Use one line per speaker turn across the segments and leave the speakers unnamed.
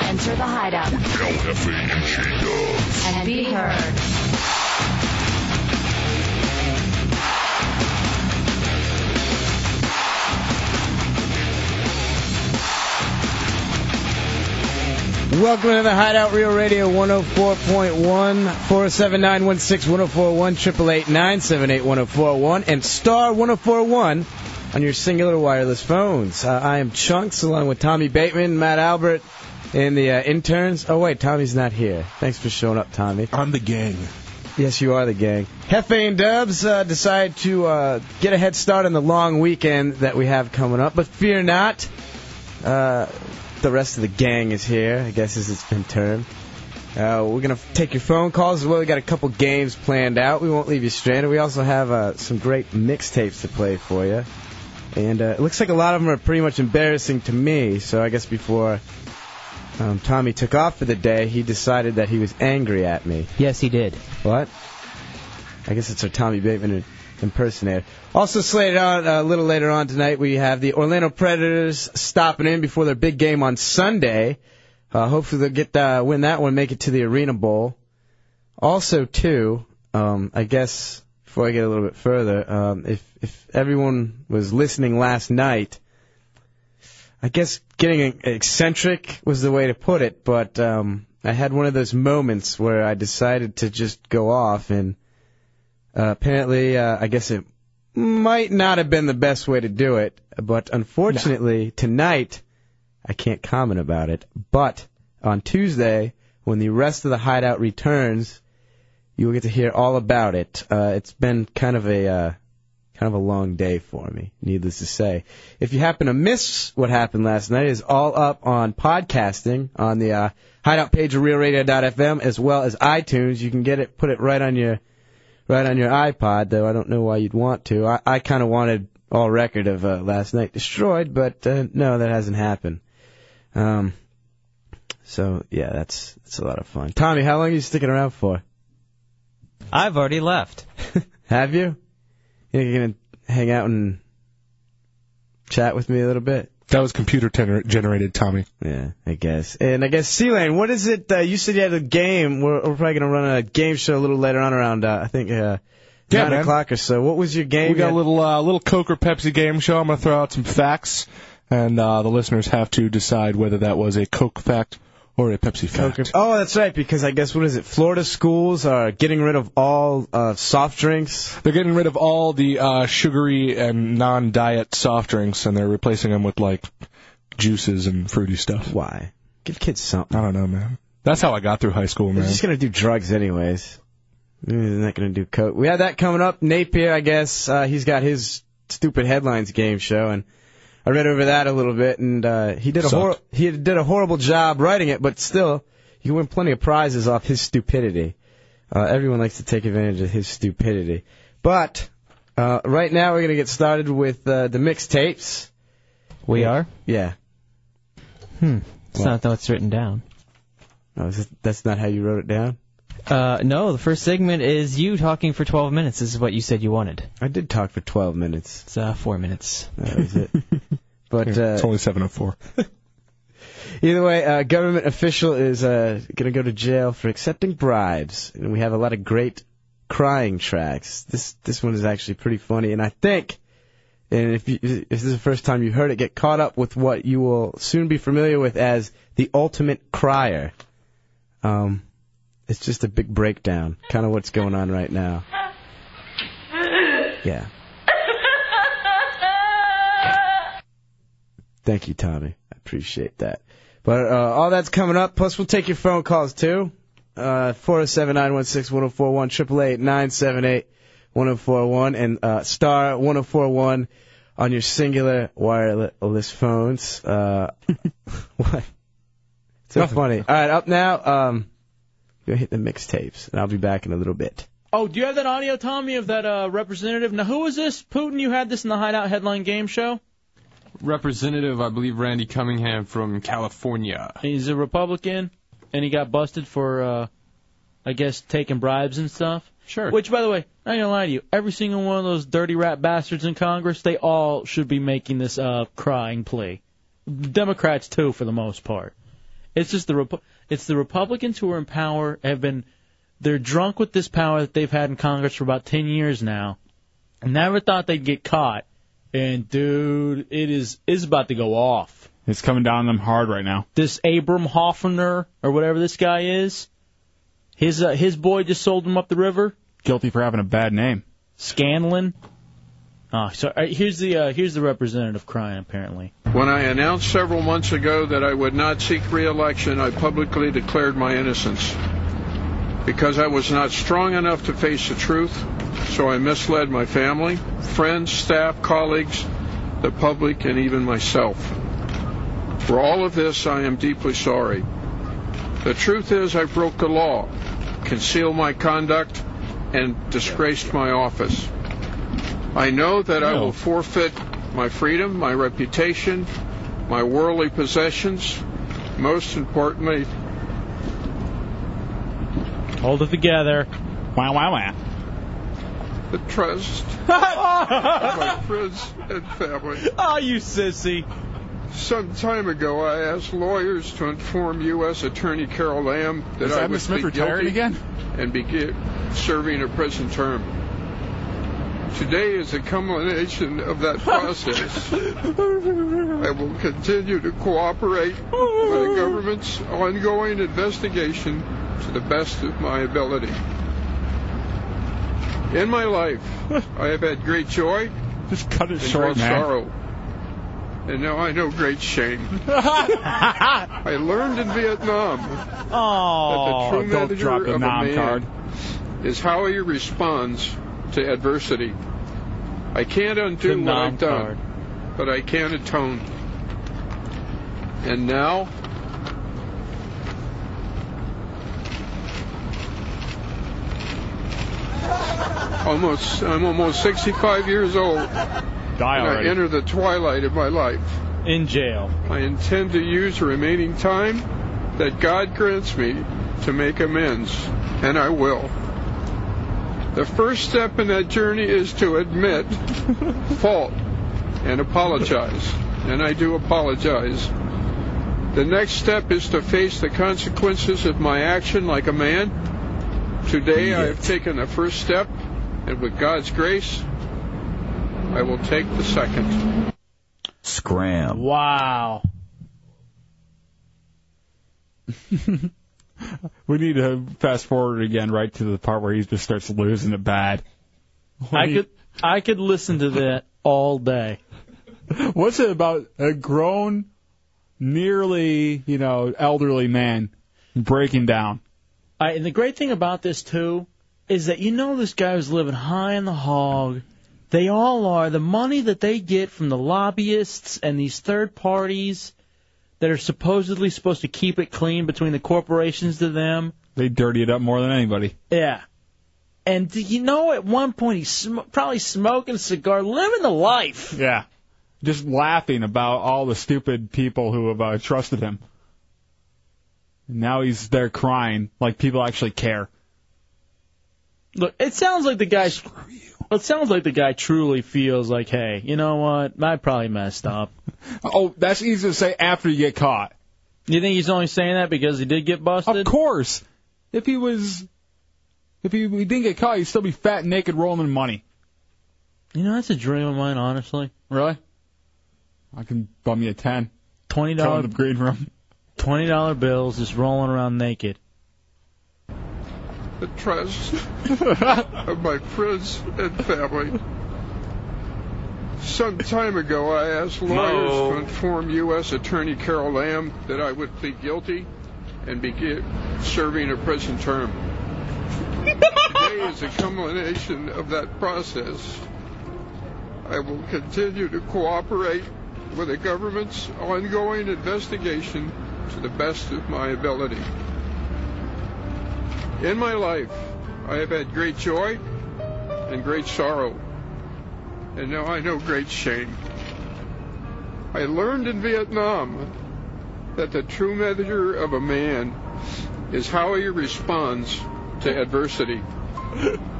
Enter the hideout and be heard.
Welcome to the Hideout Real Radio 104.1, 479-16-1041, 888-978-1041, and star 1041 on your singular wireless phones. Uh, I am Chunks along with Tommy Bateman, Matt Albert, and the uh, interns. Oh, wait, Tommy's not here. Thanks for showing up, Tommy.
I'm the gang.
Yes, you are the gang. Hefe and Dubs uh, decide to uh, get a head start on the long weekend that we have coming up, but fear not. Uh, the rest of the gang is here, I guess is its been termed. Uh, we're going to take your phone calls as well. we got a couple games planned out. We won't leave you stranded. We also have uh, some great mixtapes to play for you. And uh, it looks like a lot of them are pretty much embarrassing to me, so I guess before um, Tommy took off for the day, he decided that he was angry at me.
Yes, he did.
What? I guess it's our Tommy Bateman impersonator. Also slated on uh, a little later on tonight, we have the Orlando Predators stopping in before their big game on Sunday. Uh, hopefully they'll get uh, win that one, make it to the Arena Bowl. Also, too, um, I guess before I get a little bit further, um, if if everyone was listening last night, I guess getting e-, eccentric was the way to put it, but um, I had one of those moments where I decided to just go off, and uh, apparently, uh, I guess it might not have been the best way to do it, but unfortunately, tonight, I can't comment about it. But on Tuesday, when the rest of the hideout returns, you will get to hear all about it. Uh, it's been kind of a uh, kind of a long day for me, needless to say. If you happen to miss what happened last night, it is all up on podcasting on the uh, Hideout page of RealRadio.fm as well as iTunes. You can get it, put it right on your right on your iPod. Though I don't know why you'd want to. I, I kind of wanted all record of uh, last night destroyed, but uh, no, that hasn't happened. Um, so yeah, that's that's a lot of fun. Tommy, how long are you sticking around for?
I've already left.
Have you? You think you're gonna hang out and chat with me a little bit?
That was computer gener- generated, Tommy.
Yeah, I guess. And I guess C Lane, what is it? Uh, you said you had a game. We're, we're probably gonna run a game show a little later on around uh, I think uh,
Yeah,
nine
man.
o'clock or so. What was your game?
We got
You
a
had-
little uh, little Coke or Pepsi game show. I'm going to throw out some facts, and uh, the listeners have to decide whether that was a Coke fact or a Pepsi fact.
Oh, that's right. Because I guess what is it? Florida schools are getting rid of all uh, soft drinks.
They're getting rid of all the uh, sugary and non-diet soft drinks, and they're replacing them with like juices and fruity stuff.
Why? Give kids something.
I don't know, man. That's how I got through high school,
They're
man.
just gonna do drugs anyways. They're not gonna do coke. We had that coming up. Napier, I guess, uh, he's got his stupid headlines game show, and I read over that a little bit, and uh, he did a
Sucked.
hor- he did a horrible job writing it, but still, he won plenty of prizes off his stupidity. Uh, everyone likes to take advantage of his stupidity, but uh, right now we're gonna get started with uh, the mixtapes.
We are?
Yeah,
Hmm. It's not
What?
what's written down.
oh, is that- that's not how you wrote it down.
Uh, no, the first segment is you talking for 12 minutes. This is what you said you wanted.
I did talk for 12 minutes.
It's uh, four minutes.
That was it. But
Here,
uh,
it's only seven of four.
Either way, a government official is uh, going to go to jail for accepting bribes, and we have a lot of great crying tracks. This this one is actually pretty funny, and I think, and if you, if this is the first time you heard it, get caught up with what you will soon be familiar with as the ultimate crier. Um, it's just a big breakdown, kind of what's going on right now. Yeah. Thank you, Tommy. I appreciate that. But uh, all that's coming up. Plus, we'll take your phone calls too. Uh, Four zero seven nine one six one zero four oh one triple eight nine seven eight one zero oh four one and uh, star one zero four one on your singular wireless phones. Uh, what? So funny. All right, up now. Um, go hit the mixtapes, and I'll be back in a little bit.
Oh, do you have that audio, Tommy, of that uh, representative? Now, who was this? Putin, you had this in the Hideout Headline Game Show?
Representative, I believe, Randy Cunningham from California.
He's a Republican, and he got busted for, uh, I guess, taking bribes and stuff. Sure. Which, by the way, I ain't gonna lie to you. Every single one of those dirty rat bastards in Congress, they all should be making this uh, crying plea. Democrats too, for the most part. It's just the Repu- it's the Republicans who are in power have been they're drunk with this power that they've had in Congress for about ten years now, and never thought they'd get caught. And dude, it is is about to go off.
It's coming down on them hard right now.
This Abram Hoffner or whatever this guy is, his uh, his boy just sold him up the river.
Guilty for having a bad name.
Scanlon. Oh, so uh, here's the uh, here's the representative crying apparently.
When I announced several months ago that I would not seek re-election, I publicly declared my innocence because I was not strong enough to face the truth, so I misled my family, friends, staff, colleagues, the public, and even myself. For all of this, I am deeply sorry. The truth is, I broke the law, concealed my conduct, and disgraced my office. I know that I will forfeit my freedom, my reputation, my worldly possessions, most importantly,
Hold it together.
Wow, wow, wow.
the trust of my friends and family.
Oh, you sissy.
Some time ago, I asked lawyers to inform U.S. Attorney Carol Lamb that
Is
I
Adam
would
Smith
plead
retired
guilty
again?
and begin serving a prison term. Today is a culmination of that process. I will continue to cooperate with the government's ongoing investigation to the best of my ability. In my life, I have had great joy
Just cut
and
it short,
great
man.
sorrow. And now I know great shame. I learned in Vietnam that the
Oh,
true
don't
manager
drop
of
the
a
nom
man
card.
is how he responds to adversity. I can't
The
undo what
nom
I've done, but I can atone. And now, almost I'm almost 65 years old, and
Die
I
already.
enter the twilight of my life.
In jail.
I intend to use the remaining time that God grants me to make amends, and I will. The first step in that journey is to admit fault and apologize, and I do apologize. The next step is to face the consequences of my action like a man. Today I have taken the first step, and with God's grace, I will take the second.
Scram.
Wow.
We need to fast forward again right to the part where he just starts losing it bad.
I could I could listen to that all day.
What's it about a grown, nearly, you know, elderly man breaking down?
I, and the great thing about this too is that you know this guy was living high in the hog. They all are. The money that they get from the lobbyists and these third parties that are supposedly supposed to keep it clean between the corporations to them.
They dirty it up more than anybody.
Yeah. And do you know at one point he's sm- probably smoking a cigar, living the life.
Yeah. Just laughing about all the stupid people who have uh, trusted him. Now he's there crying like people actually care.
Look, it sounds like the guy. It sounds like the guy truly feels like, hey, you know what? I probably messed up.
Oh, that's easy to say after you get caught.
You think he's only saying that because he did get
Of
busted?
course. If he was, if he, he didn't get caught, he'd still be fat and naked rolling in money.
You know, that's a dream of mine, honestly.
Really? I can bum you a ten.
Twenty
Come
dollar,
in the green room.
twenty dollar bills, just rolling around naked.
the trust of my friends and family. Some time ago, I asked lawyers
No.
to inform U.S. Attorney Carol Lamb that I would plead guilty and begin serving a prison term. Today is a culmination of that process. I will continue to cooperate with the government's ongoing investigation to the best of my ability. In my life, I have had great joy and great sorrow, and now I know great shame. I learned in Vietnam that the true measure of a man is how he responds to adversity.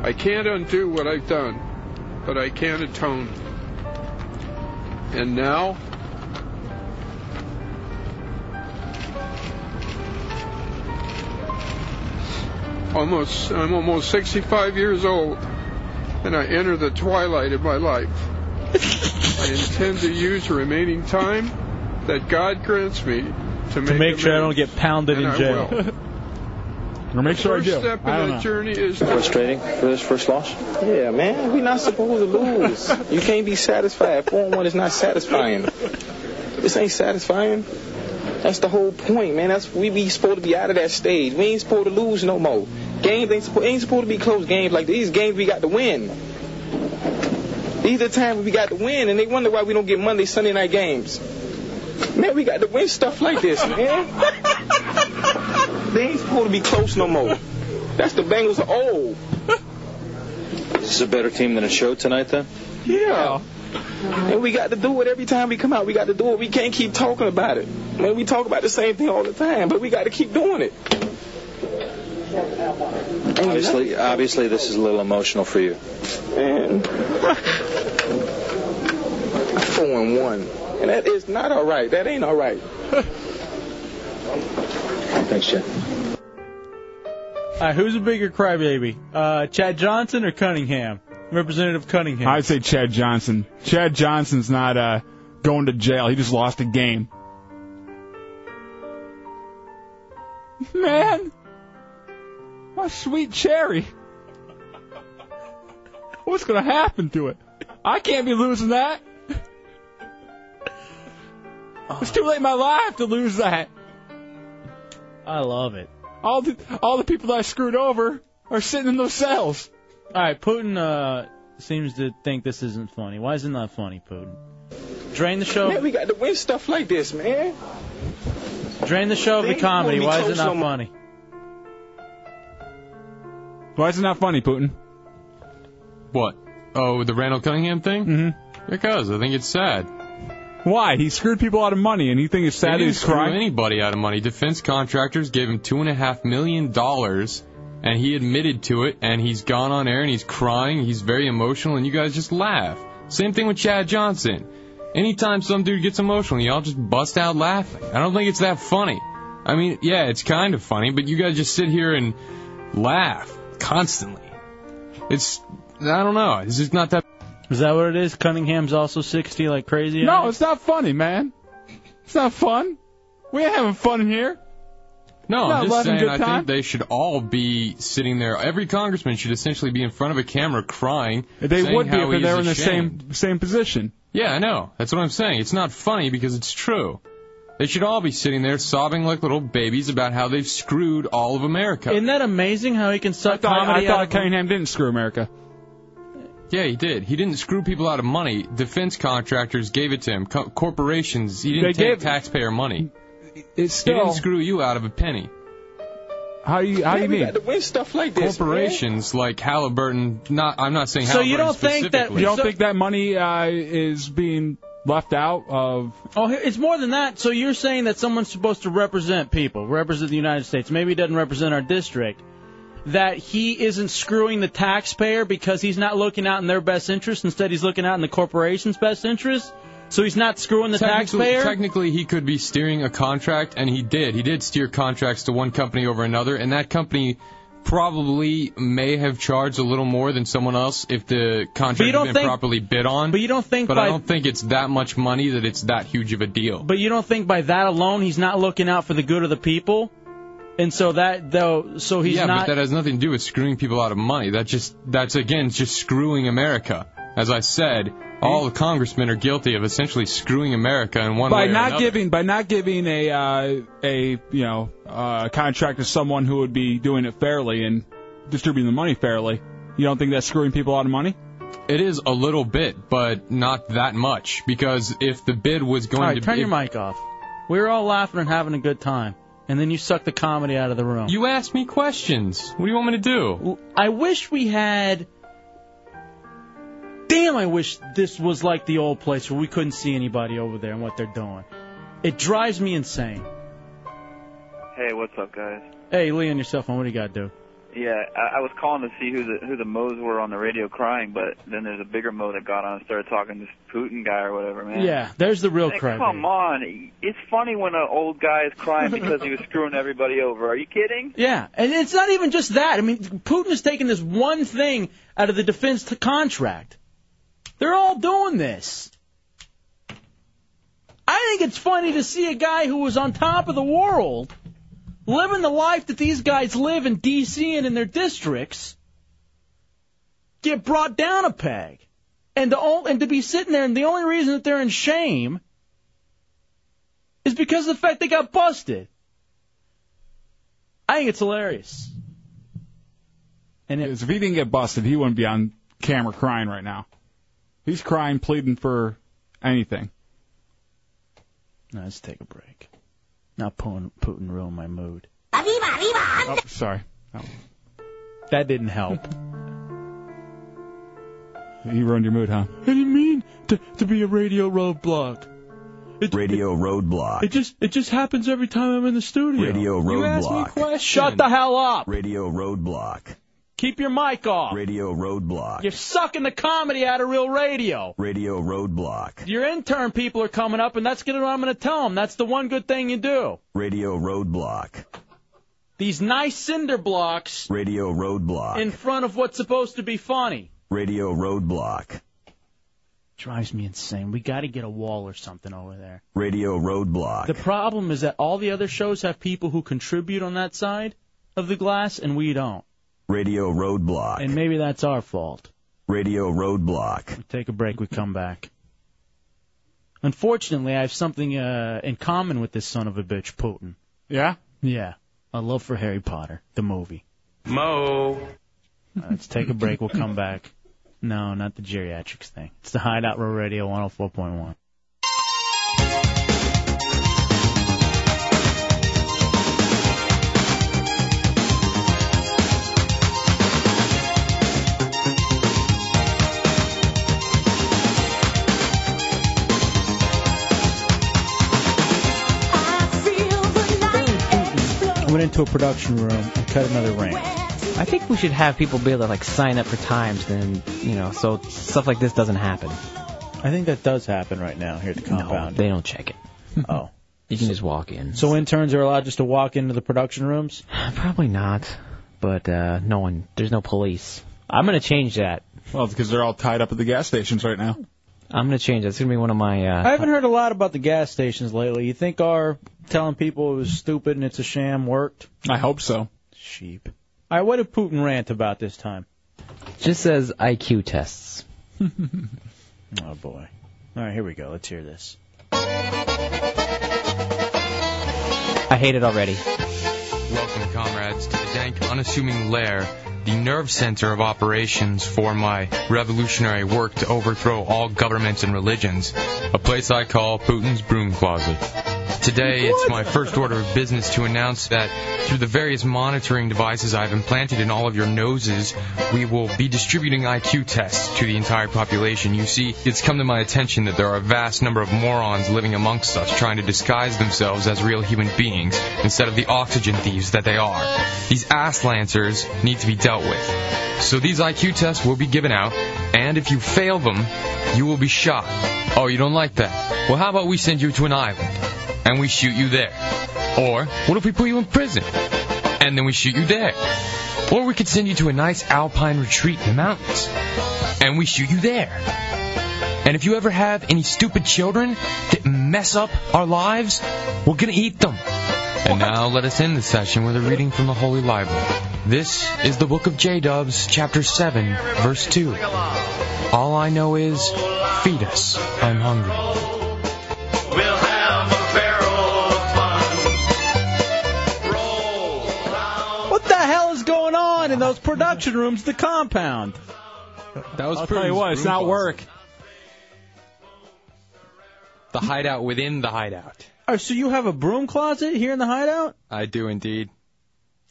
I can't undo what I've done, but I can atone. And now, almost I'm almost 65 years old, and I enter the twilight of my life. I intend to use remaining time that God grants me to make,
to make sure I don't
amends,
get pounded
and
in
I
jail.
will.
Or make sure I
First
do.
step in
I don't
that
know.
journey is
Frustrating for this first loss? Yeah, man. We're not supposed to lose. you can't be satisfied. 4 1 is not satisfying. This ain't satisfying. That's the whole point, man. That's we be supposed to be out of that stage. We ain't supposed to lose no more. Games ain't, suppo- ain't supposed to be close games like these. Games we got to win. These are times we got to win, and they wonder why we don't get Monday, Sunday night games. Man, we got to win stuff like this, man. they ain't supposed to be close no more. That's the Bengals of old.
This is a better team than it showed tonight, then?
Yeah. And we got to do it every time we come out. We got to do it. We can't keep talking about it. Man, we talk about the same thing all the time, but we got to keep doing it.
Obviously, obviously, this is a little emotional for you.
Man. Four and one. And that is not all right. That ain't all right.
Thanks, Chad.
All right, who's a bigger crybaby? Uh, Chad Johnson or Cunningham? Representative Cunningham.
I'd say Chad Johnson. Chad Johnson's not uh, going to jail. He just lost a game. Man, my sweet cherry. What's going to happen to it? I can't be losing that. It's too late in my life to lose that.
I love it.
All the all the people that I screwed over are sitting in those cells.
All right, Putin uh, seems to think this isn't funny. Why is it not funny, Putin? Drain the
Man,
show.
we got to win stuff like this, man.
Drain the show of
They
the
ain't
comedy.
gonna be
Why is it
close
not
no more.
funny?
Why is it not funny, Putin?
What? Oh, the Randall Cunningham thing? Mm-hmm. Because I think it's sad.
Why? He screwed people out of money, and you think it's
he
sad that
didn't
he's
screw
crying?
anybody out of money. Defense contractors gave him two and a half million dollars, and he admitted to it. And he's gone on air and he's crying. He's very emotional, and you guys just laugh. Same thing with Chad Johnson. Anytime some dude gets emotional, y'all just bust out laughing. I don't think it's that funny. I mean, yeah, it's kind of funny, but you guys just sit here and laugh constantly. It's I don't know. It's just not that.
Is that what it is? Cunningham's also 60 like crazy?
No, it's not funny, man. It's not fun. We ain't having fun in here.
No,
Not
I'm just
loving
saying
good
I
time?
think they should all be sitting there. Every congressman should essentially be in front of a camera crying.
They
saying
would be
how
if
he
they
is
were in the
ashamed.
same same position.
Yeah, I know. That's what I'm saying. It's not funny because it's true. They should all be sitting there sobbing like little babies about how they've screwed all of America.
Isn't that amazing how he can suck
thought- I
comedy
thought
out of
Cunningham didn't screw America.
Yeah, he did. He didn't screw people out of money. Defense contractors gave it to him. Co- corporations. He didn't
They
take
gave-
taxpayer money.
It's
he
still-
didn't screw you out of a penny.
How you how
man,
you
we
mean?
got to win stuff like this. man.
Corporations like Halliburton. Not. I'm not saying Halliburton
you
specifically.
don't think that money uh, is being left out of?
Oh, here- it's more than that. So you're saying that someone's supposed to represent people, represent the United States. Maybe he doesn't represent our district. That he isn't screwing the taxpayer because he's not looking out in their best interest. Instead, he's looking out in the corporation's best interest. So he's not screwing the
Technically,
taxpayer.
technically, he could be steering a contract, and he did. He did steer contracts to one company over another, and that company probably may have charged a little more than someone else if the
But you
contract
don't
had been
think-
properly bid on. But
you don't think
But
by-
I don't think it's that much money that it's that huge of a deal.
But you don't think by that alone he's not looking out for the good of the people? And so that though, so he's
yeah,
not.
but that has nothing to do with screwing people out of money. That just that's again just screwing America. As I said, all the congressmen are guilty of essentially screwing America in one
by
way or
not
another.
giving by not giving a uh, a you know uh, contract to someone who would be doing it fairly and distributing the money fairly. You don't think that's screwing people out of money?
It is a little bit, but not that much because if the bid was going
All right,
to
turn
be,
your mic off. We were all laughing and having a good time, and then you sucked the comedy out of the room.
You asked me questions. What do you want me to do?
I wish we had. Damn, I wish this was like the old place where we couldn't see anybody over there and what they're doing. It drives me insane.
Hey, what's up, guys?
Hey, Lee, on your cell phone, what do you got to do?
Yeah, I, I was calling to see who the who the Moes were on the radio crying, but then there's a bigger Mo that got on and started talking to this Putin guy or whatever, man.
Yeah, there's the real
Hey,
crowd.
Come on, it's funny when an old guy is crying because he was screwing everybody over. Are you kidding?
Yeah, and it's not even just that. I mean, Putin is taking this one thing out of the defense t- contract. They're all doing this. I think it's funny to see a guy who was on top of the world living the life that these guys live in D.C. and in their districts get brought down a peg. And to, all, and to be sitting there, and the only reason that they're in shame is because of the fact they got busted. I think it's hilarious. And
if he didn't get busted, he wouldn't be on camera crying right now. He's crying, pleading for anything.
Now, let's take a break. Now Putin, Putin ruined my mood.
Oh, sorry.
That didn't help.
You ruined your mood, huh?
I didn't mean to, to be a radio roadblock.
Radio Roadblock.
It just it just happens every time I'm in the studio.
Radio
You asked me
Roadblock.
questions. Shut the hell up.
Radio Roadblock.
Keep your mic off.
Radio Roadblock.
You're sucking the comedy out of real radio.
Radio Roadblock.
Your intern people are coming up, and that's gonna what I'm going to tell them. That's the one good thing you do.
Radio Roadblock.
These nice cinder blocks
Radio Roadblock.
in front of what's supposed to be funny.
Radio Roadblock.
Drives me insane. We got to get a wall or something over there.
Radio Roadblock.
The problem is that all the other shows have people who contribute on that side of the glass, and we don't.
Radio Roadblock.
And maybe that's our fault.
Radio Roadblock.
We take a break. We come back. Unfortunately, I have something uh, in common with this son of a bitch, Putin.
Yeah?
Yeah. A love for Harry Potter, the movie. Uh,
Mo.
Let's take a break. We'll come back. No, not the geriatrics thing. It's the Hideout Row Radio 104.1. I went into a production room and cut another ring.
I think we should have people be able to like sign up for times, and you know, so stuff like this doesn't happen.
I think that does happen right now here at the compound.
they don't check it.
Oh.
You can just walk in.
So interns are allowed just to walk into the production rooms?
Probably not, but uh, no one. There's no police. I'm gonna change that.
Well, because they're all tied up at the gas stations right now.
I'm gonna change that. It's gonna be one of my.
I
Uh,
haven't heard a lot about the gas stations lately. You think our telling people it was stupid and it's a sham worked?
I hope so.
Sheep. All right, what did Putin rant about this time?
just says IQ tests.
Oh boy. All right, here we go. Let's hear this.
I hate it already.
Welcome, comrades, to the dank, unassuming lair, the nerve center of operations for my revolutionary work to overthrow all governments and religions, a place I call Putin's broom closet. Today, it's my first order of business to announce that through the various monitoring devices I've implanted in all of your noses, we will be distributing IQ tests to the entire population. You see, it's come to my attention that there are a vast number of morons living amongst us trying to disguise themselves as real human beings instead of the oxygen thieves that they are. These ass lancers need to be dealt with. So these IQ tests will be given out, and if you fail them, you will be shot. Oh, you don't like that? Well, how about we send you to an island? and we shoot you there. Or what if we put you in prison and then we shoot you there? Or we could send you to a nice alpine retreat in the mountains and we shoot you there. And if you ever have any stupid children that mess up our lives, we're gonna eat them. And now let us end the session with a reading from the Holy Bible. This is the book of J Dubs, chapter 7, verse 2. All I know is, feed us, I'm hungry.
What the hell is going on in those production rooms, at the compound?
That was
I'll
pretty
tell you what, it's not
brutal.
work.
The hideout within the hideout.
Oh, so you have a broom closet here in the hideout?
I do indeed.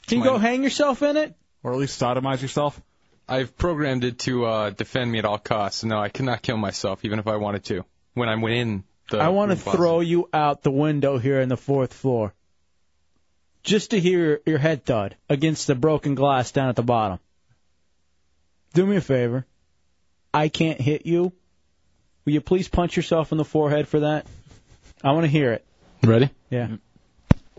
Can you
Mine-
go hang yourself in it?
Or at least sodomize yourself? I've programmed it to uh, defend me at all costs. No, I cannot kill myself, even if I wanted to, when I'm within the.
I want to
room closet.
throw you out the window here in the fourth floor, just to hear your, your head thud against the broken glass down at the bottom. Do me a favor. I can't hit you. Will you please punch yourself in the forehead for that? I want to hear it.
Ready?
Yeah.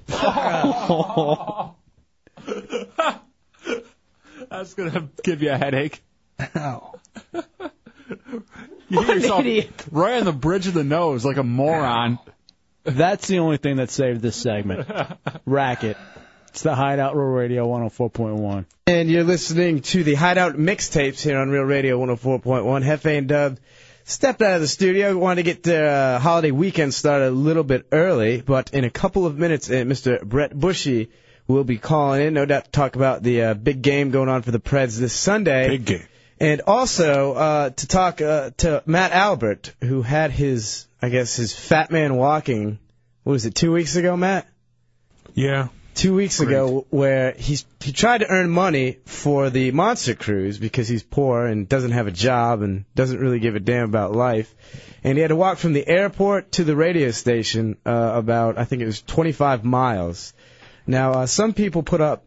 That's gonna give you a headache. Ow. you
Oh. What
hit
an
yourself
idiot.
right on the bridge of the nose like a moron.
That's the only thing that saved this segment. Racket. It's the Hideout Row Radio 104.1.
And you're listening to the Hideout mixtapes here on Real Radio 104.1. Hefe and Dub stepped out of the studio. We wanted to get the uh, holiday weekend started a little bit early, but in a couple of minutes, uh, Mr. Brett Bushy will be calling in, no doubt, to talk about the uh, big game going on for the Preds this Sunday. Big
game.
And also uh, to talk uh, to Matt Albert, who had his, I guess, his fat man walking. What was it, two weeks ago, Matt?
Yeah.
two weeks ago where he's he tried to earn money for the monster cruise because he's poor and doesn't have a job and doesn't really give a damn about life and he had to walk from the airport to the radio station uh, about i think it was 25 miles now uh, some people put up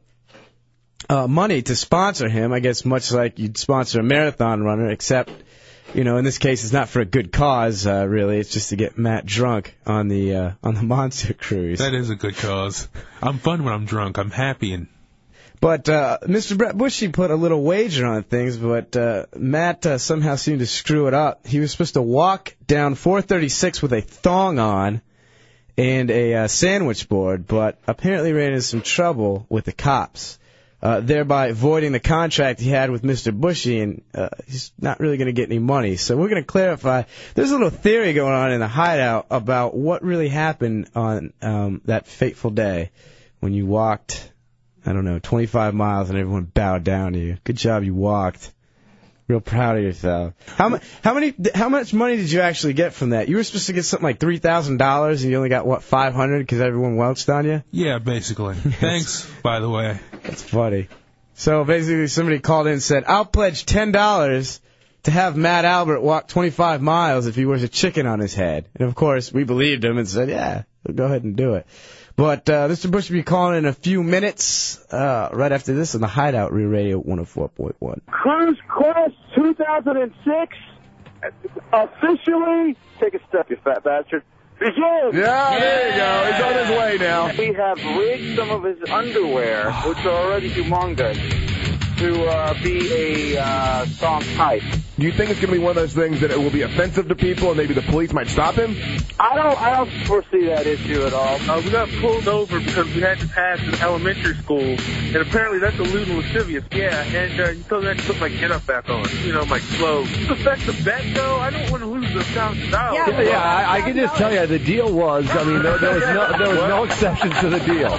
uh, money to sponsor him i guess much like you'd sponsor a marathon runner except you know, in this case, it's not for a good cause, uh, really. It's just to get Matt drunk on the uh, on the monster cruise.
That is a good cause. I'm fun when I'm drunk. I'm happy and
But uh, Mr. Brett Bushy put a little wager on things, but uh, Matt uh, somehow seemed to screw it up. He was supposed to walk down 436 with a thong on and a uh, sandwich board, but apparently ran into some trouble with the cops, uh, thereby voiding the contract he had with Mr. Bushy, and uh, he's not really going to get any money. So we're going to clarify. There's a little theory going on in the hideout about what really happened on um, that fateful day when you walked I don't know, 25 miles and everyone bowed down to you. Good job, you walked. Real proud of yourself. How mu- how many how much money did you actually get from that? You were supposed to get something like three thousand dollars, and you only got what five hundred because everyone welched on you.
yeah, basically. Thanks, by the way.
That's funny. So basically, somebody called in and said, "I'll pledge ten dollars to have Matt Albert walk 25 miles if he wears a chicken on his head." And of course, we believed him and said, "Yeah, we'll go ahead and do it." But uh, Mr. Bush will be calling in a few minutes, uh, right after this on the Hideout Real Radio 104.1.
Cruise Quest 2006 officially. Take a step, you fat bastard. Begins.
Yeah, there you go. He's on his way now.
We have rigged some of his underwear, which are already humongous, to uh, be a uh, song type.
Do you think it's going to be one of those things that it will be offensive to people and maybe the police might stop him?
I don't, I don't foresee that issue at all. Uh, we got pulled over because we had to pass an elementary school, and apparently that's a lewd and lascivious. Yeah, and uh, you told me I had to put my get up back on. You know, my clothes. This affects the bet, though. I don't want to lose the thousand dollars.
Yeah, I, I can just tell you the deal was. I mean, there, there was no there was no exceptions to the deal.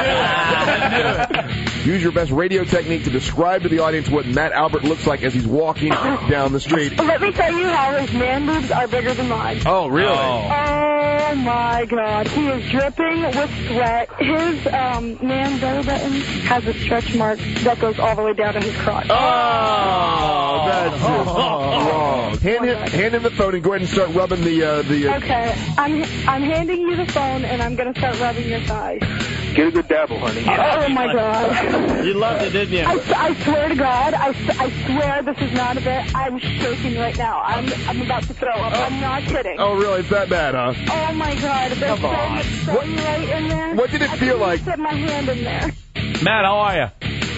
Use your best radio technique to describe to the audience what Matt Albert looks like as he's walking down the street.
Let me tell you how his man boobs are bigger than mine.
Oh, really?
Oh my god. He is dripping with sweat. His um, man belly button has a stretch mark that goes all the way down to his crotch.
Oh, that's just wrong. Hand him, hand him the phone and go ahead and start rubbing the uh, the. Uh,
Okay, I'm I'm handing you the phone and I'm gonna start rubbing your thighs.
Get a good dabble, honey.
Oh my god.
You loved it, didn't
I, I swear to God, I, s- I swear this is not a bit. I'm shaking right now. I'm I'm about to throw up. I'm not kidding.
oh, really? It's that bad, huh?
Oh my god,
Come
there's so
on.
much cellulite in there.
What did it
I
feel
couldn't
like? Oh.
Put my hand in there.
Matt, how are you?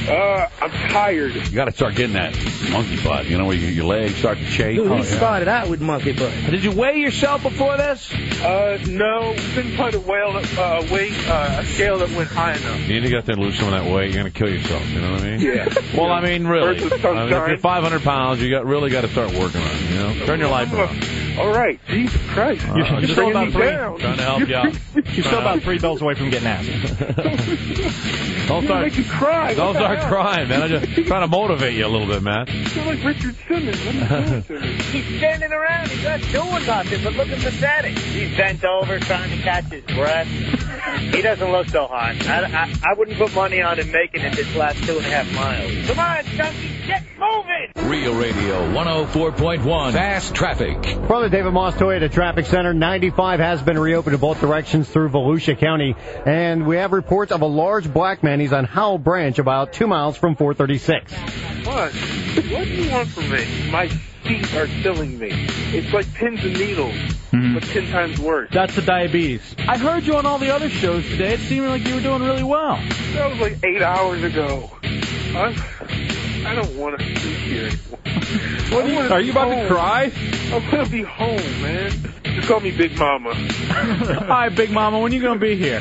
Uh, I'm tired.
You got to start getting that monkey butt. You know where your, your legs start to shake. Oh,
Dude, we started out with monkey butt.
Did you weigh yourself before this?
Uh, no, couldn't find a whale, uh, weight, uh, a scale that went high enough.
You need to get out there and lose some of that weight. You're going to kill yourself. You know what I mean?
Yeah.
Well, I mean, really.
Versus some
I mean, if you're
giant-
500 pounds, you got really got to start working on it. You know, turn your life around.
All right, Jesus Christ.
Uh,
You're, you're still about three.
Down.
Trying to help you out.
You're
You're
still
still
about
about three bells away from getting asked.
You're
Don't start.
making me cry.
Don't
What the
start
hell?
crying, man. I'm just trying to motivate you a little bit, man.
You're like Richard Simmons. What are you doing to me?
He's standing around. He's not doing nothing but looking pathetic. He's bent over trying to catch his breath. He doesn't look so hot. I, I, I wouldn't put money on him making it this last two and a half miles. Come on, Chunky, get moving!
Real Radio 104.1 Fast Traffic.
From the David Moss Toyota Traffic Center, 95 has been reopened in both directions through Volusia County. And we have reports of a large black man. He's on Howell Branch, about two miles from 436.
What? What do you want from me? My feet are killing me. It's like pins and needles, but
Mm-hmm.
ten times worse.
That's the diabetes. I heard you on all the other shows today. It seemed like you were doing really well.
That was like eight hours ago. I'm, I don't want to be here anymore. What
you- are you about to cry?
I'm going to be home, man. Just call me Big Mama.
all right, Big Mama, when you gonna be here?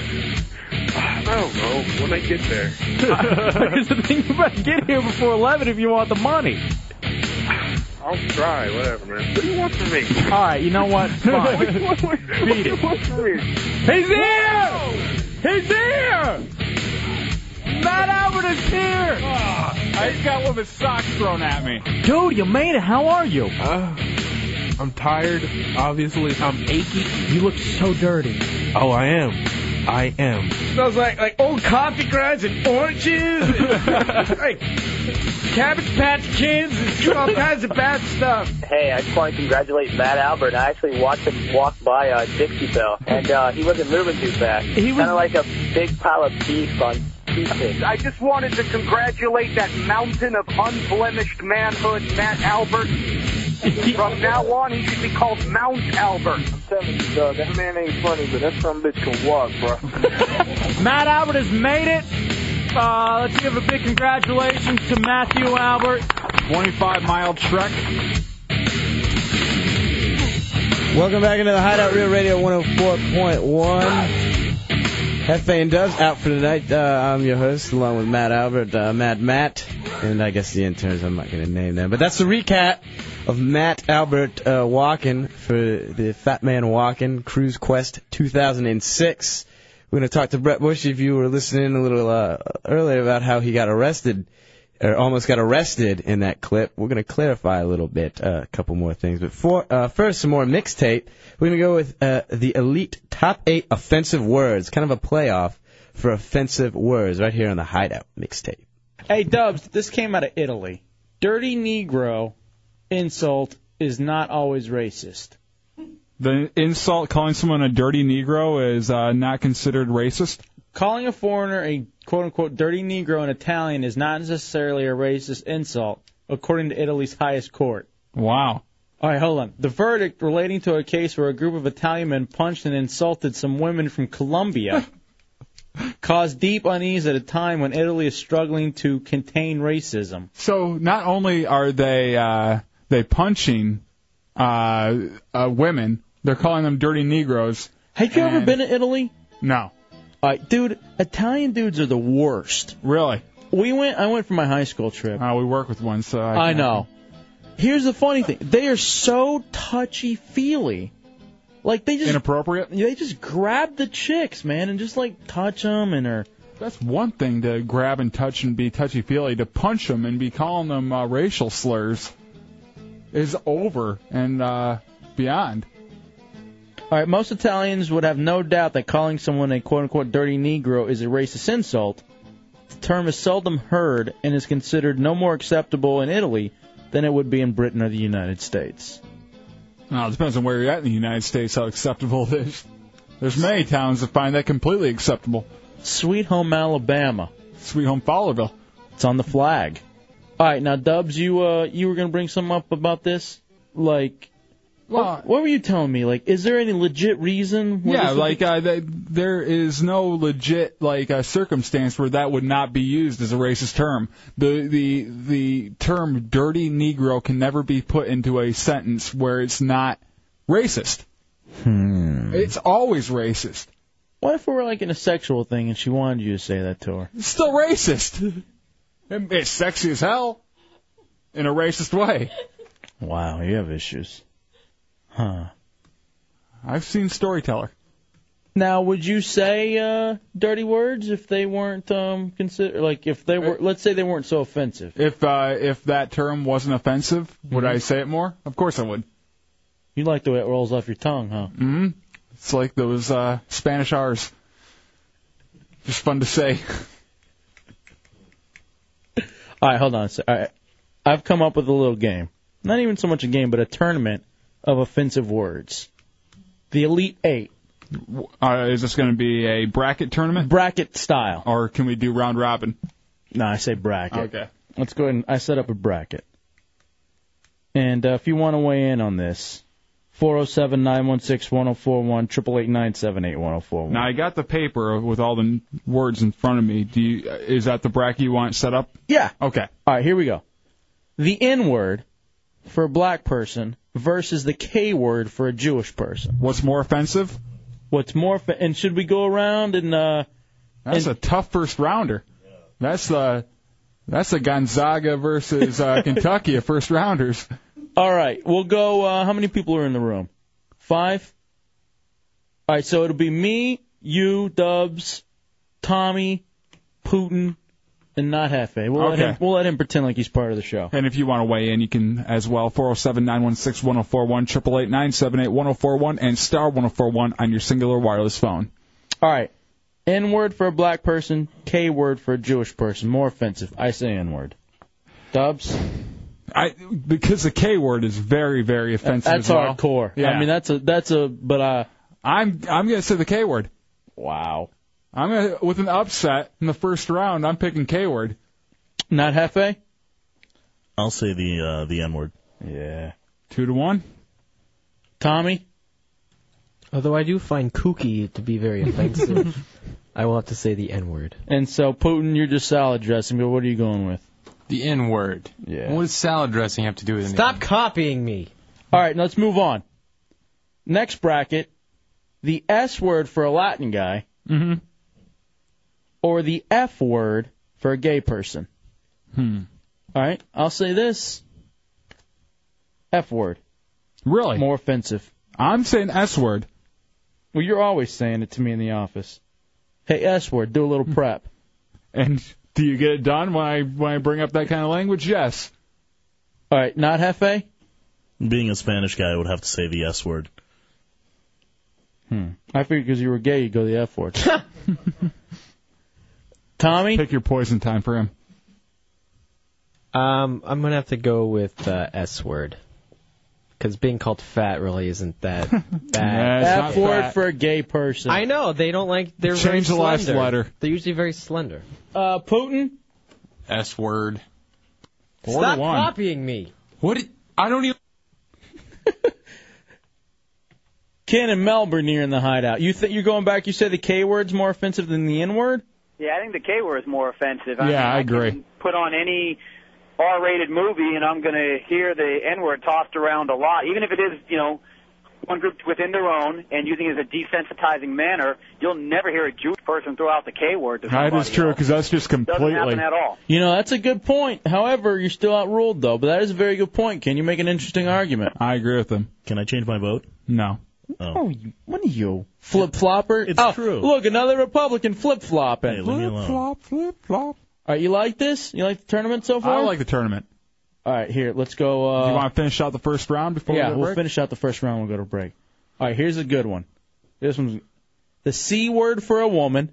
I don't know. When I get there.
Here's the thing: you better get here before eleven if you want the money.
I'll try, whatever, man. What do you want from me?
All right, you know what? Fine.
What do you want from me?
Beat
What
it.
do you want from me?
He's here! He's here! Matt Albert is here!
Uh, I just got one of his socks thrown at me.
Dude, you made it. How are you?
Uh, I'm tired, obviously. I'm achy.
You look so dirty.
Oh, I am. I am.
Smells like like old coffee grinds and oranges, and, like cabbage patch kids, and all kinds of bad stuff.
Hey, I just want to congratulate Matt Albert. I actually watched him walk by uh, Dixie Bell, and uh, he wasn't moving too fast. He was kind of like a big pile of beef on toothpaste.
I just wanted to congratulate that mountain of unblemished manhood, Matt Albert. From now on, he should be called Mount Albert.
I'm telling you, dog, that man ain't funny, but that some bitch can walk, bro.
Matt Albert has made it. Uh, let's give a big congratulations to Matthew Albert.
25 mile trek.
Welcome back into the Hideout Real Radio 104.1. Hefe and Doves out for tonight. Uh, I'm your host, along with Matt Albert, uh, Mad Matt, and I guess the interns. I'm not going to name them, but that's the recap of Matt Albert uh, walking for the Fat Man Walking Cruise Quest 2006. We're going to talk to Brett Bush if you were listening a little uh, earlier about how he got arrested or almost got arrested in that clip. We're going to clarify a little bit, uh, a couple more things. But for, uh, first, some more mixtape. We're going to go with uh, the Elite Top 8 Offensive Words, kind of a playoff for offensive words right here on the Hideout mixtape.
Hey, Dubs, this came out of Italy. Dirty Negro insult is not always racist.
The insult calling someone a dirty Negro is uh, not considered racist.
Calling a foreigner a quote unquote dirty Negro in Italian is not necessarily a racist insult, according to Italy's highest court.
Wow.
All right, hold on. The verdict relating to a case where a group of Italian men punched and insulted some women from Colombia caused deep unease at a time when Italy is struggling to contain racism.
So not only are they uh, they punching uh, uh, women, they're calling them dirty Negroes.
Have you ever been to Italy?
No.
Uh, dude, Italian dudes are the worst.
Really?
We went. I went for my high school trip.
Uh, we work with one, so I,
I know. Here's the funny thing: they are so touchy feely. Like they just
inappropriate.
They just grab the chicks, man, and just like touch them and are.
That's one thing to grab and touch and be touchy feely. To punch them and be calling them uh, racial slurs is over and uh, beyond.
All right, most Italians would have no doubt that calling someone a quote unquote dirty Negro is a racist insult. The term is seldom heard and is considered no more acceptable in Italy than it would be in Britain or the United States.
Now, it depends on where you're at in the United States how acceptable it is. There's many towns that find that completely acceptable.
Sweet Home Alabama.
Sweet Home Fowlerville.
It's on the flag. All right, now Dubs, you uh, you were gonna bring something up about this, like, what, what were you telling me? Like, is there any legit reason? why
yeah,
this would be-
like uh, th there is no legit like uh, circumstance where that would not be used as a racist term. The the the term "dirty Negro" can never be put into a sentence where it's not racist.
Hmm.
It's always racist.
What if we were like in a sexual thing and she wanted you to say that to her?
It's still racist. It's sexy as hell in a racist way.
Wow, you have issues.
Huh. I've seen Storyteller.
Now, would you say uh, dirty words if they weren't um, consider like if they
Uh,
were? Let's say they weren't so offensive.
If uh, if that term wasn't offensive, would I say it more? Of course I would.
Mm-hmm. You like the way it rolls off your tongue, huh?
hmm It's like those uh, Spanish R's. Just fun to say.
All right, hold on. So, all right. I've come up with a little game. Not even so much a game, but a tournament of offensive words. The Elite Eight.
Uh, is this going to be a bracket tournament?
Bracket style.
Or can we do round robin?
No, I say bracket.
Okay.
Let's go ahead and I set up a bracket. And uh, if you want to weigh in on this, 407 916 1041, 888 978 1041.
Now I got the paper with all the n- words in front of me. Do you? uh, Is that the bracket you want set up?
Yeah.
Okay.
All right, here we go. The N word for a black person versus the K word for a Jewish person.
What's more offensive?
What's more? fa- And should we go around and? Uh,
That's a tough first rounder. That's uh, the that's the Gonzaga versus uh, Kentucky of first rounders.
All right, we'll go. Uh, how many people are in the room? Five. All right, so it'll be me, you, Dubs, Tommy, Putin, and not Hefe. We'll let
Okay.
him. We'll let him pretend like he's part of the show.
And if you want to weigh in, you can as well. 407 916 1041, 888 978 1041, and star 1041 on your singular wireless phone.
All right. N word for a black person, K word for a Jewish person. More offensive. I say N word. Dubs.
I because the K word is very very offensive.
That's
as well.
hardcore.
Yeah.
I mean, that's a that's a but uh.
I'm I'm gonna say the K word.
Wow.
I'm gonna with an upset in the first round. I'm picking K word.
Not Hefe.
I'll say the uh, the N word.
Yeah.
Two to one.
Tommy.
Although I do find kooky to be very offensive, I will have to say the N word.
And so Putin, you're just salad dressing. But what are you going with?
The N word.
Yeah.
What does salad dressing have to do with anything?
Stop copying me.
All right, now let's move on. Next bracket, the S word for a Latin guy,
Mm-hmm.
or the F word for a gay person.
Hmm.
All right, I'll say this. F word.
Really?
More offensive.
I'm saying S word.
Well, you're always saying it to me in the office. Hey, S word, do a little prep.
And do you get it done when I when I bring up that kind of language? Yes.
All right, not Hefe.
Being a Spanish guy, I would have to say the S word.
Hmm. I figured because you were gay, you'd go the F word. Tommy,
pick your poison time for him.
Um, I'm gonna have to go with uh, S word, because being called fat really isn't that bad.
F word for a gay person.
I know they don't like. They're
Change
very
the last
slender.
letter.
They're usually very slender.
Uh, Putin.
S word.
Stop copying me.
What? i- I don't even.
Ken and Melbourne here in the hideout. You think you're going back? You say the K word's more offensive than the N word?
Yeah, I think the K word is more offensive. I mean,
Yeah, I
can
agree.
Put on any R-rated movie, and I'm going to hear the N-word tossed around a lot, even if it is, you know, one group within their own and using it as a desensitizing manner. You'll never hear a Jewish person throw out the K word. to
That
somebody
is true
else.
because that's just
Doesn't
completely.
happen at all.
You know that's a good point. However, you're still outruled though. But that is a very good point. Can you make an interesting argument?
I agree with him.
Can I change my vote?
No.
Oh, you, what are you? Flip flopper?
It's
oh,
true.
Look, another Republican flip flopping.
Hey, leave me alone.
Flop, flip, flop.
All right, you like this? You like the tournament so far?
I like the tournament.
All right, here, let's go. Uh,
Do you want to finish out the first round before
yeah,
we, go to
we'll
break?
finish out the first round. We'll go to break. All right, here's a good one. This one's the C word for a woman,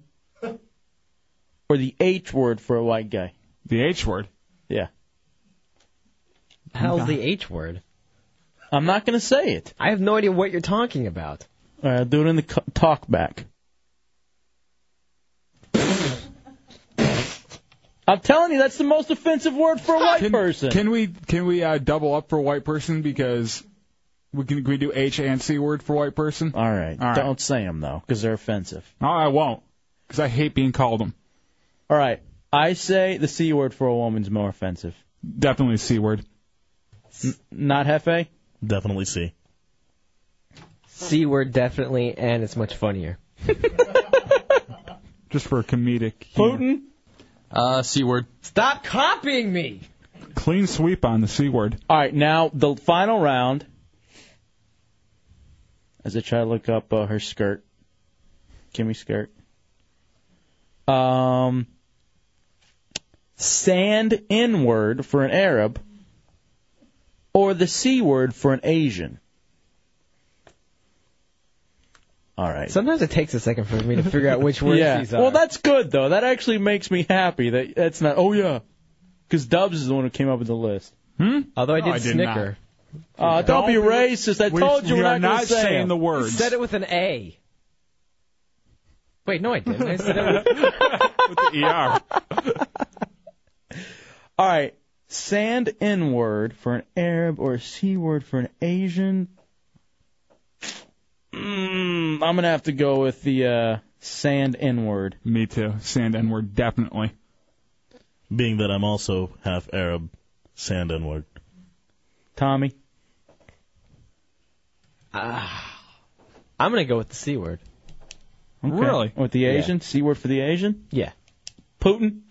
or the H word for a white guy.
The H word.
Yeah.
How's the H word?
I'm not gonna say it.
I have no idea what you're talking about.
All right, I'll do it in Uh, the co- talk back. I'm telling you, that's the most offensive word for a white
Can-
person.
Can we can we uh, double up for white person because we can, can we do H and C word for white person?
All right.
All right.
Don't say them though, because they're offensive.
No, I won't because I hate being called them.
All right. I say the C word for a woman's more offensive.
Definitely C word.
N- not Hefe?
Definitely C.
C word definitely, and it's much funnier.
Just for comedic.
Putin.
Uh, C word.
Stop copying me.
Clean sweep on the C word.
All right. Now, the final round as I try to look up uh, her skirt, Kimmy skirt. Um, sand N word for an Arab, or the C word for an Asian. All right.
Sometimes it takes a second for me to figure out which words
yeah.
these are.
Well, that's good though. That actually makes me happy. That that's not. Oh yeah, because Dubs is the one who came up with the list. Hmm.
Although I did No, I did snicker.
Uh, don't, be racist. I told you we're not, gonna say them.
You said it with an A. Wait, no, I didn't. I said it with,
ER. All right. Sand N word for an Arab or a C word for an Asian. Mm, I'm going to have to go with the uh, sand N word.
Me too. Sand N word, definitely.
Being that I'm also half Arab, sand N word.
Tommy?
Ah. I'm gonna go with the c word.
Okay.
Really?
With the Asian? C word for the Asian?
Yeah.
Putin?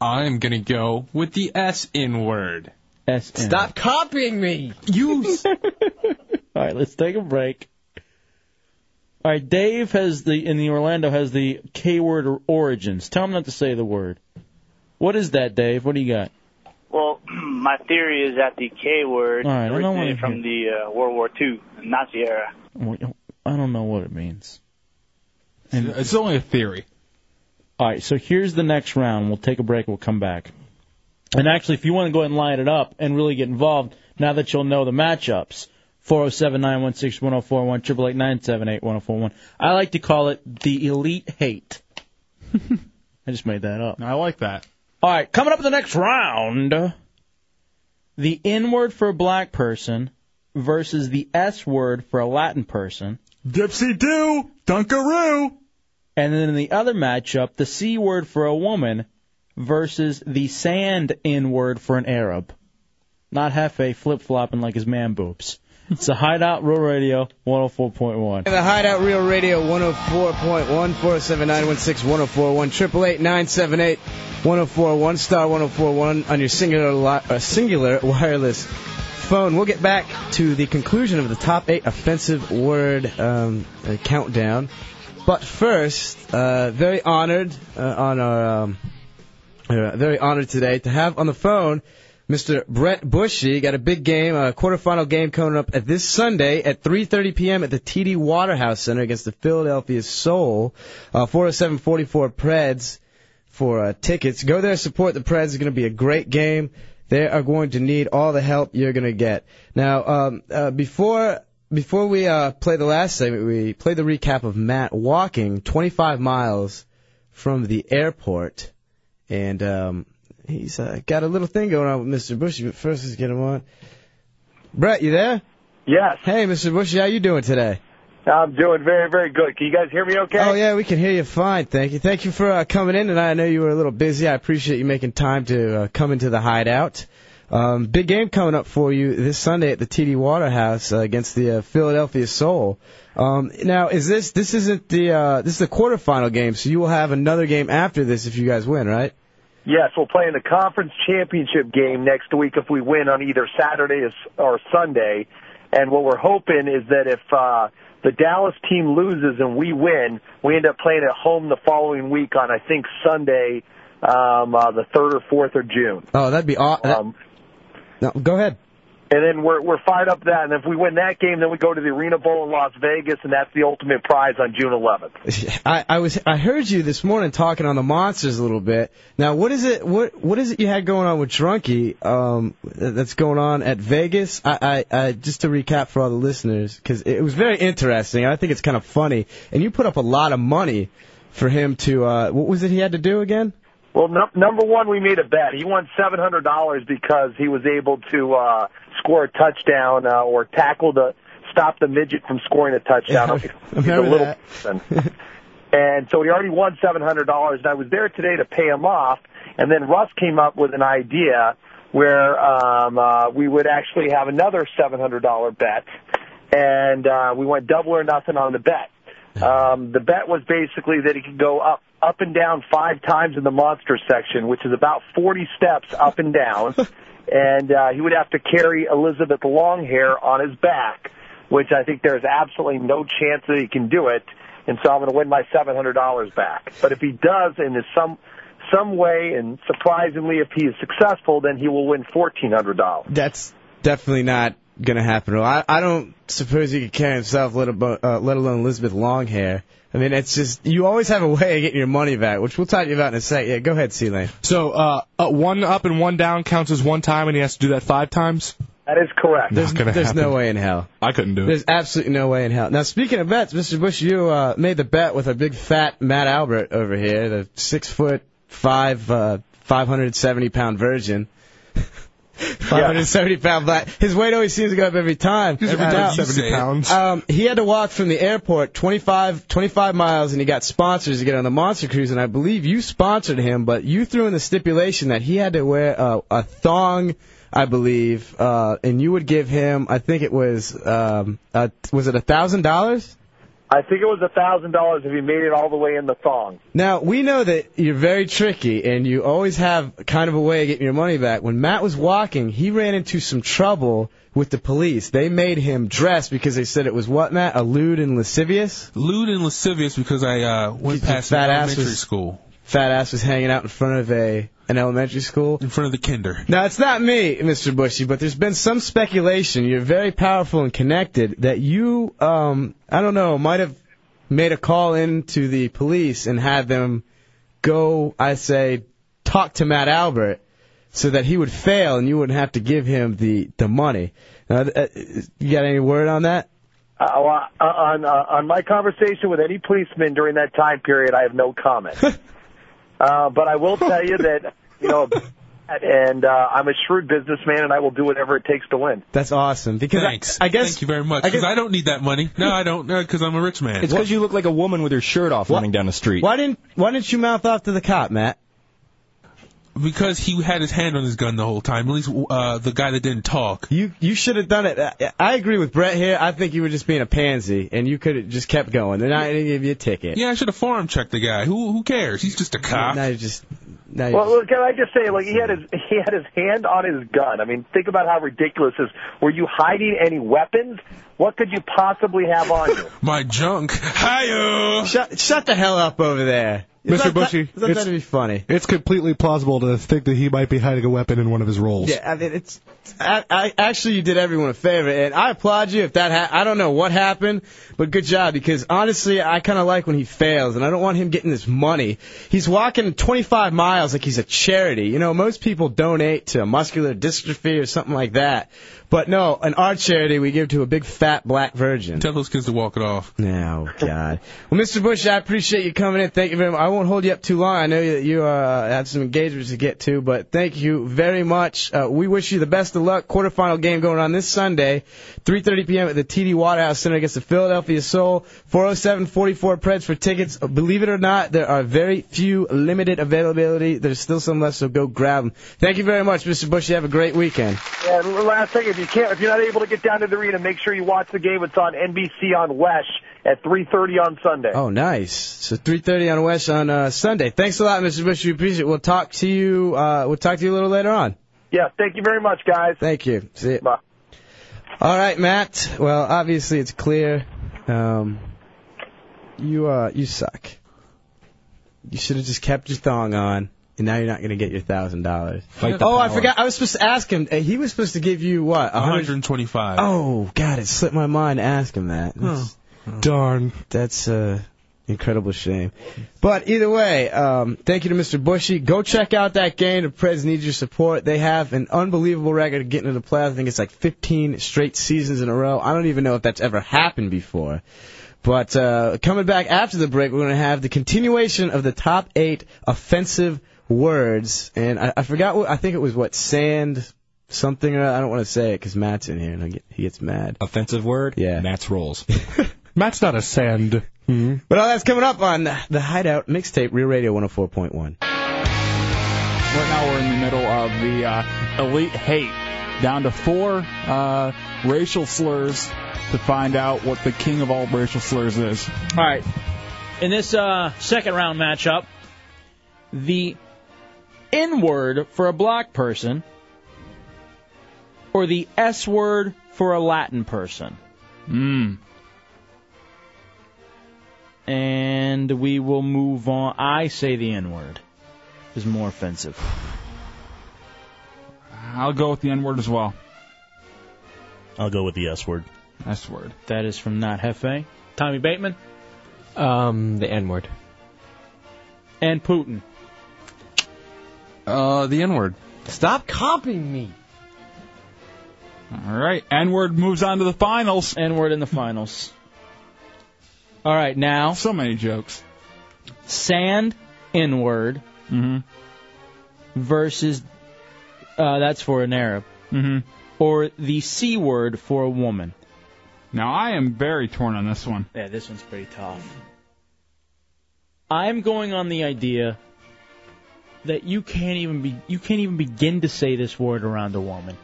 I'm gonna go with the S in word.
S.
Stop copying me.
You.
All right, let's take a break. All right, Dave has the in the Orlando has the K word or origins. Tell him not to say the word. What is that, Dave? What do you got?
Well, my theory is that the K word
All right, I don't wanna
originated from the uh, World War II Nazi era.
I don't know what it means.
And it's only a theory.
All right, so here's the next round. We'll take a break. We'll come back. And actually, if you want to go ahead and line it up and really get involved, now that you'll know the matchups, 407 916 1041, 888 978 1041. I like to call it the elite hate. I just made that up.
I like that.
All right, coming up in the next round the N word for a black person versus the S word for a Latin person.
Dipsy do, Dunkaroo.
And then in the other matchup, the C word for a woman versus the sand N word for an Arab. Not Hefe flip flopping like his man boobs. It's a Hideout Rural Radio 104.1.
The Hideout Real Radio 104.1, 479-161-1041, 888-978-1041, star 1041 on your singular, li- uh, singular wireless phone. We'll get back to the conclusion of the top eight offensive word um, uh, countdown. But first, uh, very honored uh, on our... Um, uh, very honored today to have on the phone Mr. Brett Bushy. Got a big game, a quarterfinal game coming up at this Sunday at 3:30 p.m. at the TD Waterhouse Center against the Philadelphia Soul. Uh, 407-44 Preds for uh, tickets. Go there, support the Preds. It's going to be a great game. They are going to need all the help you're going to get. Now, um, uh, before before we uh, play the last segment, we play the recap of Matt walking 25 miles from the airport and um, he's uh, got a little thing going on with Mr. Bushy. But first, let's get him on. Brett, you there?
Yes.
Hey, Mr. Bushy, how you doing today?
I'm doing very, very good. Can you guys hear me okay?
Oh yeah, we can hear you fine. Thank you. Thank you for uh, coming in tonight. I know you were a little busy. I appreciate you making time to uh, come into the hideout. Um, big game coming up for you this Sunday at the TD Waterhouse uh, against the uh, Philadelphia Soul. Um, now, is this this isn't the uh, this is the quarterfinal game? So you will have another game after this if you guys win, right?
Yes, we'll play in the conference championship game next week if we win on either Saturday or- or Sunday. And what we're hoping is that if uh, the Dallas team loses and we win, we end up playing at home the following week on I think Sunday, um, uh, the third or fourth of June.
Oh, that'd be awesome.
Um,
no, go ahead.
And then we're we're fired up that, and if we win that game, then we go to the Arena Bowl in Las Vegas, and that's the ultimate prize on June 11th.
I, I was I heard you this morning talking on the monsters a little bit. Now what is it what what is it you had going on with Drunky um, that's going on at Vegas? I, I, I just to recap for all the listeners because it was very interesting. I think it's kind of funny, and you put up a lot of money for him to uh, what was it he had to do again?
Well, num number one, we made a bet. He won seven hundred dollars because he was able to uh, score a touchdown uh, or tackle the stop the midget from scoring a touchdown.
Yeah, I
He's a
remember
little
that.
person. and so he already won seven hundred dollars. And I was there today to pay him off. And then Russ came up with an idea where um, uh, we would actually have another seven hundred dollar bet, and uh, we went double or nothing on the bet. Um, the bet was basically that he could go up up and down five times in the monster section, which is about 40 steps up and down, and uh, he would have to carry Elizabeth Longhair on his back. which I think there's absolutely no chance that he can do it. And so I'm going to win my $700 back. But if he does, and is some some way, and surprisingly, if he is successful, then he will win $1,400.
That's definitely not going to happen. I, I don't suppose he could carry himself, let, abo- uh, let alone Elizabeth Longhair. I mean, it's just, you always have a way of getting your money back, which we'll talk to you about in a sec. Yeah, go ahead, C-Lane.
So uh, uh, one up and one down counts as one time, and he has to do that five times.
That is correct.
There's,
there's no way in hell.
I couldn't do it.
There's absolutely no way in hell. Now, speaking of bets, Mr. Bush, you uh, made the bet with a big fat Matt Albert over here, the six foot five, uh, 570 pound virgin. 570 pound black. His weight always seems to go up every time.
He's
Every
about
time.
70 You say it. pounds.
Um, he had to walk from the airport 25, 25 miles, and he got sponsors to get on the Monster Cruise. And I believe you sponsored him, but you threw in the stipulation that he had to wear uh, a thong, I believe, uh, and you would give him, I think it was, um, uh, was it a thousand dollars?
I think it was $1,000 if he made it all the way in the thong.
Now we know that you're very tricky, and you always have kind of a way of getting your money back. When Matt was walking, he ran into some trouble with the police. They made him dress because they said it was what Matt, a lewd and lascivious.
Lewd and lascivious because I uh, went
His
past an elementary
was,
school.
Fat ass was hanging out in front of a an elementary school.
In front of the kinder.
Now it's not me, Mr. Bushy, but there's been some speculation. You're very powerful and connected. That you, um, I don't know, might have made a call in to the police and had them go, I say, talk to Matt Albert so that he would fail and you wouldn't have to give him the the money. Now, uh, you got any word on that?
Uh, well, uh, on, uh, on my conversation with any policeman during that time period, I have no comment. uh, but I will tell you that, you know, and uh, I'm a shrewd businessman, and I will do whatever it takes to win.
That's awesome. Because
Thanks.
I, I guess
Thank you very much.
I guess-
Because I, don't need that money. No, I don't. Because I'm a rich man.
It's because you look like a woman with her shirt off running down the street.
why didn't why didn't you mouth off to the cop, Matt?
because he had his hand on his gun the whole time. At least uh, the guy that didn't talk.
You you should have done it. I- I agree with Brett here. I think you were just being a pansy, and you could have just kept going. They're not going to give you a ticket.
Yeah, I should have farm checked the guy. Who who cares? He's just a cop.
Now you're just now you're
Well, look, can I just say, like he had his he had his hand on his gun. I mean, think about how ridiculous this. Were you hiding any weapons? What could you possibly have on you?
My junk. Hiyo.
Shut shut the hell up over there,
Mr. Bushy,
It's not
it's-
going to be funny.
It's completely plausible to think that he might be hiding a weapon in one of his roles.
Yeah, I mean, it's. I, I actually you did everyone a favor, and I applaud you if that. Ha- I don't know what happened, but good job because honestly, I kind of like when he fails, and I don't want him getting this money. He's walking 25 miles like he's a charity. You know, most people donate to muscular dystrophy or something like that, but no, in our charity we give to a big fat black virgin.
Tell those kids to walk it off.
No, God. Well, Mr. Bush, I appreciate you coming in. Thank you very much. I won't hold you up too long. I know that you uh, have some engagements to get to, but thank you very much. Uh, we wish you the best of luck. Quarterfinal game going on this Sunday, 3:30 p.m. at the TD Waterhouse Center against the Philadelphia Soul. 407-44 Preds for tickets. Uh, Believe it or not, there are very few limited availability. There's still some left, so go grab them. Thank you very much, Mr. Bush. You have a great weekend.
And the last thing, if you can't, if you're not able to get down to the arena, make sure you watch the game. It's on NBC on Wesh at 3:30 on Sunday.
Oh, nice. So 3:30 on West on uh, Sunday. Thanks a lot, Mr. Bush. We appreciate it. We'll talk to you. Uh, we'll talk to you a little later on.
Yeah, thank you very much, guys.
Thank you. See you. Bye. All right, Matt. Well, obviously it's clear. Um, you uh, you suck. You should have just kept your thong on, and now you're not going to get your thousand dollars. Oh,
Fight the power.
I forgot. I was supposed to ask him. uh, He was supposed to give you what? a hundred
125.
Oh God, it slipped my mind to ask him that. That's-
Darn.
That's uh incredible shame. But either way, um, thank you to Mr. Bushy. Go check out that game. The Preds need your support. They have an unbelievable record of getting to the playoffs. I think it's like 15 straight seasons in a row. I don't even know if that's ever happened before. But uh, coming back after the break, we're going to have the continuation of the top eight offensive words. And I, I forgot what, I think it was what, sand something or I don't want to say it because Matt's in here and I get, he gets mad.
Offensive word?
Yeah. Mm-hmm.
Matt's rolls.
Matt's not a sand.
But all that's coming up on the Hideout mixtape, Real Radio 104.1.
Right now, we're in the middle of the uh, elite hate, down to four uh, racial slurs to find out what the king of all racial slurs is.
All right. In this uh, second round matchup, the N word for a black person or the S word for a Latin person.
Hmm.
Mm. And we will move on. I say the N word is more offensive.
I'll go with the N word as well.
I'll go with the S word.
S word.
That is from Not Hefe. Tommy Bateman.
Um, the N word.
And Putin.
Uh, the N word.
Stop copying me.
All right, N word moves on to the finals.
N word in the finals. All right, now.
So many jokes.
Sand N word
Mm-hmm.
versus uh, that's for an Arab.
Mm-hmm.
Or the C word for a woman.
Now I am very torn on this one.
Yeah, this one's pretty tough. I'm going on the idea that you can't even be you can't even begin to say this word around a woman.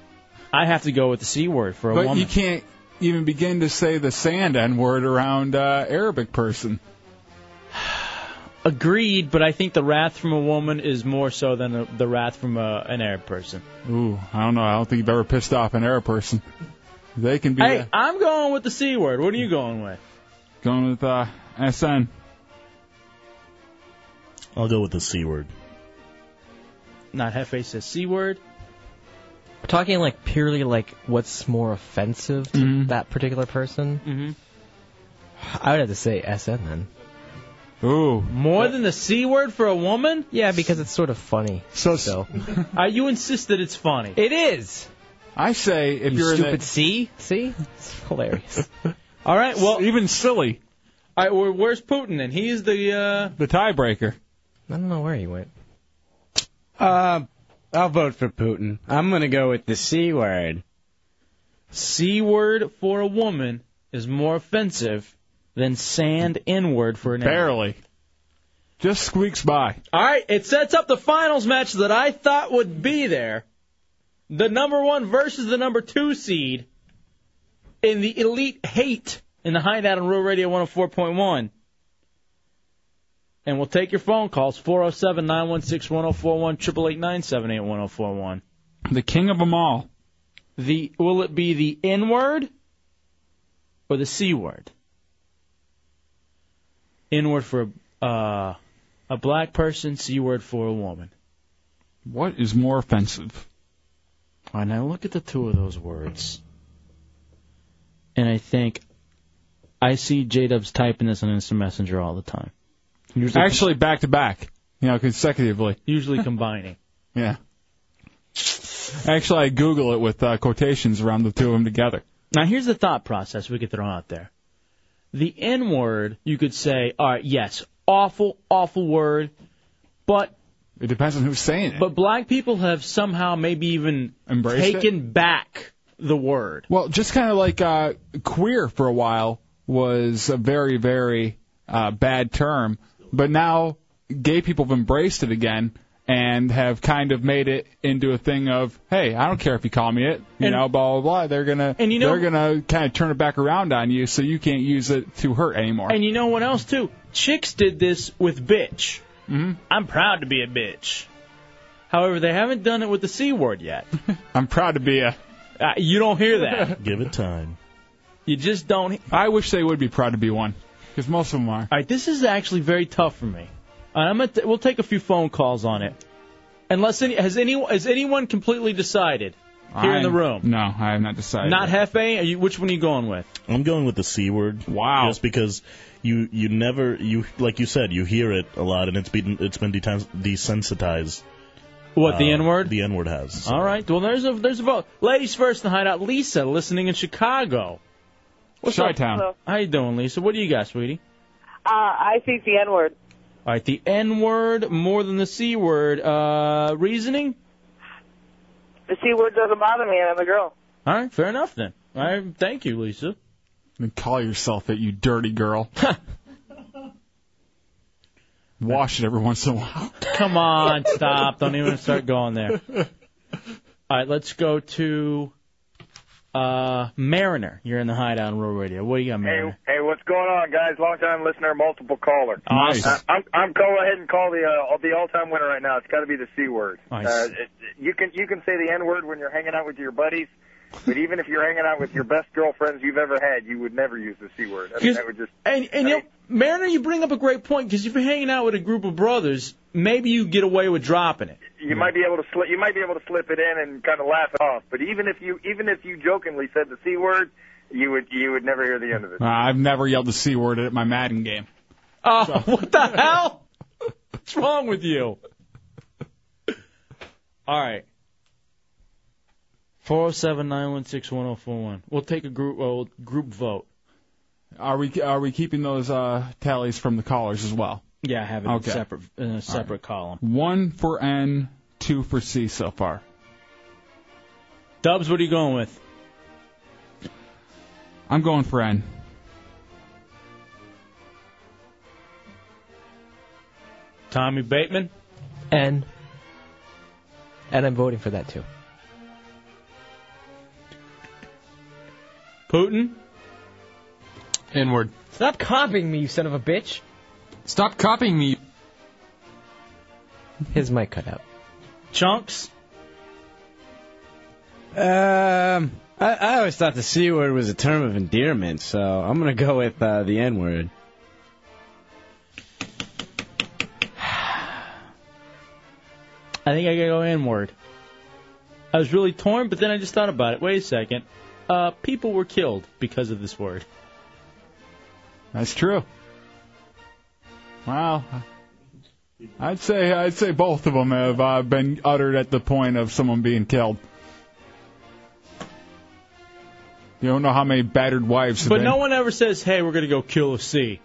I have to go with the C word for a
But
woman.
you can't even begin to say the sand N word around uh, Arabic person.
Agreed, but I think the wrath from a woman is more so than a, the wrath from a, an Arab person.
Ooh, I don't know. I don't think you've ever pissed off an Arab person. They can be uh,
Hey, I'm going with the C word. What are you going with?
going with uh, SN.
I'll go with the C word.
Not Hefe says C word.
We're talking like purely like what's more offensive to that particular person.
Mm-hmm.
I would have to say SN then.
Ooh.
More than the C word for a woman?
Yeah, because it's sort of funny.
So,
Uh, you insist that it's funny.
It is.
I say if
You
are
stupid
in the,
C. See, it's hilarious.
All right. Well,
even silly.
All right. Well, where's Putin? And he's the. Uh...
the tiebreaker.
I don't know where he went.
Uh, I'll vote for Putin. I'm gonna go with the C word.
C word for a woman is more offensive than sand N word for an animal.
Barely. Just squeaks by.
All right, it sets up the finals match that I thought would be there. The number one versus the number two seed in the elite hate in the hideout on Real Radio 104.1. And we'll take your phone calls 407 916 1041, 888 978 1041.
The king of them all.
The will it be the N word or the C word? N word for uh, a black person, C word for a woman.
What is more offensive?
All right, now look at the two of those words. And I think I see J Dubs typing this on Instant Messenger all the time. Usually,
Actually, back to back. You know, consecutively.
usually combining.
Yeah. Actually, I Google it with uh, quotations around the two of them together.
Now, here's the thought process we could throw out there. The N word, you could say, all right, yes, awful, awful word, but
It depends on who's saying it.
but black people have somehow maybe even
Embraced it?
taken back the word.
Well, just kind of like uh, queer for a while was a very, very uh, bad term, but now gay people have embraced it again and have kind of made it into a thing of, hey, I don't care if you call me it, you
And-
know, blah blah blah. They're gonna,
And you know-
they're gonna kind of turn it back around on you, so you can't use it to hurt anymore.
And you know what else too? Chicks did this with bitch.
Mm-hmm.
mm I'm proud to be a bitch. However, they haven't done it with the c word yet.
I'm proud to be a.
Uh, you don't hear that.
Give it time.
You just don't. he-
I wish they would be proud to be one, because most of them are.
All right, this is actually very tough for me. Uh, I'm gonna t- we'll take a few phone calls on it. Unless any has any has anyone completely decided here in the
I'm-
room?
No, I have not decided.
Not Hefe. Are you, which one are you going with?
I'm going with the C word.
Wow.
Just because you you never you like you said you hear it a lot and it's been it's been detens- desensitized.
What the
Uh,
N word?
The N word has.
All right. Well, there's a there's a vote. Ladies first in the hideout. Lisa, listening in Chicago. What's up?
Chi-town.
Hello.
How you doing, Lisa? What do you got, sweetie?
Uh, I think the N word.
All right, the N word more than the C word. Uh, reasoning.
The C word doesn't bother me, and I'm a girl.
All right, fair enough then. All right, thank you, Lisa.
Then call yourself it, you dirty girl. Wash it every once in a while.
Come on, stop. Don't even start going there. All right, let's go to uh, Mariner. You're in the hideout on Rural Radio. What do you got,
Hey,
Mariner?
hey, what's going on, guys? Long time listener, multiple caller.
Nice.
Uh, I'm I'm go ahead and call the uh, the all time winner right now. It's got to be the C word.
Nice.
Uh, it- you can you can say the N word when you're hanging out with your buddies.
But even if you're hanging out with your best girlfriends you've ever had, you would never use the c word. I mean,
Yes.
that would just
And and you know, Mariner, you bring up a great point because if you're hanging out with a group of brothers, maybe you get away with dropping it.
you might be able to slip you might be able to slip it in and kind of laugh it off. But even if you even if you jokingly said the c word, you would you would never hear the end of it.
Uh, I've never yelled the c word at my Madden game.
Oh, what the hell? What's wrong with you? All right. Four zero seven nine one six one zero four one. We'll take a group well, group vote.
Are we are we keeping those uh, tallies from the callers as well?
Yeah, I have it
Okay.
in separate in a separate column.
One for N, two for C so far.
Dubs, what are you going with?
I'm going for N.
Tommy Bateman.
N. And I'm voting for that too.
Putin.
Inward.
Stop copying me, you son of a bitch.
Stop copying me.
His mic cut out.
Chunks.
Um, I, I always thought the C word was a term of endearment, so I'm going to go with uh, the N word.
I think I gotta go inward. I was really torn, but then I just thought about it. Wait a second. Uh, people were killed because of this word.
That's true. Wow. I'd say I'd say both of them have uh, been uttered at the point of someone being killed. You don't know how many battered wives. Have
But
been.
no one ever says, "Hey, we're gonna go kill a C."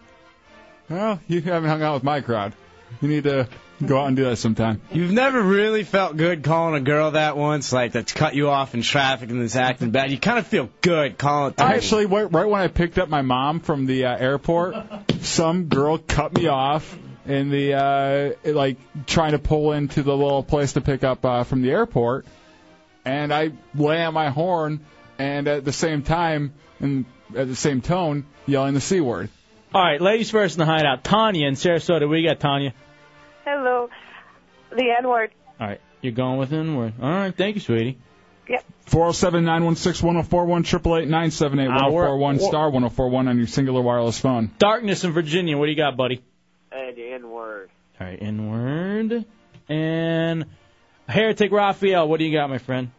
Well, you haven't hung out with my crowd. You need to go out and do that sometime.
You've never really felt good calling a girl that once, like that's cut you off in traffic and is acting bad. You kind of feel good calling it. to her.
Actually, right, right when I picked up my mom from the uh, airport, some girl cut me off in the uh, like trying to pull into the little place to pick up uh, from the airport, and I lay on my horn and at the same time and at the same tone yelling the c word.
All right, ladies first in the hideout. Tanya in Sarasota. We got Tanya.
Hello. The N word.
All right, you're going with inward. All right, thank you, sweetie.
Yep.
Four zero seven nine one six one zero four one triple eight nine seven eight one zero four one star one zero four one on your singular wireless phone.
Darkness in Virginia. What do you got, buddy?
Hey, the N word.
All right, inward. And Heretic Raphael. What do you got, my friend?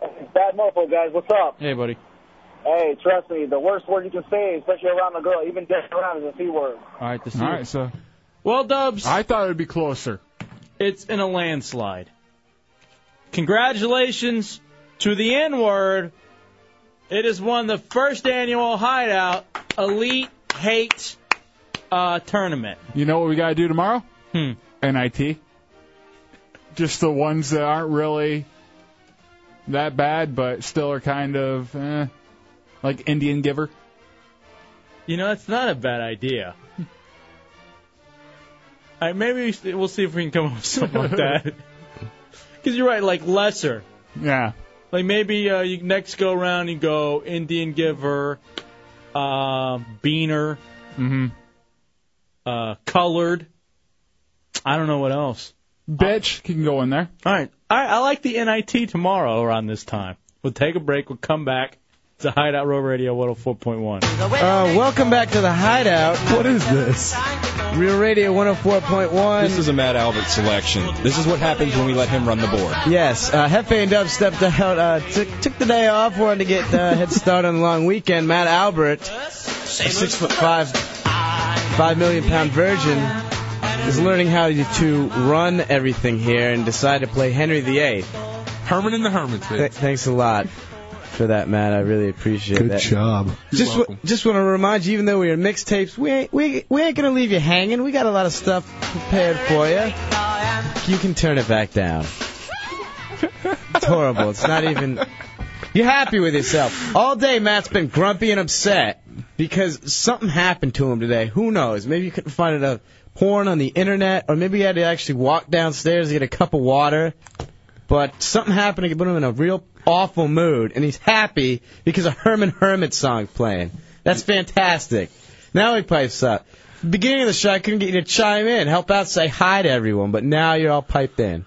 Bad mofo, guys. What's up?
Hey, buddy.
Hey, trust me, the worst word you can say, especially around a girl, even just around, is a c word.
All right, this
All right, so
Well, Dubs. I
thought it'd be closer.
It's in a landslide. Congratulations to the N word. It has won the first annual Hideout Elite Hate uh, Tournament.
You know what we gotta do tomorrow?
Hmm.
NIT. Just the ones that aren't really that bad, but still are kind of eh, like Indian giver.
You know, that's not a bad idea. All right, maybe we st- we'll see if we can come up with something like that. Because you're right, like lesser.
Yeah.
Like maybe uh, you next go around and go Indian giver, uh, beaner,
Mm-hmm.
uh, colored. I don't know what else.
Bitch can go in there.
All right. I, I like the NIT tomorrow around this time. We'll take a break. We'll come back. It's a Hideout Row Radio 104.1.
Uh, welcome back to the hideout. What is this? Real Radio 104.1.
This is a Matt Albert selection. This is what happens when we let him run the board.
Yes, uh, Hefe and Dub stepped out, uh, took, took the day off, wanted to get uh, head start on the long weekend. Matt Albert, a six foot five, five million pound virgin, is learning how to run everything here and decided to play Henry VIII.
Herman and the Hermits, baby.
Th- thanks a lot for that, Matt. I really appreciate
Good
that.
job.
Just, w- just want to remind you, even though we are mixtapes, we ain't, we, we ain't going to leave you hanging. We got a lot of stuff prepared for you. You can turn it back down. It's horrible. It's not even. You're happy with yourself. All day, Matt's been grumpy and upset because something happened to him today. Who knows? Maybe you couldn't find enough porn on the internet, or maybe you had to actually walk downstairs to get a cup of water. But something happened to put him in a real awful mood, and he's happy because a Herman Hermit song's playing. That's fantastic. Now he pipes up. Beginning of the show, I couldn't get you to chime in, help out, say hi to everyone, but now you're all piped in.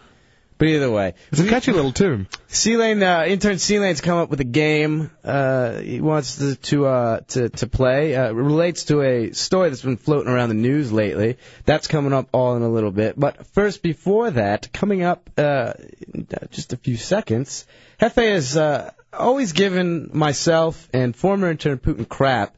But either way,
it's a catchy little tune.
C Lane, uh, intern C Lane's come up with a game uh, he wants to to, uh, to to play. Uh, it relates to a story that's been floating around the news lately. That's coming up all in a little bit. But first, before that, coming up uh, in just a few seconds, Hefe has uh, always given myself and former intern Putin crap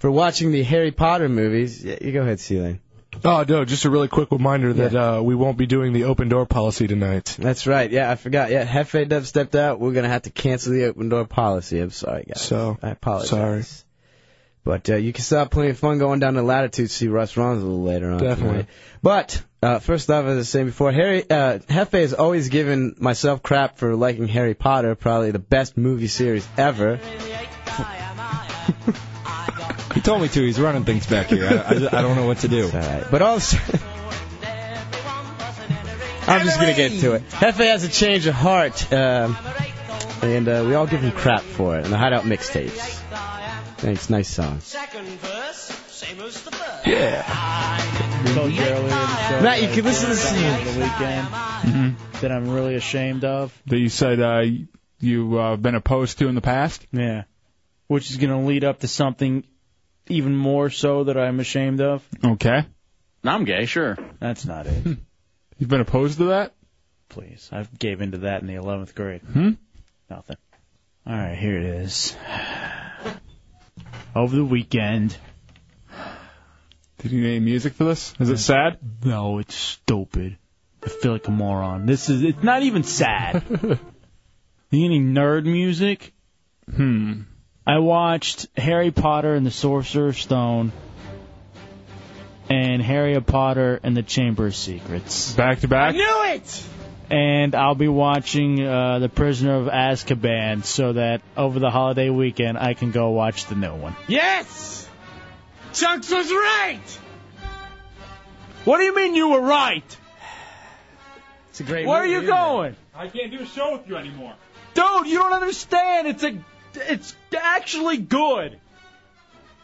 for watching the Harry Potter movies. Yeah, you go ahead, C Lane.
Oh no! Just a really quick reminder that uh, we won't be doing the open door policy tonight.
That's right. Yeah, I forgot. Yeah, Hefe Dub stepped out. We're gonna have to cancel the open door policy. I'm sorry, guys. So I apologize.
sorry.
But uh, you can still have plenty of fun going down to Latitude to see Russ Rons a little later on.
Definitely.
tonight. But uh, first off, as I was saying before, Harry uh, Hefe has always given myself crap for liking Harry Potter, probably the best movie series ever.
He told me to. He's running things back here. I, I, just- I don't know what to do.
But also, I'm just gonna get to it. Hefe has a change of heart, um, and uh, we all give him crap for it. And the Hideout mixtapes. Thanks, nice song.
Yeah. Told you earlier in the show
Matt, you
that
can
I
listen to
did
this-
something over the weekend that I'm really ashamed of.
Mm-hmm. that you said uh, you've uh, been opposed to in the past.
Yeah. Which is going to lead up to something even more so that I'm ashamed of.
Okay.
I'm gay, sure. That's not it.
You've been opposed to that?
Please. I gave into that in the 11th grade.
Hmm?
Nothing. All right, here it is. Over the weekend.
Did you need any music for this? Is it sad?
No, it's stupid. I feel like a moron. This is, it's not even sad. you any nerd music?
Hmm.
I watched Harry Potter and the Sorcerer's Stone and Harry Potter and the Chamber of Secrets.
Back to back?
I knew it! And I'll be watching uh, The Prisoner of Azkaban so that over the holiday weekend I can go watch the new one.
Yes! Chunks was right!
What do you mean you were right?
It's a great
Where are you going?
I can't do a show with you anymore.
Dude, you don't understand. It's a it's actually good.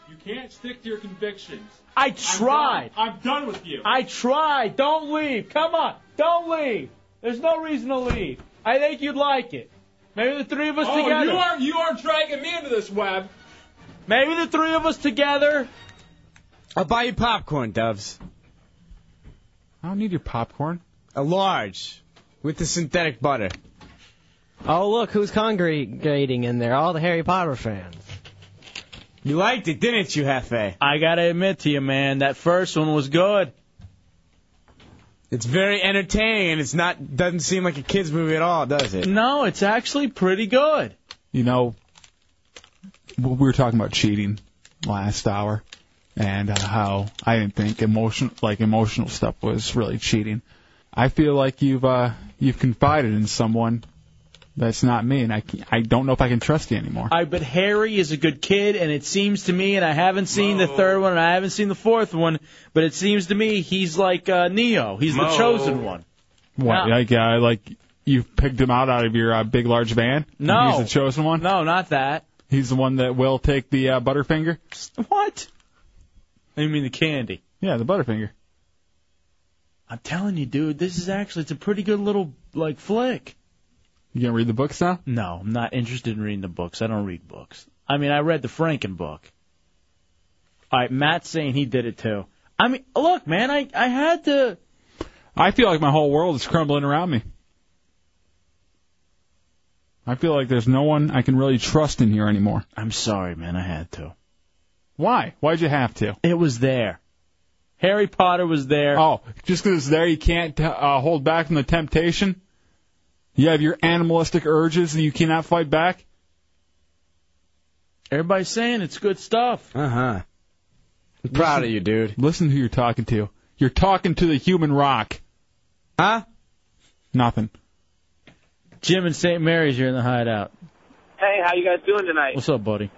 You can't stick to your convictions.
I tried.
I'm done with you.
I tried. Don't leave. Come on. Don't leave. There's no reason to leave. I think you'd like it. Maybe the three of us together.
Oh, you are dragging me into this web.
Maybe the three of us together.
I'll buy you popcorn, Doves.
I don't need your popcorn.
A large with the synthetic butter.
Oh, look who's congregating in there. All the Harry Potter fans.
You liked it, didn't you, Hefe?
I gotta admit to you, man, that first one was good.
It's very entertaining, and it's not doesn't seem like a kids movie at all, does it?
No, it's actually pretty good.
You know, we were talking about cheating last hour, and uh, how I didn't think emotional, like emotional stuff, was really cheating. I feel like you've uh, you've confided in someone that's not me, and I can't- I don't know if I can trust you anymore.
I but Harry is a good kid, and it seems to me, and I haven't seen the third one, and I haven't seen the fourth one, but it seems to me he's like uh, Neo. He's the
Mo.
chosen one.
What? Like uh, like you picked him out out of your uh, big large van?
No.
He's the chosen one.
No, not that.
He's the one that will take the uh, Butterfinger.
What? You mean the candy?
Yeah, the Butterfinger.
I'm telling you, dude, this is actually it's a pretty good little like flick.
You gonna read the books now?
No, I'm not interested in reading the books. I don't read books. I mean, I read the Franken book. All right, Matt's saying he did it too. I mean, look, man, I I had to.
I feel like my whole world is crumbling around me. I feel like there's no one I can really trust in here anymore.
I'm sorry, man. I had to.
Why? Why'd you have to?
It was there. Harry Potter was there.
Oh, just 'cause it's there, you can't uh, hold back from the temptation. You have your animalistic urges that you cannot fight back.
Everybody's saying it's good stuff.
Uh huh. I'm proud of you, dude.
Listen who you're talking to. You're talking to the human rock.
Huh?
Nothing.
Jim and St. Mary's, you're in the hideout.
Hey, how you guys doing tonight?
What's up, buddy?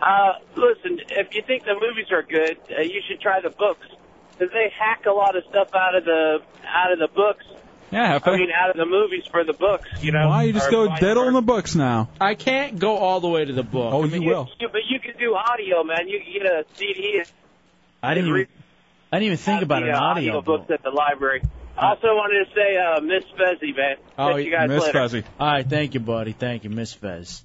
Uh, listen, if you think the movies are good, uh, you should try the books. 'Cause they hack a lot of stuff out of the out of the books.
Yeah,
I mean, out of the movies for the books. You know,
Why you just
or
go
vice
dead on the books now?
I can't go all the way to the book.
Oh, you will.
Yeah, but you can do audio, man. You can get a CD.
I didn't. Even, I didn't even think about
the,
an
uh,
audio.
books at the library. Also wanted to say uh, Miss Fezzi, man.
Oh,
Catch you guys later.
All right, thank you, buddy. Thank you, Miss Fez.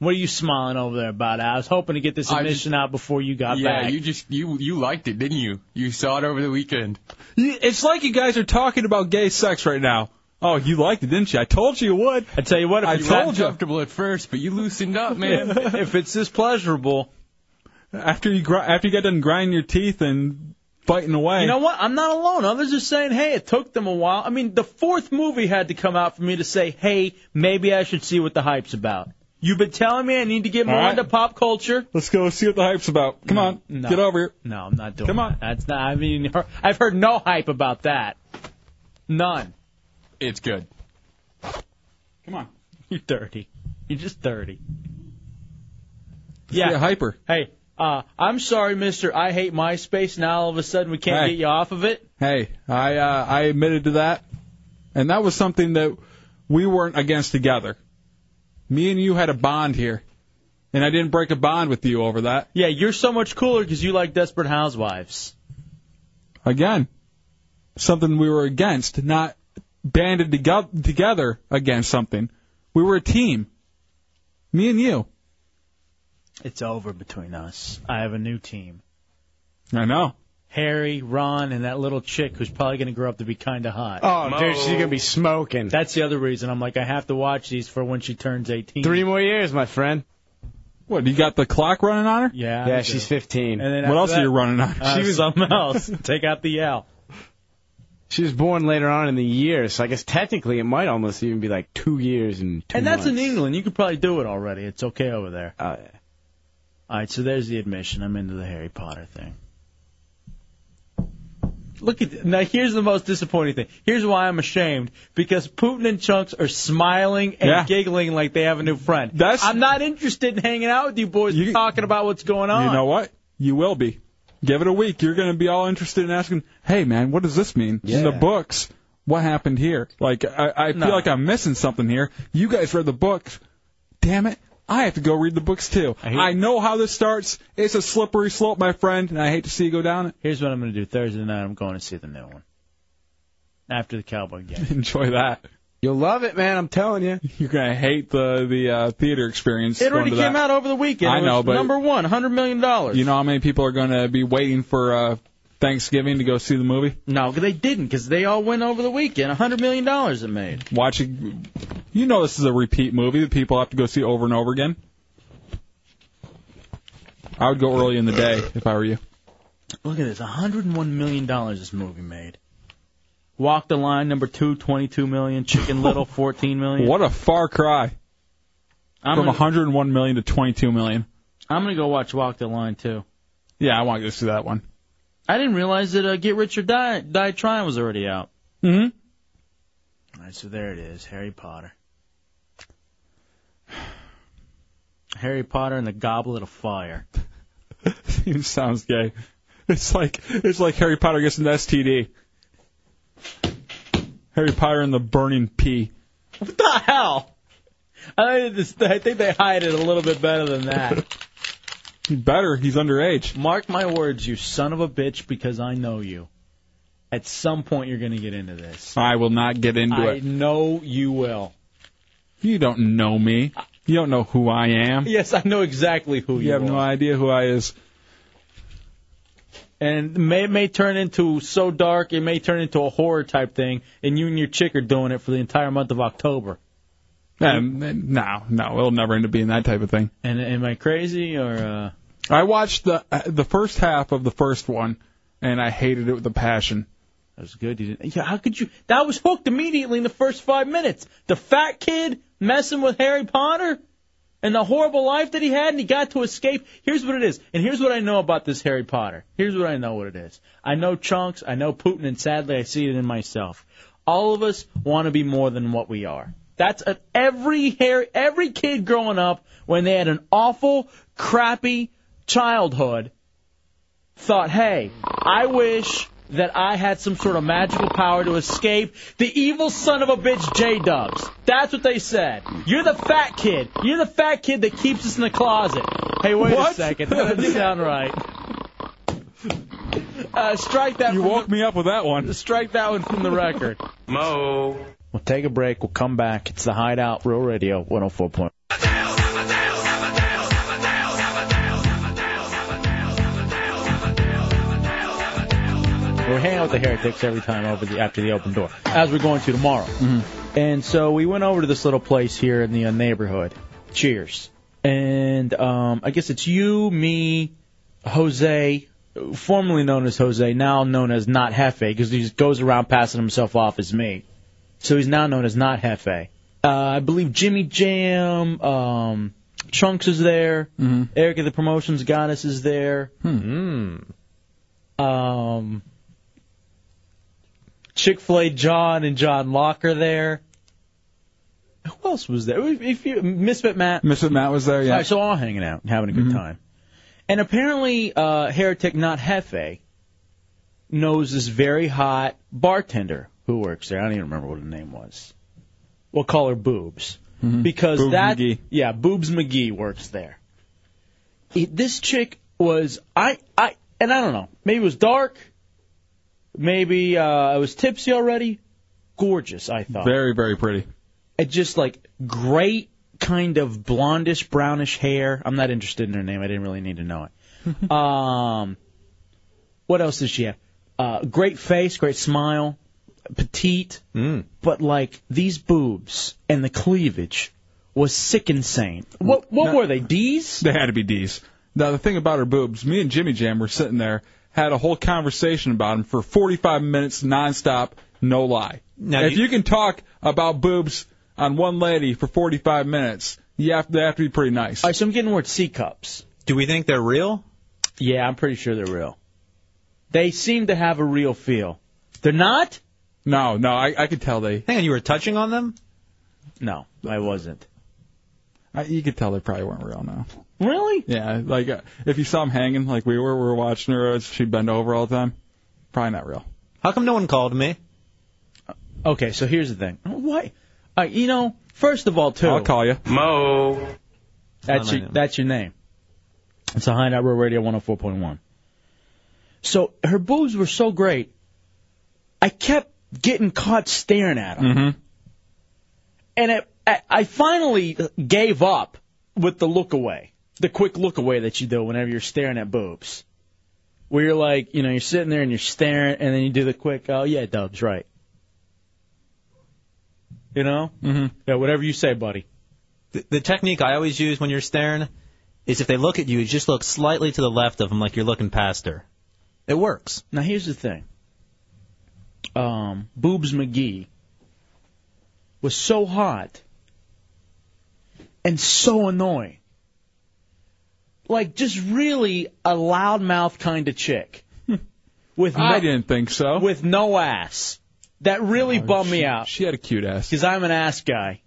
What are you smiling over there about? I was hoping to get this
I
admission out before you got
yeah,
back.
you just you you liked it, didn't you? You saw it over the weekend.
It's like you guys are talking about gay sex right now. Oh, you liked it, didn't you? I told you you would. I
tell you what,
I
you were
told you.
uncomfortable at first, but you loosened up, man.
if it's this pleasurable, after you gr- after you get done grinding your teeth and biting away,
You know what? I'm not alone. Others are saying, hey, it took them a while. I mean, the fourth movie had to come out for me to say, hey, maybe I should see what the hype's about. You've been telling me I need to get
All
more
right.
into pop culture.
Let's go see what the hype's about. Come on,
no.
get over here.
No, I'm not doing
Come on.
that. That's not, I mean, I've heard no hype about that. None.
It's good.
Come on.
You're dirty. You're just dirty.
Yeah, hyper.
Hey, uh, I'm sorry, mister. I hate MySpace. Now all of a sudden we can't
Hey.
get you off of it.
Hey, I uh, I admitted to that, and that was something that we weren't against together. Me and you had a bond here, and I didn't break a bond with you over that.
Yeah, you're so much cooler because you like Desperate Housewives.
Again, something we were against, not banded toge- together against something. We were a team. Me and you.
It's over between us. I have a new team.
I know.
Harry, Ron, and that little chick who's probably going to grow up to be kind of hot.
Oh, dude, she's gonna be smoking.
That's the other reason. I'm like, I have to watch these for when she turns 18.
Three more years, my friend.
What? You got the clock running on her?
Yeah. I
Yeah,
do.
she's 15.
And then after that- Uh,
she was
something else. Take out the L.
she was born later on in the year, so I guess technically it might almost even be like two years and two
and that's in
months.
England. You could probably do it already. It's okay over there. All right, so there's the admission. I'm into the Harry Potter thing. Look at now. Here's the most disappointing thing. Here's why I'm ashamed because Putin and Chunks are smiling and
Yeah.
giggling like they have a new friend.
That's-
I'm not interested in hanging out with you boys and talking about what's going on.
You know what? You will be. Give it a week. You're going to be all interested in asking, hey, man, what does this mean? In the books, what happened here? Like, I, I feel
No.
like I'm missing something here. You guys read the books. Damn it. I have to go read the books, too. I, know how this starts. It's a slippery slope, my friend, and I hate to see you go down it.
Here's what I'm going to do Thursday night. I'm going to see the new one after the Cowboy game.
Enjoy that.
You'll love it, man. I'm telling you.
You're going to hate the, the uh, theater experience.
It already
going to
came
that.
out over the weekend.
I
It was
know, but-
number one, hundred million dollars.
You know how many people are going to be waiting for uh, Thanksgiving to go see the movie?
No, they didn't because they all went over the weekend. $100 million it made.
Watching, you know, this is a repeat movie that people have to go see over and over again. I would go early in the day if I were you.
Look at this, 101 million dollars this movie made. Walk the Line number two, 22 million. Chicken Little, 14 million.
What a far cry
I'm
from
gonna-
101 million to 22 million.
I'm gonna go watch Walk the Line too.
Yeah, I want to go see that one.
I didn't realize that uh, Get Rich or Die Die Trying was already out.
Mm-hmm.
All right, so there it is, Harry Potter. Harry Potter and the Goblet of Fire.
Even sounds gay. It's like it's like Harry Potter gets an STD. Harry Potter and the burning pea.
What the hell? I think, this, I think they hide it a little bit better than that.
Better, he's underage.
Mark my words, you son of a bitch, because I know you. At some point, you're going to get into this.
I will not get into
I
it.
know you will.
You don't know me. You don't know who I am.
Yes, I know exactly who you,
You have no
are.
idea who I is.
And it may, it may turn into so dark, it may turn into a horror type thing, and you and your chick are doing it for the entire month of October.
Um, no, no, it'll never end up being that type of thing.
And am I crazy or? Uh...
I watched the uh, the first half of the first one, and I hated it with a passion.
That was good. You didn't, yeah, how could you? That was hooked immediately in the first five minutes. The fat kid messing with Harry Potter and the horrible life that he had, and he got to escape. Here's what it is, and here's what I know about this Harry Potter. Here's what I know what it is. I know chunks. I know Putin, and sadly, I see it in myself. All of us want to be more than what we are. That's a, every hair, every kid growing up when they had an awful, crappy childhood thought, hey, I wish that I had some sort of magical power to escape the evil son of a bitch J Dubs. That's what they said. You're the fat kid. You're the fat kid that keeps us in the closet. Hey, wait a
What?
second. That doesn't sound right. Uh, strike that. You woke me up with that one. Strike that one from the record.
Mo.
We'll take a break. We'll come back. It's the Hideout Real Radio 104. Point. We're hanging out with the heretics every time over the after the open door, as we're going to tomorrow. And so we went over to this little place here in the uh, neighborhood. Cheers. And um, I guess it's you, me, Jose, formerly known as Jose, now known as Not Hefe, because he just goes around passing himself off as me. So he's now known as Not Hefe. Uh, I believe Jimmy Jam, um, Chunks is there. Erica the Promotions Goddess is there. Hmm. Um, Chick Fil A John and John Locke are there. Who else was there? If you, Misfit Matt.
Misfit Matt was there, yeah.
All right, so all hanging out, having a good
Mm-hmm.
time. And apparently, uh, Heretic Not Hefe knows this very hot bartender who works there. I don't even remember what her name was. We'll call her Boobs. Because
Mm-hmm. Boobs
that, yeah, Boobs McGee works there. It- this chick was, I, I, and I don't know, maybe it was dark, maybe uh, I was tipsy already. Gorgeous, I thought.
Very, very pretty.
It just like great kind of blondish brownish hair. I'm not interested in her name. I didn't really need to know it. um, what else does she have? Uh, great face, great smile, petite, but like these boobs and the cleavage was sick insane. Oh, What what were they? D's?
They had to be D's. Now the thing about her boobs, me and Jimmy Jam were sitting there, had a whole conversation about them for 45 minutes nonstop, no lie.
Now,
if
you-
you... can talk about boobs on one lady for 45 minutes, you have they have to be pretty nice.
All right, so I'm getting word C cups.
Do we think they're real?
Yeah, I'm pretty sure they're real. They seem to have a real feel. They're not?
No, no, I, I could tell they.
Hang on, you were touching on them?
No, I wasn't.
I, you could tell they probably weren't real now.
Really?
Yeah, like uh, if you saw them hanging like we were, we were watching her, uh, she'd bend over all the time. Probably not real.
How come no one called me?
Okay, so here's the thing. Why? Uh, you know, first of all, too.
I'll call you.
Mo.
Not
That's
my
your,
name.
that's your name. It's a Hideout Real Radio 104.1. So her boobs were so great, I kept getting caught staring at them. And it, I, I finally gave up with the look away, the quick look away that you do whenever you're staring at boobs. Where you're like, you know, you're sitting there and you're staring, and then you do the quick, oh, yeah, Dubs, right. You know? Mm-hmm. Yeah, whatever you say, buddy.
The, the technique I always use when you're staring is if they look at you, just look slightly to the left of them like you're looking past her. It works.
Now here's the thing. Um, Boobs McGee was so hot and so annoying. Like just really a loudmouth kind of chick. with no,
I didn't think so. Oh,
With no ass. That really bummed me out.
She had a cute ass. Hmm?
Because I'm an ass guy.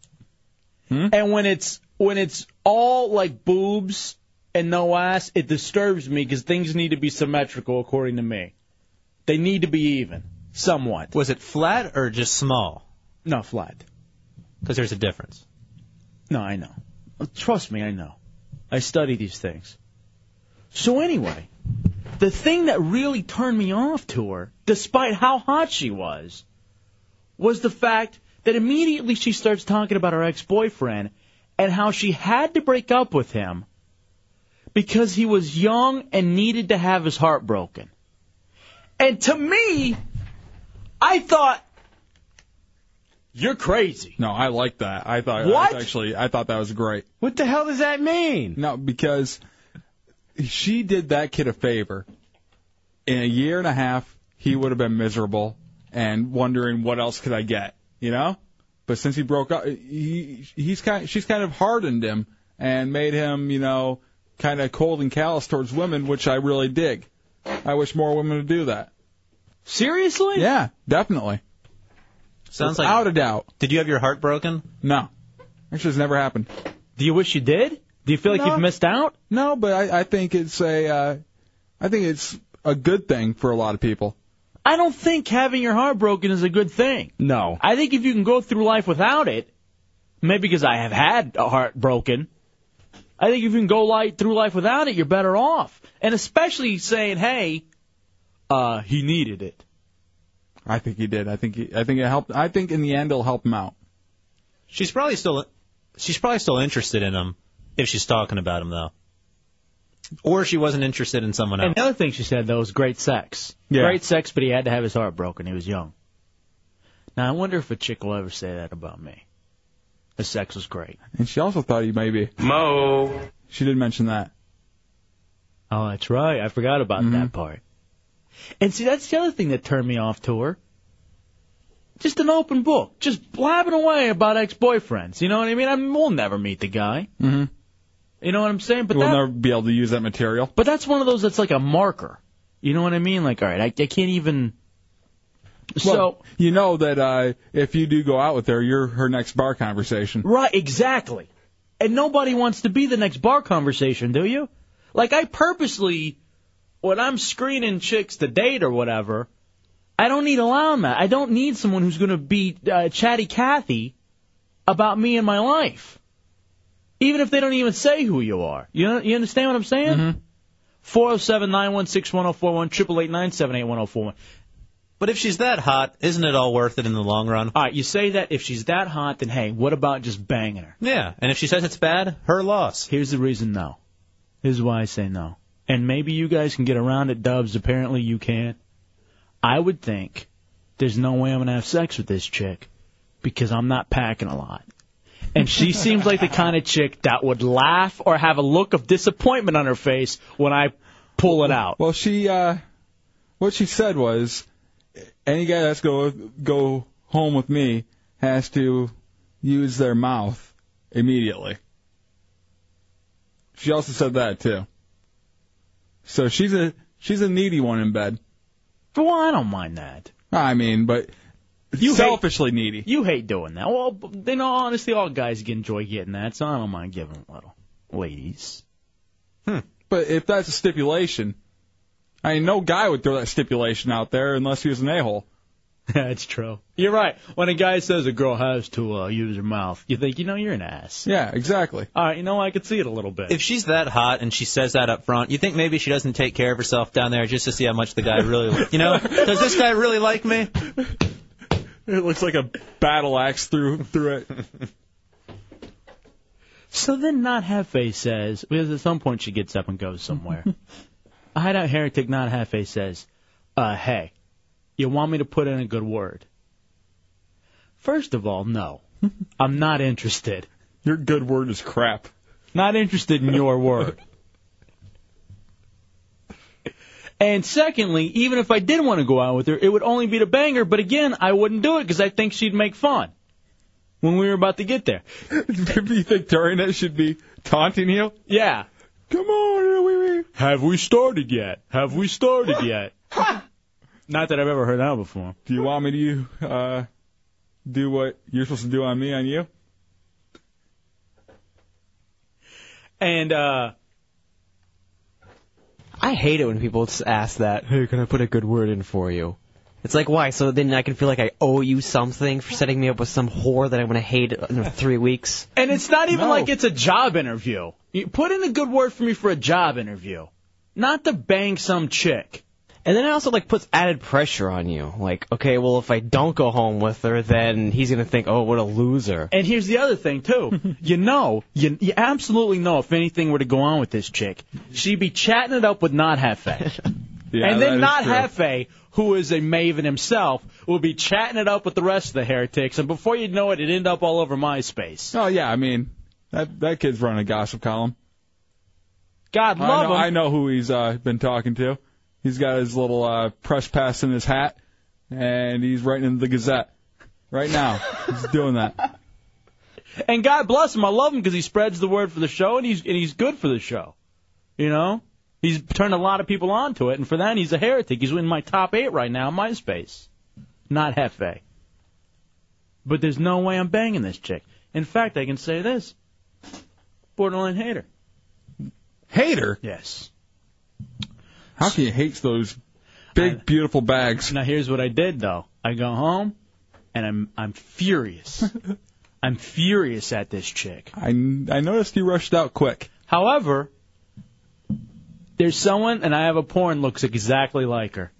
And when it's when it's all like boobs and no ass, it disturbs me because things need to be symmetrical according to me. They need to be even, somewhat.
Was it flat or just small?
Not flat.
Because there's a difference.
No, I know. Trust me, I know. I study these things. So anyway, the thing that really turned me off to her, despite how hot she was, was the fact that immediately she starts talking about her ex-boyfriend and how she had to break up with him because he was young and needed to have his heart broken. And to me, I thought, you're crazy.
No, I like that. I thought
What?
I actually I thought that was great.
What the hell does that mean?
No, because she did that kid a favor. In a year and a half, he would have been miserable and wondering what else could I get, you know? But since he broke up, he he's kind she's kind of hardened him and made him, you know, kind of cold and callous towards women, which I really dig. I wish more women would do that.
Seriously?
Yeah, definitely.
Sounds like.
Without a doubt.
Did you have your heart broken?
No. Actually, it's never happened.
Do you wish you did? Do you feel like
No.
you've missed out?
No, but I, I think it's a, uh, I think it's a good thing for a lot of people.
I don't think having your heart broken is a good thing.
No.
I think if you can go through life without it, maybe because I have had a heart broken, I think if you can go light through life without it, you're better off. And especially saying, hey,
uh, he needed it. I think he did. I think he, I think it helped. I think in the end it'll help him out.
She's probably still she's probably still interested in him if she's talking about him though. Or she wasn't interested in someone else.
And the other thing she said though was great sex.
Yeah.
Great sex, but he had to have his heart broken. He was young. Now I wonder if a chick will ever say that about me. The sex was great.
And she also thought he maybe
Mo.
She did mention that. Mm-hmm.
Oh, that's right. I forgot about that part. And see, that's the other thing that turned me off to her. Just an open book, just blabbing away about ex-boyfriends. You know what I mean? I mean, we'll never meet the guy.
Mm-hmm.
You know what I'm saying? But
we'll
that,
never be able to use that material.
But that's one of those that's like a marker. You know what I mean? Like, all right, I, I can't even.
so you know that uh, if you do go out with her, you're her next bar conversation.
Right, exactly. And nobody wants to be the next bar conversation, do you? Like, I purposely, when I'm screening chicks to date or whatever, I don't need allowing that. I don't need someone who's going to be uh, chatty Cathy about me and my life. Even if they don't even say who you are. You, you understand what I'm saying? Mm-hmm. 407 916 1041, 888 978 1041.
But if she's that hot, isn't it all worth it in the long run?
All right, you say that if she's that hot, then hey, what about just banging her?
Yeah, and if she says it's bad, her loss.
Here's the reason no. Here's why I say no. And maybe you guys can get around it, Dubs. Apparently you can't. I would think there's no way I'm gonna have sex with this chick because I'm not packing a lot. And she seems like the kind of chick that would laugh or have a look of disappointment on her face when I pull it out.
Well, she uh, what she said was, any guy that's go go home with me has to use their mouth immediately. She also said that too. So she's a she's a needy one in bed.
Well, I don't mind that.
I mean, but
You
selfishly needy.
You hate doing that. Well, you know, honestly, all guys enjoy getting that, so I don't mind giving a little. Ladies.
Hmm. But if that's a stipulation, I mean, no guy would throw that stipulation out there unless he was an a-hole.
That's true. You're right. When a guy says a girl has to uh, use her mouth, you think, you know, you're an ass.
Yeah, exactly.
All right, you know, I could see it a little bit.
If she's that hot and she says that up front, you think maybe she doesn't take care of herself down there just to see how much the guy really, you know, does this guy really like me?
It looks like a battle axe through through it.
So then Not Hefe says, because at some point she gets up and goes somewhere. I Hideout Heretic Not Hefe says, uh, hey, you want me to put in a good word? First of all, no. I'm not interested.
Your good word is crap.
Not interested in your word. And secondly, even if I did want to go out with her, it would only be to bang her, but again, I wouldn't do it because I think she'd make fun when we were about to get there.
you think during it should be taunting you?
Yeah.
Come on, wee wee.
Have we started yet? Have we started yet? Not that I've ever heard that before.
Do you want me to uh, do what you're supposed to do on me on you?
And uh
I hate it when people just ask that. Hey, can I put a good word in for you? It's like why? So then I can feel like I owe you something for setting me up with some whore that I'm gonna hate in three weeks.
And it's not even like it's a job interview. You put in a good word for me for a job interview, not to bang some chick.
And then it also like puts added pressure on you. Like, okay, well if I don't go home with her, then he's gonna think, oh, what a loser.
And here's the other thing too. you know, you, you absolutely know if anything were to go on with this chick, she'd be chatting it up with Not Hefe.
Yeah,
and then
that
Not
is true.
Hefe, who is a maven himself, will be chatting it up with the rest of the heretics, and before you know it, it'd end up all over MySpace.
Oh yeah, I mean that that kid's running a gossip column.
God love
I know,
him.
I know who he's uh, been talking to. He's got his little uh, press pass in his hat, and he's writing in the Gazette right now. he's doing that.
And God bless him. I love him because he spreads the word for the show, and he's and he's good for the show. You know, he's turned a lot of people onto it, and for that he's a heretic. He's in my top eight right now in MySpace. Not Hefe. But there's no way I'm banging this chick. In fact, I can say this: borderline hater.
Hater.
Yes.
How can you hate those big, beautiful bags?
Now here's what I did though. I go home, and I'm I'm furious. I'm furious at this chick.
I I noticed you rushed out quick.
However, there's someone, and I have a porn looks exactly like her.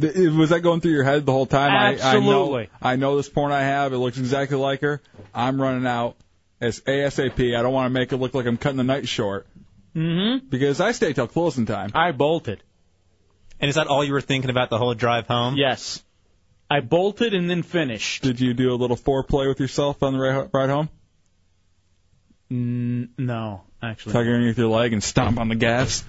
Th- Was that going through your head the whole time? I-
Absolutely.
I, know, I know this porn I have. It looks exactly like her. I'm running out as ASAP. I don't want to make it look like I'm cutting the night short. Mm-hmm. Because I stay till closing time.
I bolted.
And is that all you were thinking about the whole drive home?
Yes. I bolted and then finished.
Did you do a little foreplay with yourself on the ri- ride home?
N- no, actually.
Tug her underneath your leg and stomp on the gas.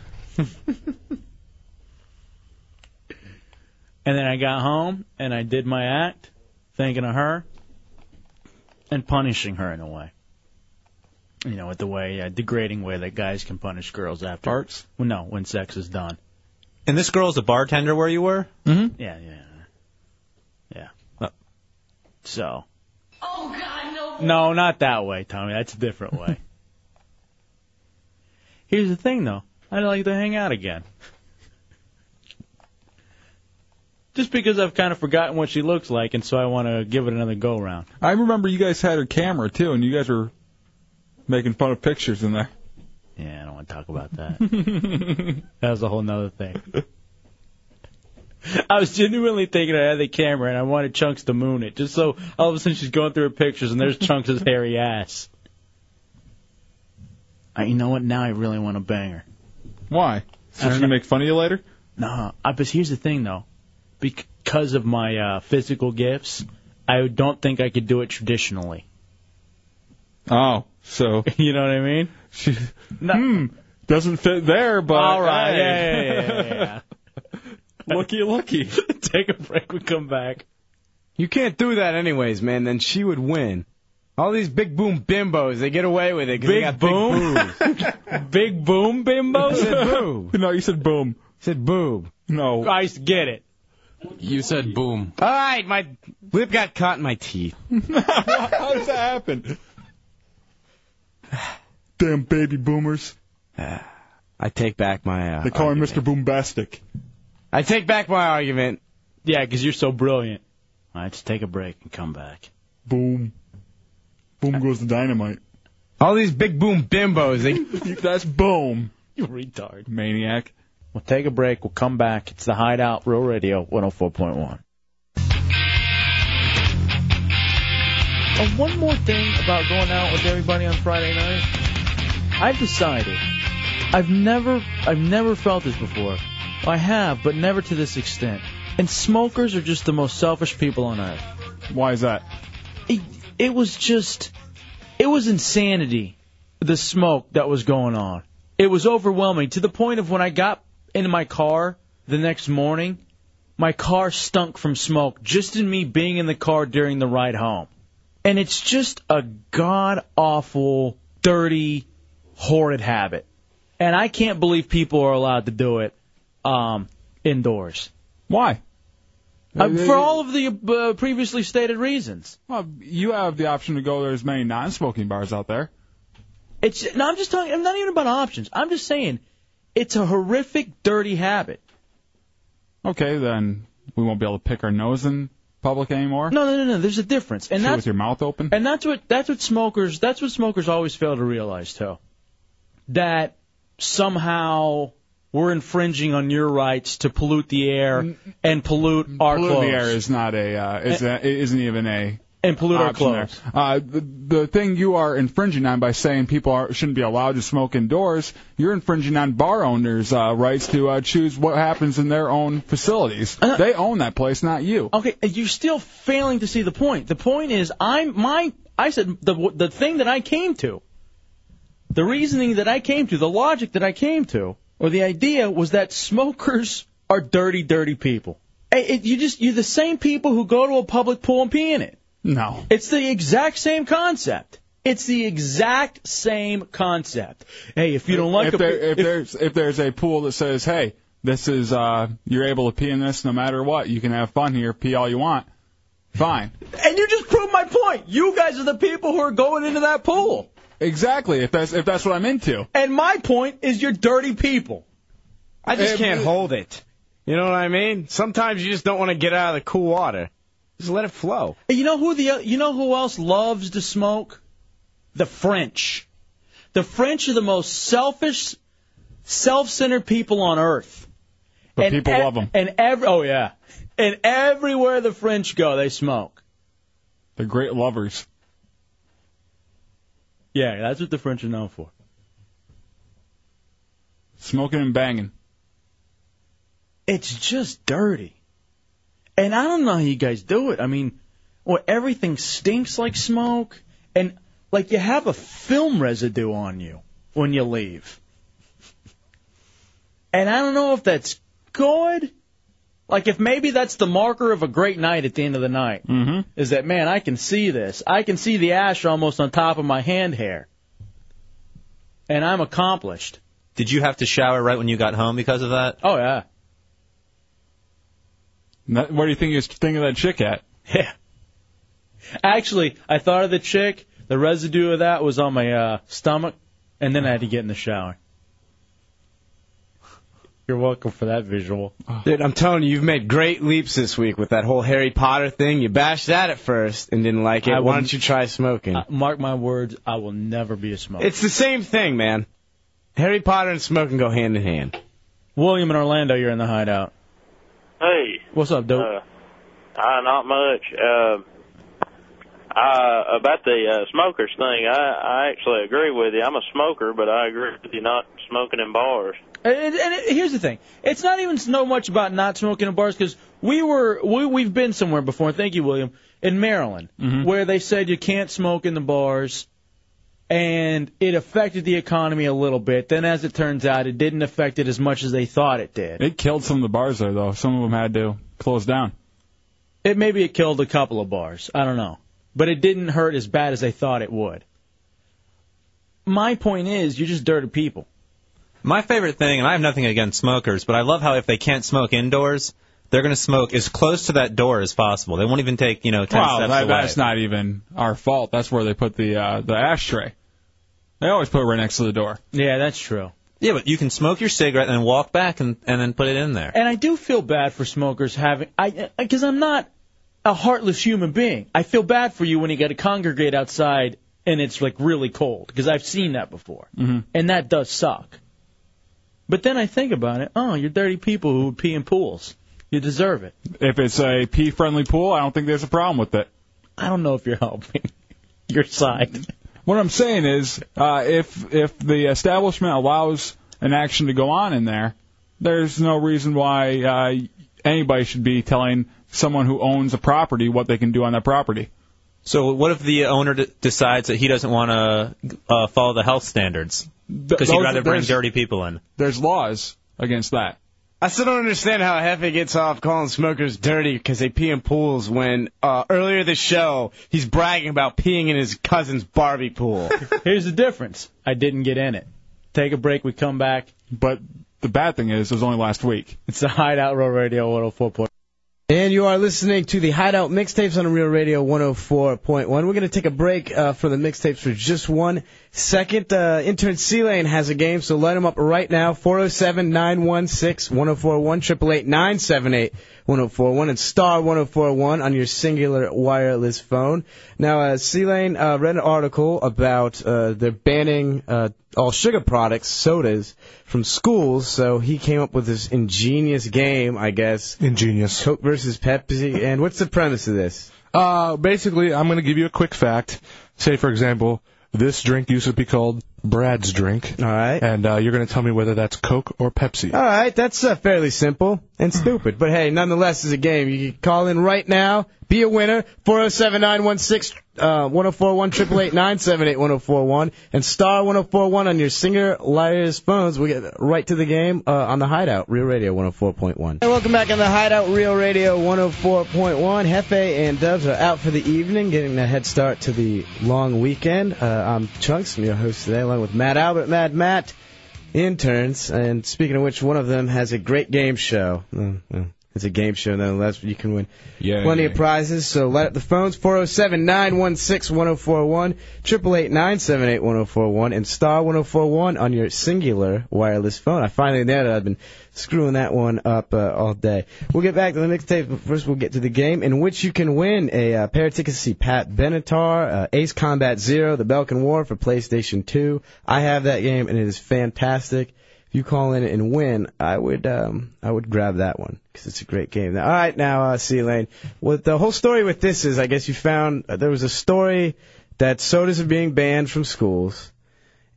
And then I got home and I did my act, thinking of her and punishing her in a way. You know, with the way, uh, degrading way that guys can punish girls after.
Parts?
Well, no, when sex is done.
And this girl's a bartender where you were?
Mm-hmm. Yeah, yeah. Yeah. So. Oh, God, no. No, not that way, Tommy. That's a different way. Here's the thing, though. I'd like to hang out again. Just because I've kind of forgotten what she looks like, and so I want to give it another go round.
I remember you guys had her camera too, and you guys were making fun of pictures in there.
Yeah, I don't want to talk about that. that was a whole nother thing. I was genuinely thinking I had the camera and I wanted Chunks to moon it, just so all of a sudden she's going through her pictures and there's Chunks' hairy ass. I, you know what? Now I really want to bang her.
Why? So she's gonna make fun of you later?
No, I, but here's the thing though, because of my uh, physical gifts, I don't think I could do it traditionally.
Oh, so
you know what I mean?
She hmm, doesn't fit there, but
All right,
hey.
yeah, yeah, yeah, yeah, yeah.
looky, looky.
Take a break. We come back.
You can't do that anyways, man. Then she would win. All these big boom bimbos, they get away with it 'cause they got
Big boom?
big boobs.
Big boom bimbos?
said boob.
No, you said boom.
said boob.
No.
I get it.
You said boom.
All right, my lip got caught in my teeth.
How does that happen? Damn baby boomers.
Ah, I take back my. Uh,
They call him
argument.
Mr. Boombastic.
I take back my argument.
Yeah, 'cause you're so brilliant. All right, just take a break and come back.
Boom. Boom goes the dynamite.
All these big boom bimbos. They...
That's boom.
You retard.
Maniac.
We'll take a break. We'll come back. It's the Hideout Real Radio 104.1. Oh, one more thing about going out with everybody on Friday night. I've decided. I've never, I've never felt this before. I have, but never to this extent. And smokers are just the most selfish people on earth.
Why is that?
It, it was just, it was insanity. The smoke that was going on. It was overwhelming to the point of when I got into my car the next morning, my car stunk from smoke just in me being in the car during the ride home. And it's just a god awful, dirty, horrid habit. And I can't believe people are allowed to do it um, indoors.
Why?
Uh, for all of the uh, previously stated reasons.
Well, you have the option to go. There's many non-smoking bars out there.
It's no, I'm just talking. I'm not even about options. I'm just saying, it's a horrific, dirty habit.
Okay, then we won't be able to pick our nose in public anymore.
No, no, no, no. There's a difference, and
Sit
that's
with your mouth open.
and that's what that's what smokers that's what smokers always fail to realize too, that somehow we're infringing on your rights to pollute the air and pollute our
Polluting
clothes
Mm. the air is not a uh, is a, isn't even a
and pollute our
option there.
clothes.
Uh, the, the thing you are infringing on by saying people are, shouldn't be allowed to smoke indoors, you're infringing on bar owners' uh, rights to uh, choose what happens in their own facilities. they own that place, not you.
Uh, Okay, and you're still failing to see the point. The point is, I'm my I said the the thing that I came to, the reasoning that I came to, the logic that I came to, or the idea was that smokers are dirty, dirty people. It, it, you just you're the same people who go to a public pool and pee in it.
No.
It's the exact same concept. It's the exact same concept. Hey, if you don't like
if,
a
there,
pe-
if, there's if there's a pool that says, hey, this is uh, you're able to pee in this no matter what, you can have fun here, pee all you want. Fine.
and you just proved my point. You guys are the people who are going into that pool.
Exactly. If that's if that's what I'm into.
And my point is you're dirty people.
I just
Eh,
can't
but-
hold it. You know what I mean? Sometimes you just don't want to get out of the cool water. Just let it flow.
And You know who the you know who else loves to smoke? The French. The French are the most selfish, self-centered people on earth.
But
And
people
ev-
love 'em.
And every oh yeah, and everywhere the French go, they smoke.
They're great lovers.
Yeah, that's what the French are known for.
Smoking and banging.
It's just dirty. And I don't know how you guys do it. I mean, well, everything stinks like smoke, and like you have a film residue on you when you leave. And I don't know if that's good. Like if maybe that's the marker of a great night at the end of the night. Mm-hmm. Is that man? I can see this. I can see the ash almost on top of my hand hair. And I'm accomplished.
Did you have to shower right when you got home because of that?
Oh yeah.
Not- Where do you think you're thinking of that chick at?
Yeah. Actually, I thought of the chick. The residue of that was on my uh, stomach, and then I had to get in the shower. You're welcome for that visual.
Dude, I'm telling you, you've made great leaps this week with that whole Harry Potter thing. You bashed that at first and didn't like it.
I
Why
wouldn't-
don't you try smoking?
uh, Mark my words, I will never be a smoker.
it's the same thing, man. Harry Potter and smoking go hand in hand.
William in Orlando, you're in the hideout.
Hey,
What's up, dope?
uh, uh, not much. Uh, uh, about the uh, smokers thing, I, I actually agree with you. I'm a smoker, but I agree with you not smoking in bars.
And, and, and here's the thing: it's not even so much about not smoking in bars because we were we we've been somewhere before. Thank you, William, in Maryland, where they said you can't smoke in the bars, and it affected the economy a little bit. Then, as it turns out, it didn't affect it as much as they thought it did.
It killed some of the bars there, though. Some of them had to close down.
It maybe it killed a couple of bars. I don't know, but it didn't hurt as bad as they thought it would. My point is, you're just dirty people.
My favorite thing, and I have nothing against smokers, but I love how if they can't smoke indoors, they're going to smoke as close to that door as possible. They won't even take, you know, 10
Wow,
steps
that,
away.
that's not even our fault. That's where they put the uh, the ashtray. They always put it right next to the door.
Yeah, that's true.
Yeah, but you can smoke your cigarette and walk back and, and then put it in there.
And I do feel bad for smokers having I because I'm not a heartless human being. I feel bad for you when you got to congregate outside and it's like really cold because I've seen that before
Mm-hmm.
and that does suck. But then I think about it. Oh, you're dirty people who would pee in pools. You deserve it.
If it's a pee friendly pool, I don't think there's a problem with it.
I don't know if you're helping your side.
What I'm saying is, uh, if if the establishment allows an action to go on in there, there's no reason why uh, anybody should be telling someone who owns a property what they can do on that property.
So what if the owner d- decides that he doesn't want to uh, follow the health standards because he'd
those-
rather bring
there's-
dirty people in?
There's laws against that.
I still don't understand how Hefe gets off calling smokers dirty because they pee in pools when uh, earlier this show he's bragging about peeing in his cousin's Barbie pool.
Here's the difference. I didn't get in it. Take a break. We come back.
But the bad thing is, it was only last week.
It's the Hideout Row Radio 104.1.
And you are listening to the Hideout Mixtapes on Real Radio 104.1. We're going to take a break uh, for the mixtapes for just one second. Uh, intern C Lane has a game, so light him up right now. 407 916 1041, 888 978 1041, and star 1041 on your singular wireless phone. Now, uh, C Lane uh, read an article about uh, they're banning uh, all sugar products, sodas, from schools, so he came up with this ingenious game, I guess.
Ingenious.
Coke versus Pepsi, and what's the premise of this?
Uh, basically, I'm going to give you a quick fact. Say, for example, this drink used to be called Brad's drink.
All right.
And uh, you're going to tell me whether that's Coke or Pepsi. Hmm.
All right, that's uh, fairly simple and stupid, but hey, nonetheless, it's a game. You can call in right now, be a winner, uh, 407-916-1041, triple eight nine seven eight one zero four one, and star one zero four one on your singer liars phones. We get right to the game uh, on the Hideout, Real Radio one zero four point one. Hey, welcome back on the Hideout Real Radio 104.1. Hefe and Dubs are out for the evening, getting a head start to the long weekend. Uh, I'm Chunks, I'm your host today, along with Matt Albert, Mad Matt, interns. And speaking of which, one of them has a great game show. Mm, mm. It's a game show, nonetheless. You can win
Yeah.
plenty of prizes. So light up the phones 407 916 1041, 888 978 1041, and star 1041 on your singular wireless phone. I finally nailed it. I've been screwing that one up uh, all day. We'll get back to the next tape, but first we'll get to the game in which you can win a uh, pair of tickets to see Pat Benatar, uh, Ace Combat Zero, The Belkin War for PlayStation 2. I have that game, and it is fantastic. If you call in and win, I would um, I would grab that one because it's a great game. Now, all right, now uh, C Lane. What the whole story with this is, I guess you found uh, there was a story that sodas are being banned from schools,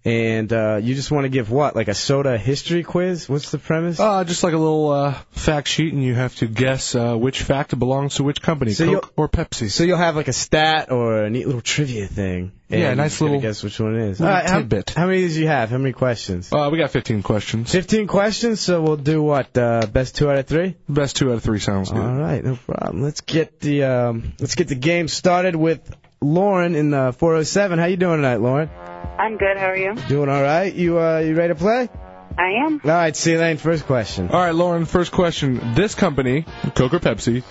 and uh, you just want to give what like a soda history quiz? What's the premise?
Uh, just like a little uh, fact sheet, and you have to guess uh, which fact belongs to which company,
So
Coke
you'll-
or Pepsi.
So you'll have like a stat or a neat little trivia thing. and
Yeah,
you
nice
just gotta
little-
guess which one it is.
little
how,
tidbit.
how many did you have? How many questions?
Uh, we got 15 questions.
15 questions, so we'll do what? Uh, best two out of three? Uh-huh.
Best two out of three sounds good.
All right, no problem. Let's get the um, let's get the game started with Lauren in uh, the 407. How you doing tonight, Lauren?
I'm good. How are you?
Doing all right. You uh, you ready to play?
I am.
All right, C Lane. First question.
All right, Lauren, first question. This company, Coke or Pepsi,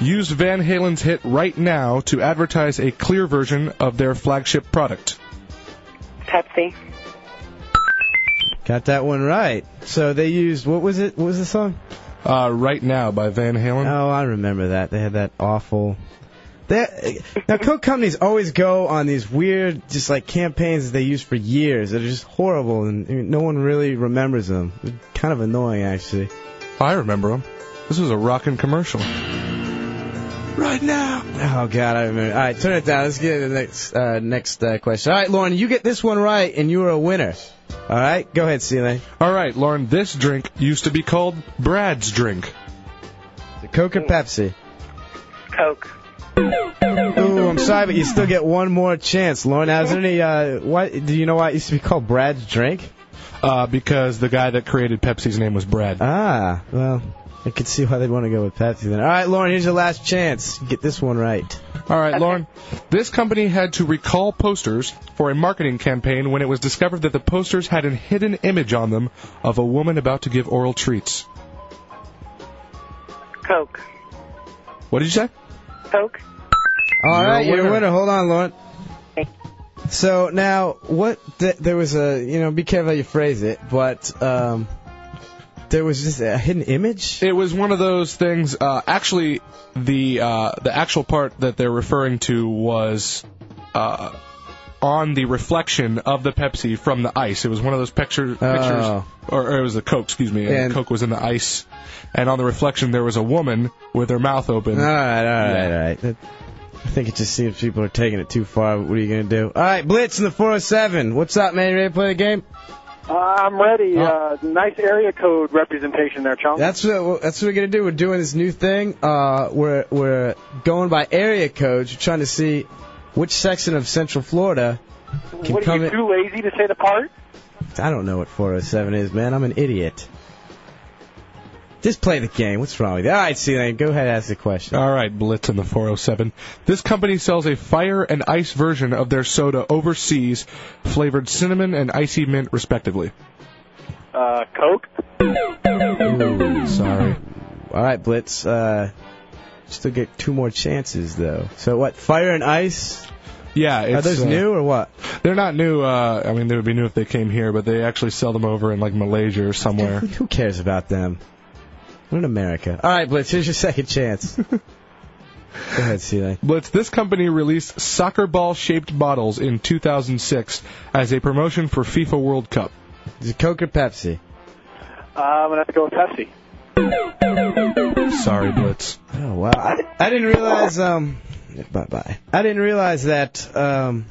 used Van Halen's hit Right Now to advertise a clear version of their flagship product.
Pepsi.
Got that one right. So they used what was it? What was the song?
Uh, right now by Van Halen.
Oh, I remember that. They had that awful. They, now Coke companies always go on these weird, just like campaigns that they use for years that are just horrible, and I mean, no one really remembers them. They're kind of annoying, actually.
I remember them. This was a rockin' commercial.
Right now. Oh God, I remember. All right, turn it down. Let's get to the next uh, next uh, question. All right, Lauren, you get this one right, and you are a winner. All right, go ahead, Celine.
All right, Lauren, this drink used to be called Brad's drink.
Coke or Pepsi?
Coke.
Ooh, I'm sorry, but you still get one more chance, Lauren. Now, is there any? Uh, what do you know? Why it used to be called Brad's drink?
Uh, because the guy that created Pepsi's name was Brad.
Ah, well, I could see why they'd want to go with Pepsi then. All right, Lauren, here's your last chance. Get this one right.
All right, Lauren. This company had to recall posters for a marketing campaign when it was discovered that the posters had a hidden image on them of a woman about to give oral treats.
Coke.
What did you say?
Coke.
All
You're
right,
a
you're a
winner.
winner. Hold on, Lauren. So now, what? Th- there was a, you know, be careful how you phrase it, but um, there was just a hidden image.
It was one of those things. Uh, actually, the uh, the actual part that they're referring to was uh, on the reflection of the Pepsi from the ice. It was one of those picture,
Oh.
pictures, or, or it was the Coke, excuse me. And,
And-
the Coke was in the ice, and on the reflection there was a woman with her mouth open.
All right, all right, all right. That- I think it just seems people are taking it too far. What are you gonna do? All right, Blitz in the 407. What's up, man? You ready to play the game?
Uh, I'm ready. Uh, nice area code representation there, Chunk.
That's what that's what we're gonna do. We're doing this new thing. Uh, we're we're going by area codes. We're trying to see which section of Central Florida can
what are
come
you
in.
too lazy to say the part?
I don't know what 407 is, man. I'm an idiot. Just play the game. What's wrong with you? All right, C-Lane, go ahead and ask the question.
All right, Blitz in the 407. This company sells a fire and ice version of their soda overseas, flavored cinnamon and icy mint, respectively.
Uh, Coke.
Um,
sorry.
All right, Blitz. Uh, still get two more chances though. So what? Fire and ice?
Yeah, it's,
Are those
uh,
new or what?
They're not new. Uh, I mean, they would be new if they came here, but they actually sell them over in like Malaysia or somewhere.
Who cares about them? We're in America. All right, Blitz. Here's your second chance. Go ahead, Celine.
Blitz, this company released soccer ball shaped bottles in 2006 as a promotion for FIFA World Cup.
Is it Coke or Pepsi?
Uh, I'm gonna have to go with Pepsi.
Sorry, Blitz.
Oh wow! I, I didn't realize. Um, bye bye. I didn't realize that um,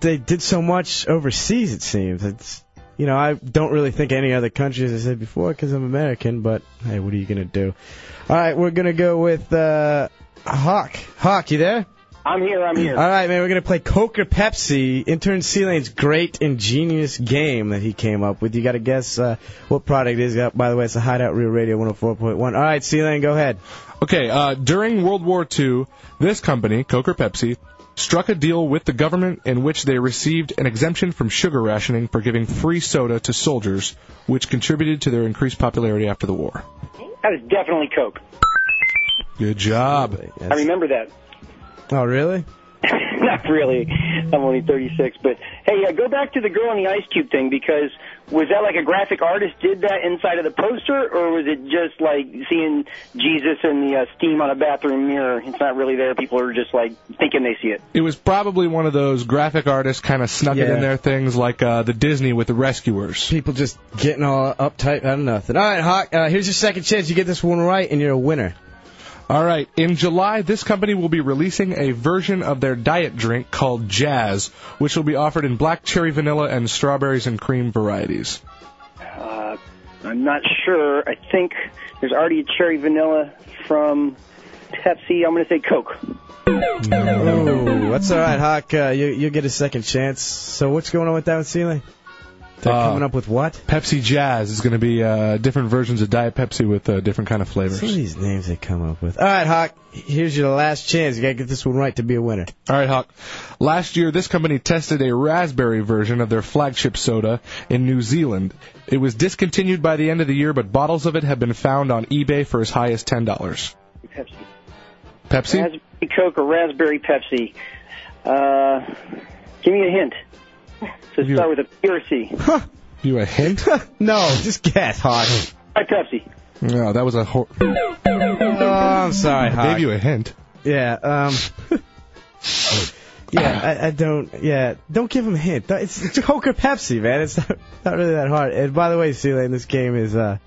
they did so much overseas. It seems. It's you know I don't really think any other country, as I said before, because I'm American. But hey, what are you gonna do? All right, we're gonna go with uh, Hawk. Hawk, you there?
I'm here. I'm here.
All right, man. We're gonna play Coke or Pepsi. Intern Sealane's great, ingenious game that he came up with. You gotta guess uh, what product it is. Uh, By the way, it's a Hideout Real Radio 104.1. All right, Sealane, go ahead.
Okay, uh, during World War II, this company, Coke or Pepsi, struck a deal with the government in which they received an exemption from sugar rationing for giving free soda to soldiers, which contributed to their increased popularity after the war.
That is definitely Coke.
Good job.
I remember that.
Oh, really?
Not really. I'm only 36. But hey, uh, go back to the girl in the ice cube thing because was that like a graphic artist did that inside of the poster, or was it just like seeing Jesus and the uh, steam on a bathroom mirror? It's not really there. People are just like thinking they see it.
It was probably one of those graphic artists kind of snuck it
Yeah.
in there things like uh, the Disney with the Rescuers.
People just getting all uptight out of nothing. All right, Hawk, uh, here's your second chance. You get this one right, and you're a winner.
All right. In July, this company will be releasing a version of their diet drink called Jazz, which will be offered in black cherry vanilla and strawberries and cream varieties.
Uh, I'm not sure. I think there's already a cherry vanilla from Pepsi. I'm going to say Coke.
Ooh, that's all right, Hawk. Uh, you, you get a second chance. So what's going on with that one, Sealy? They're
Uh,
coming up with what?
Pepsi Jazz is going to be uh, different versions of Diet Pepsi with uh, different kind of flavors.
Some of these names they come up with. All right, Hawk. Here's your last chance. You gotta get this one right to be a winner.
All right, Hawk. Last year, this company tested a raspberry version of their flagship soda in New Zealand. It was discontinued by the end of the year, but bottles of it have been found on eBay for as high as ten dollars.
Pepsi.
Pepsi.
Raspberry Coke or raspberry Pepsi. Uh, give me a hint. So start with a P or a C.
You a hint?
no, just guess, Hawk.
Try Pepsi.
No, that was a. Hor-
Oh, I'm sorry,
I
Hawk.
gave you a hint.
Yeah. Um. yeah, I, I don't. Yeah, don't give him a hint. Don't- It's, it's Coke or Pepsi, man. It's not, not really that hard. And by the way, Sealand, this game is uh,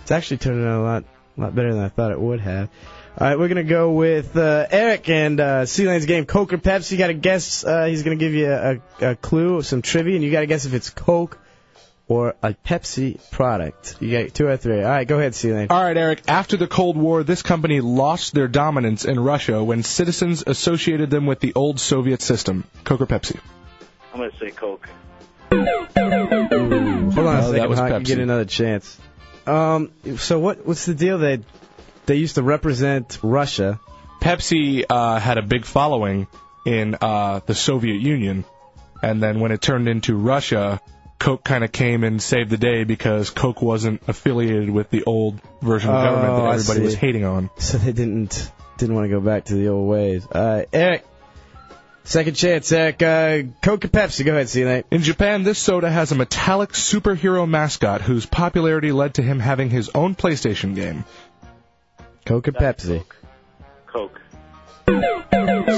it's actually turning out a lot, lot better than I thought it would have. All right, we're gonna go with uh, Eric and uh, Sealand's game Coke or Pepsi. You got to guess. Uh, he's gonna give you a, a clue, some trivia, and you got to guess if it's Coke or a Pepsi product. You got two out of three. All right, go ahead, Sealand.
All right, Eric. After the Cold War, this company lost their dominance in Russia when citizens associated them with the old Soviet system. Coke or Pepsi?
I'm going to say Coke.
Oh.
Hold on a
No,
second.
that was
Hawk, you
Pepsi.
get another chance. Um, so what? What's the deal? They they used to represent Russia.
Pepsi uh, had a big following in uh, the Soviet Union, and then when it turned into Russia, Coke kind of came and saved the day because Coke wasn't affiliated with the old version of government
Oh, I
that everybody was
see.
hating on.
So they didn't didn't want to go back to the old ways. All right, Eric. Second chance, Eric. Uh, Coke or Pepsi? Go ahead, see you
In Japan, this soda has a metallic superhero mascot whose popularity led to him having his own PlayStation game.
Coke or Pepsi?
Coke.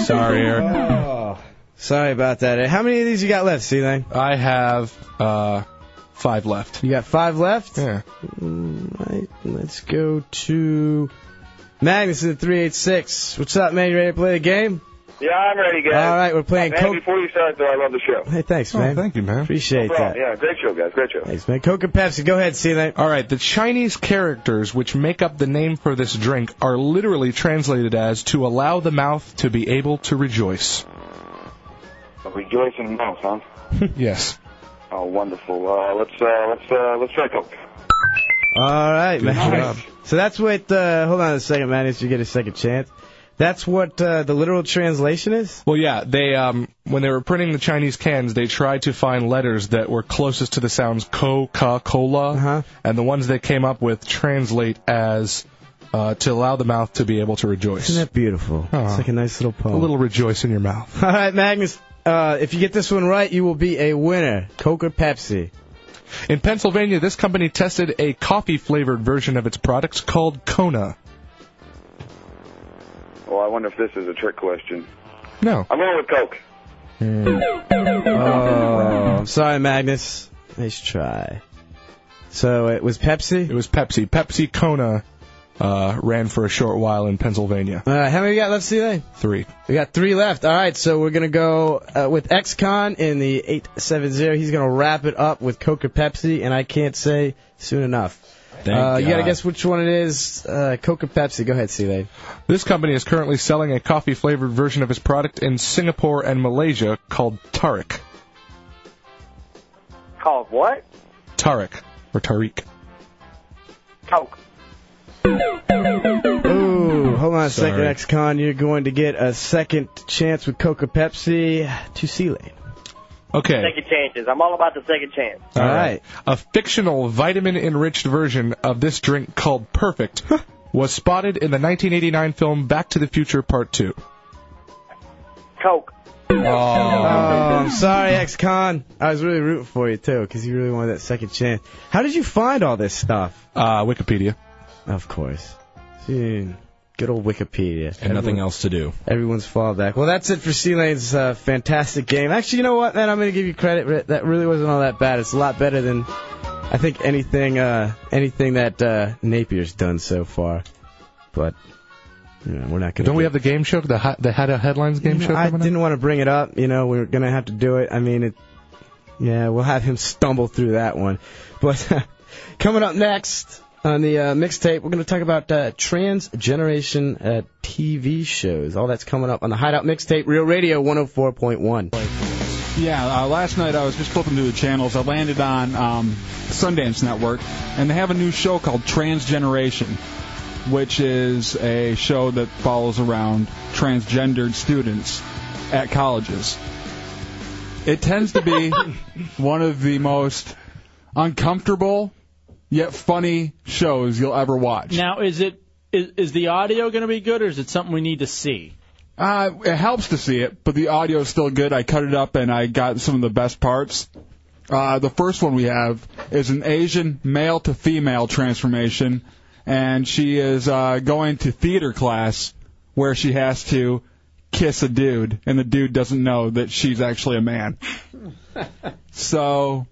Sorry, Eric.
Oh, sorry about that. How many of these you got left, see
I have uh, five left.
You got five left?
Yeah.
Mm, right, let's go to Magnus in the 386. What's up, man? You ready to play the game?
Yeah, I'm ready, guys.
All right, we're playing
Man,
Coke-
before you start, though, I love the show.
Hey, thanks,
Oh,
man.
thank you, man.
Appreciate that.
Yeah, great show, guys. Great show.
Thanks, man. Coke or Pepsi? Go ahead, see that.
All right, the Chinese characters which make up the name for this drink are literally translated as to allow the mouth to be able to rejoice.
Rejoice in mouth, huh?
yes.
Oh, wonderful. Uh, let's uh, let's uh, let's try Coke.
All right,
Good
man.
job.
So that's what. Uh, hold on a second, man. If you get a second chance, that's what uh, the literal translation is.
Well, yeah, they um, when they were printing the Chinese cans, they tried to find letters that were closest to the sounds Coca-Cola,
Uh-huh.
and the ones they came up with translate as uh, to allow the mouth to be able to rejoice.
Isn't that beautiful? It's like a nice little
A
poem.
little rejoice in your mouth.
All right, Magnus. Uh, if you get this one right, you will be a winner. Coke or Pepsi?
In Pennsylvania, this company tested a coffee-flavored version of its products called Kona.
Well, I wonder if this is a trick question.
No.
I'm going with Coke.
Oh, I'm sorry, Magnus. Nice try. So it was Pepsi. It
was Pepsi. Pepsi Kona uh, ran for a short while in Pennsylvania.
All right, how many we got eh? left, CeeLo?
Three.
We got three left. All right, so we're gonna go uh, with XCon in the eight seven zero. He's gonna wrap it up with Coca Pepsi, and I can't say soon enough.
Thank
uh, You gotta
God.
guess which one it is. Uh, Coca Pepsi. Go ahead, C-Lane.
This company is currently selling a coffee flavored version of its product in Singapore and Malaysia called Tarik.
Called what?
Tarik. Or Tariq.
Coke.
Ooh, hold on a second,
Sorry.
XCon. You're going to get a second chance with Coca Pepsi to C-Lane.
Okay.
Second chances. I'm all about the second chance.
All right. A fictional vitamin enriched version of this drink called Perfect was spotted in the 1989 film Back to the Future Part 2.
Coke.
Oh, I'm sorry, ex-con. I was really rooting for you too, because you really wanted that second chance. How did you find all this stuff?
Uh, Wikipedia.
Of course. Dude, good old Wikipedia.
And nothing else to do.
Everyone's fallback. Well, that's it for C Lane's uh, fantastic game. Actually, you know what, man? I'm going to give you credit. Ri- That really wasn't all that bad. It's a lot better than I think anything uh, anything that uh, Napier's done so far. But you know, we're not going.
Don't we have the game show? The hi- the had a headlines game show.
I
Coming
didn't want to bring it up. You know, we are gonna have to do it. I mean, it. Yeah, we'll have him stumble through that one. But coming up next on the uh, mixtape, we're gonna talk about uh, transgeneration uh, TV shows. All that's coming up on the Hideout mixtape, Real Radio 104.1.
Yeah, uh, last night I was just flipping through the channels. I landed on um, Sundance Network, and they have a new show called Transgeneration, which is a show that follows around transgendered students at colleges. It tends to be one of the most uncomfortable yet funny shows you'll ever watch.
Now, is it is, is the audio going to be good, or is it something we need to see?
Uh, it helps to see it, but the audio is still good. I cut it up and I got some of the best parts. Uh, the first one we have is an Asian male to female transformation, and she is uh, going to theater class where she has to kiss a dude, and the dude doesn't know that she's actually a man. So,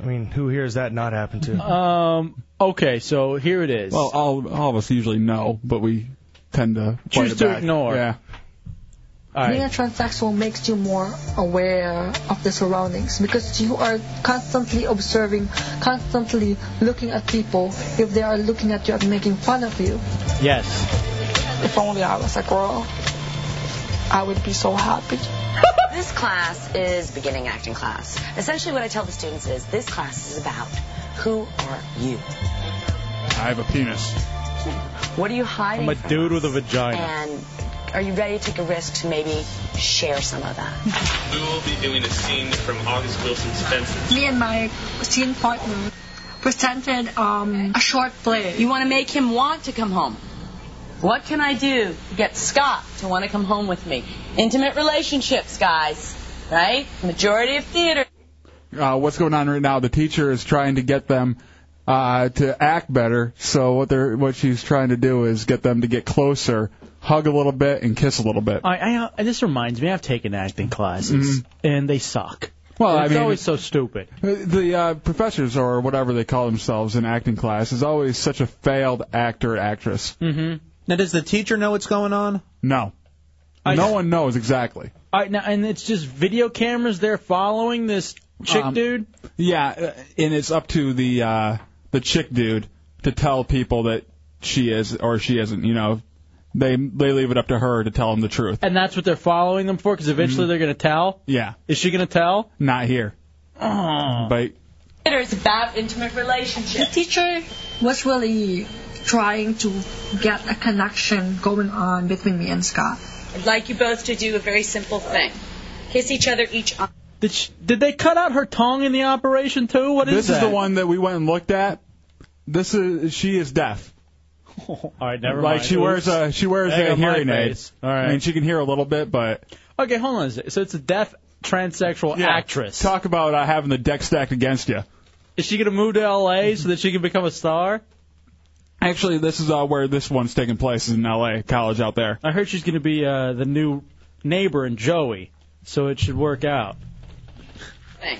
I mean, who here has that not happened to?
Um. Okay, so here it is.
well, all, all of us usually know, but we tend to fight
Choose
it
to
back.
ignore.
Yeah.
Alright.
Being a transsexual makes you more aware of the surroundings because you are constantly observing, constantly looking at people if they are looking at you and making fun of you.
Yes.
If only I was a girl, I would be so happy.
this class is beginning acting class. Essentially, what I tell the students is this class is about who are you?
I have a penis.
What are you hiding?
I'm a
from
dude
us?
with a vagina.
And are you ready to take a risk to maybe share some of that?
We will be doing a scene from August Wilson's Fences.
Me and my scene partner presented um, a short play.
You want to make him want to come home. What can I do to get Scott to want to come home with me? Intimate relationships, guys. Right? Majority of theater.
uh, what's going on right now. The teacher is trying to get them uh, to act better. So what they're what she's trying to do is get them to get closer, hug a little bit, and kiss a little bit.
I, I, I- this reminds me, I've taken acting classes, and they suck.
Mm-hmm. Well, I
it's
mean-
always so stupid.
The uh, professors or whatever they call themselves in acting class is always such a failed actor actress.
Mm-hmm.
Now, does the teacher know what's going on?
No, no one knows exactly.
All right, now, and it's just video cameras. They're following this chick
Um,
dude.
Yeah, uh, and it's up to the uh, the chick dude to tell people that she is or she isn't. You know, they they leave it up to her to tell them the truth.
And that's what they're following them for, because eventually they're going to tell.
Mm-hmm. Yeah,
Is she Oh. going to tell?
not here.
Uh-huh.
But
Theater is about intimate relationships.
The teacher was really trying to get a connection going on between me and Scott.
I'd like you both to do a very simple thing. Kiss each other each on.
Did she, did they cut out her tongue in the operation too? What is
this is
that?
the one that we went and looked at. This is she is deaf.
All right, never
like
mind.
she wears a she wears
Egg
a
on my
hearing aid.
face. All right.
I mean she can hear a little bit, but
Okay, hold on. a sec. So it's a deaf transsexual actress.
Talk about uh, having the deck stacked against you.
Is she going to move to L.A. so that she can become a star?
Actually, this is uh, where this one's taking place is in L.A. College out there.
I heard she's going to be uh, the new neighbor in Joey, so it should work out.
Thing.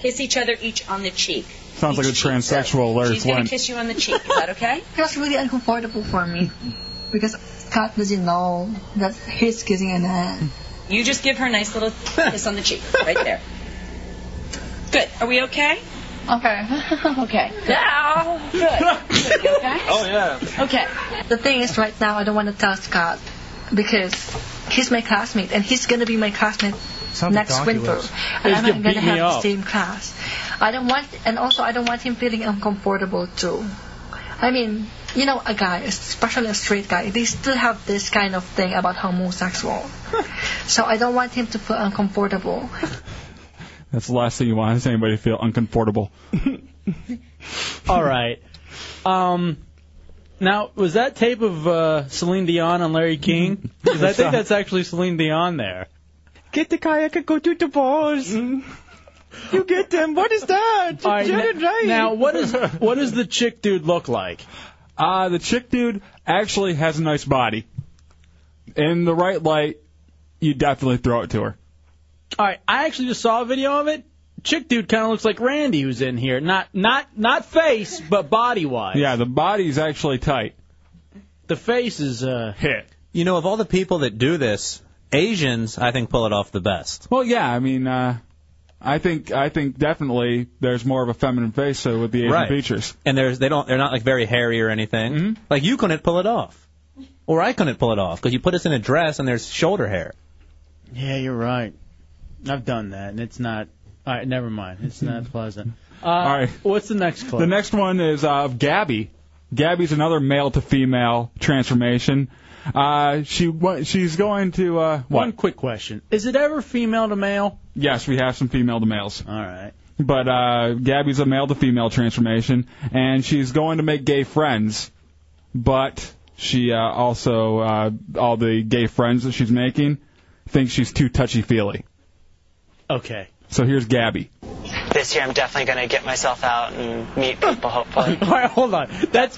Kiss each other each on the cheek.
Sounds like a transsexual alert.
She's going
When
to kiss you on the cheek. Is that okay?
It was really uncomfortable for me because Scott doesn't know that he's kissing an ass.
You just give her a nice little kiss on the cheek, right there. Good. Are we okay?
Okay.
okay. Now. Good. Good. You okay?
Oh, yeah.
Okay. The thing is, right now, I don't want to tell Scott because he's my classmate and he's going to be my classmate
Sounds like
next
Donkey
winter.
Lips.
And
He's
I'm
gonna
going to
beat me
have the
up.
same class. I don't want, and also, I don't want him feeling uncomfortable too. I mean, you know, a guy, especially a straight guy, they still have this kind of thing about homosexual. so I don't want him to feel uncomfortable.
that's the last thing you want is anybody to feel uncomfortable.
All right. Um, now, was that tape of uh, Celine Dion on Larry King? Because I think that's actually Celine Dion there.
Get the kayak and go to the balls. You get them. What is that?
All right,
Jared
now-
Ray.
now what is what does the chick dude look like?
Uh, the chick dude actually has a nice body. In the right light, you definitely throw it to her.
All right, I actually just saw a video of it. Chick dude kind of looks like Randy who's in here. Not not not face, but body wise.
Yeah, the body's actually tight.
The face is uh
hit.
You know, of all the people that do this, Asians, I think, pull it off the best.
Well, yeah, I mean, uh, I think I think definitely there's more of a feminine face so with the Asian
right.
features. Mm-hmm.
And there's they don't they're not like very hairy or anything. Like you couldn't pull it off, or I couldn't pull it off because you put us in a dress and there's shoulder hair.
Yeah, you're right. I've done that, and it's not. All right, never mind. It's not pleasant. Uh, all right. What's the next clip?
The next one is uh, of Gabby. Gabby's another male to female transformation. Uh, she wa- she's going to uh, what?
One quick question: Is it ever female to male?
Yes, we have some female to males.
All right.
But uh, Gabby's a male to female transformation, and she's going to make gay friends. But she uh, also uh, all the gay friends that she's making think she's too touchy feely.
Okay.
So here's Gabby.
This year I'm definitely going to get myself out and meet people, hopefully.
All right, hold on. That's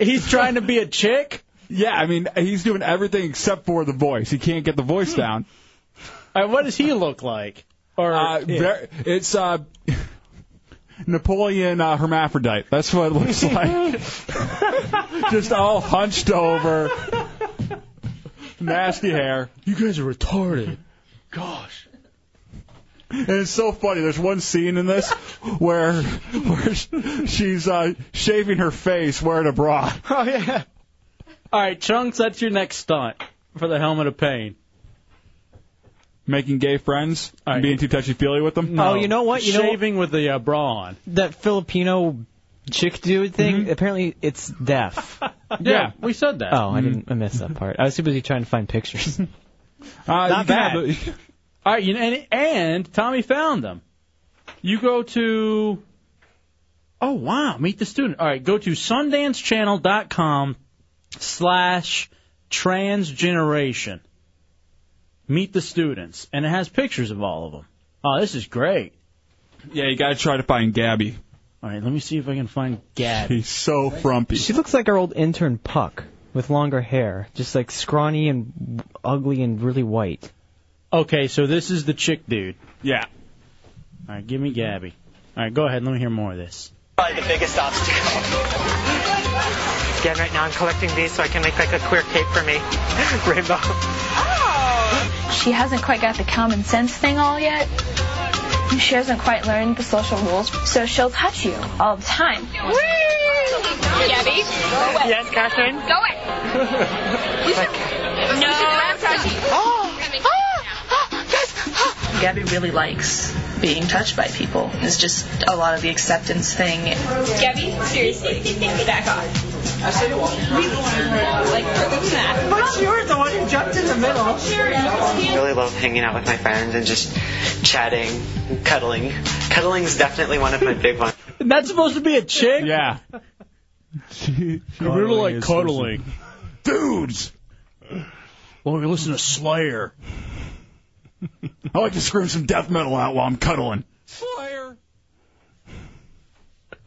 he's trying to be a chick.
Yeah, I mean he's doing everything except for the voice. He can't get the voice down.
All right, what does he look like? Or
uh,
yeah.
ver- it's uh, Napoleon uh, hermaphrodite. That's what it looks like. Just all hunched over, nasty hair.
You guys are retarded.
And it's so funny. There's one scene in this where where sh- she's uh, shaving her face wearing a bra.
Oh yeah. All right, chunks. That's your next stunt for the helmet of pain.
Making gay friends, being too touchy feely with them.
Oh, you know what? You know what?
Shaving with the uh, bra on.
That Filipino chick dude thing.
Mm-hmm.
Apparently, it's deaf.
Yeah, we said that.
Oh, I
Mm-hmm.
didn't. I missed that part. I was too busy trying to find pictures.
Uh,
Not
you can
bad.
have the-
All right, you know, and, and Tommy found them. You go to. Oh wow, meet the student. All right, go to sundancechannel.com slash transgeneration. Meet the students, and it has pictures of all of them. Oh, this is great.
yeah, you gotta try to find Gabby.
All right, let me see if I can find Gab.
She's so frumpy.
She looks like our old intern Puck with longer hair, just like scrawny and ugly and really white.
Okay, so this is the chick dude.
Yeah.
All right, give me Gabby. All right, go ahead. Let me hear more of this.
Probably the biggest obstacle. Again, right now I'm collecting these so I can make like a queer cape for me. Rainbow.
She hasn't quite got the common sense thing all yet. She hasn't quite learned the social rules, so she'll touch you all the time.
Gabby, go away.
Yes, Catherine?
Go away. no, I'm touching.
Oh!
Gabby really likes being touched by people. It's just a lot of the acceptance thing.
Gabby, seriously, back off. I said it Like, what's that? What's yours? The one who jumped in the middle.
I really love hanging out with my friends and just chatting, cuddling. Cuddling's definitely one of my big ones.
That's supposed to be a chick?
Yeah.
she
Cuddling
really like
is
cuddling. Dudes! Well, we listen to Slayer.
I like to scream some death metal out while I'm cuddling.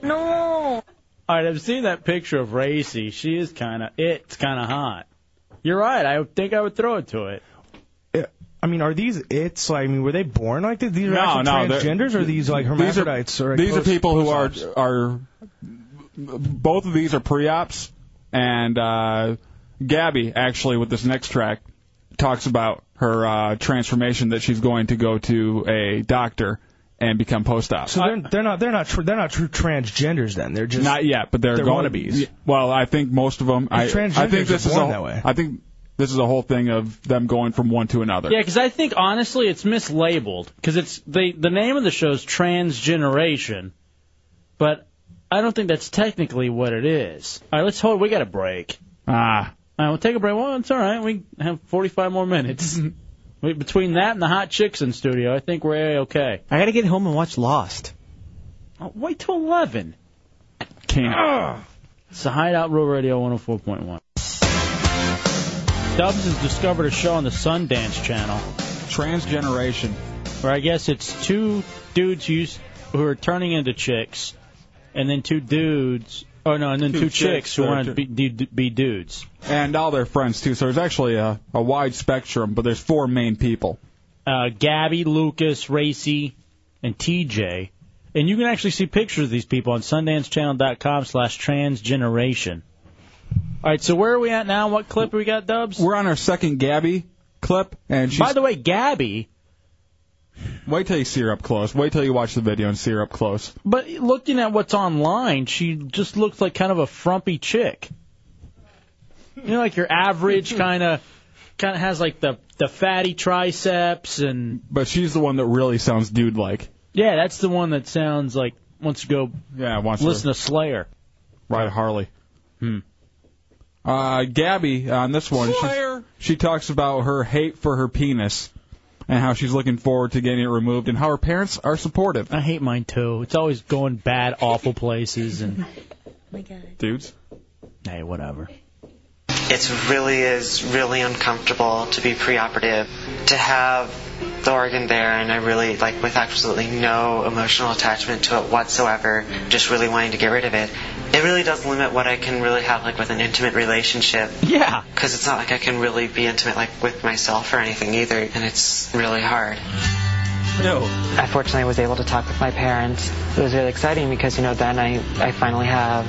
No! Alright, I've seen that picture of Racy. She is kind of, it's kind of hot. You're right. I think I would throw it to it.
I mean, are these it's? Like, I mean, were they born like this? These are
No,
actual
no, they're-
transgenders, or are these like hermaphrodites?
These are,
or, like,
these are
close-
people who
close
are
ops?
are both of these are pre-ops, and uh, Gabby actually with this next track talks about her uh, transformation that she's going to go to a doctor and become post-op.
So they're, they're not they're not tr- they're not true transgenders then. They're just
Not yet, but they're,
they're
going
wannabes.
Yeah, Well, I think most of them. I, I
transgenders
think this
are
is
born
a,
that way.
I think this is a whole thing of them going from one to another.
Yeah, because I think honestly it's mislabeled because it's the the name of the show is Transgeneration, but I don't think that's technically what it is. All right, let's hold. We got a break.
Ah.
All right, we'll take a break. Well, it's all right. We have 45 more minutes. We- Between that and the hot chicks in studio, I think we're okay.
I gotta get home and watch Lost.
Oh, wait till Ah. 11.
Can't.
It's the Hideout Real Radio 104.1. Dubs has discovered a show on the Sundance Channel
Transgeneration.
Or I guess it's two dudes who, use, who are turning into chicks, and then two dudes. Oh no, and then two,
Two
chicks,
chicks
who
that are
want to
tur-
be, be, be dudes.
And all their friends, too. So there's actually a, a wide spectrum, but there's four main people.
uh, Gabby, Lucas, Racy, and TJ. And you can actually see pictures of these people on sundancechannel.com slash transgeneration. All right, so where are we at now? What clip we got, Dubs?
We're on our second Gabby clip, and she's.
By the way, Gabby.
Wait till you see her up close. Wait till you watch the video and see her up close.
But looking at what's online, she just looks like kind of a frumpy chick. You know, like your average kind of, kind of has like the the fatty triceps and.
But she's the one that really sounds dude like.
Yeah, that's the one that sounds like wants to go.
Yeah, wants to-
listen to Slayer.
Ride Harley. Hmm. Uh, Gabby on this one, she's, she talks about her hate for her penis and how she's looking forward to getting it removed and how her parents are supportive.
I hate mine too. It's always going bad, awful places and.
my God.
Dudes.
Hey, whatever.
It really is really uncomfortable to be preoperative, to have the organ there, and I really, like, with absolutely no emotional attachment to it whatsoever, just really wanting to get rid of it. It really does limit what I can really have, like, with an intimate relationship.
Yeah.
Because it's not like I can really be intimate, like, with myself or anything either, and it's really hard.
No.
I fortunately was able to talk with my parents. It was really exciting because, you know, then I, I finally have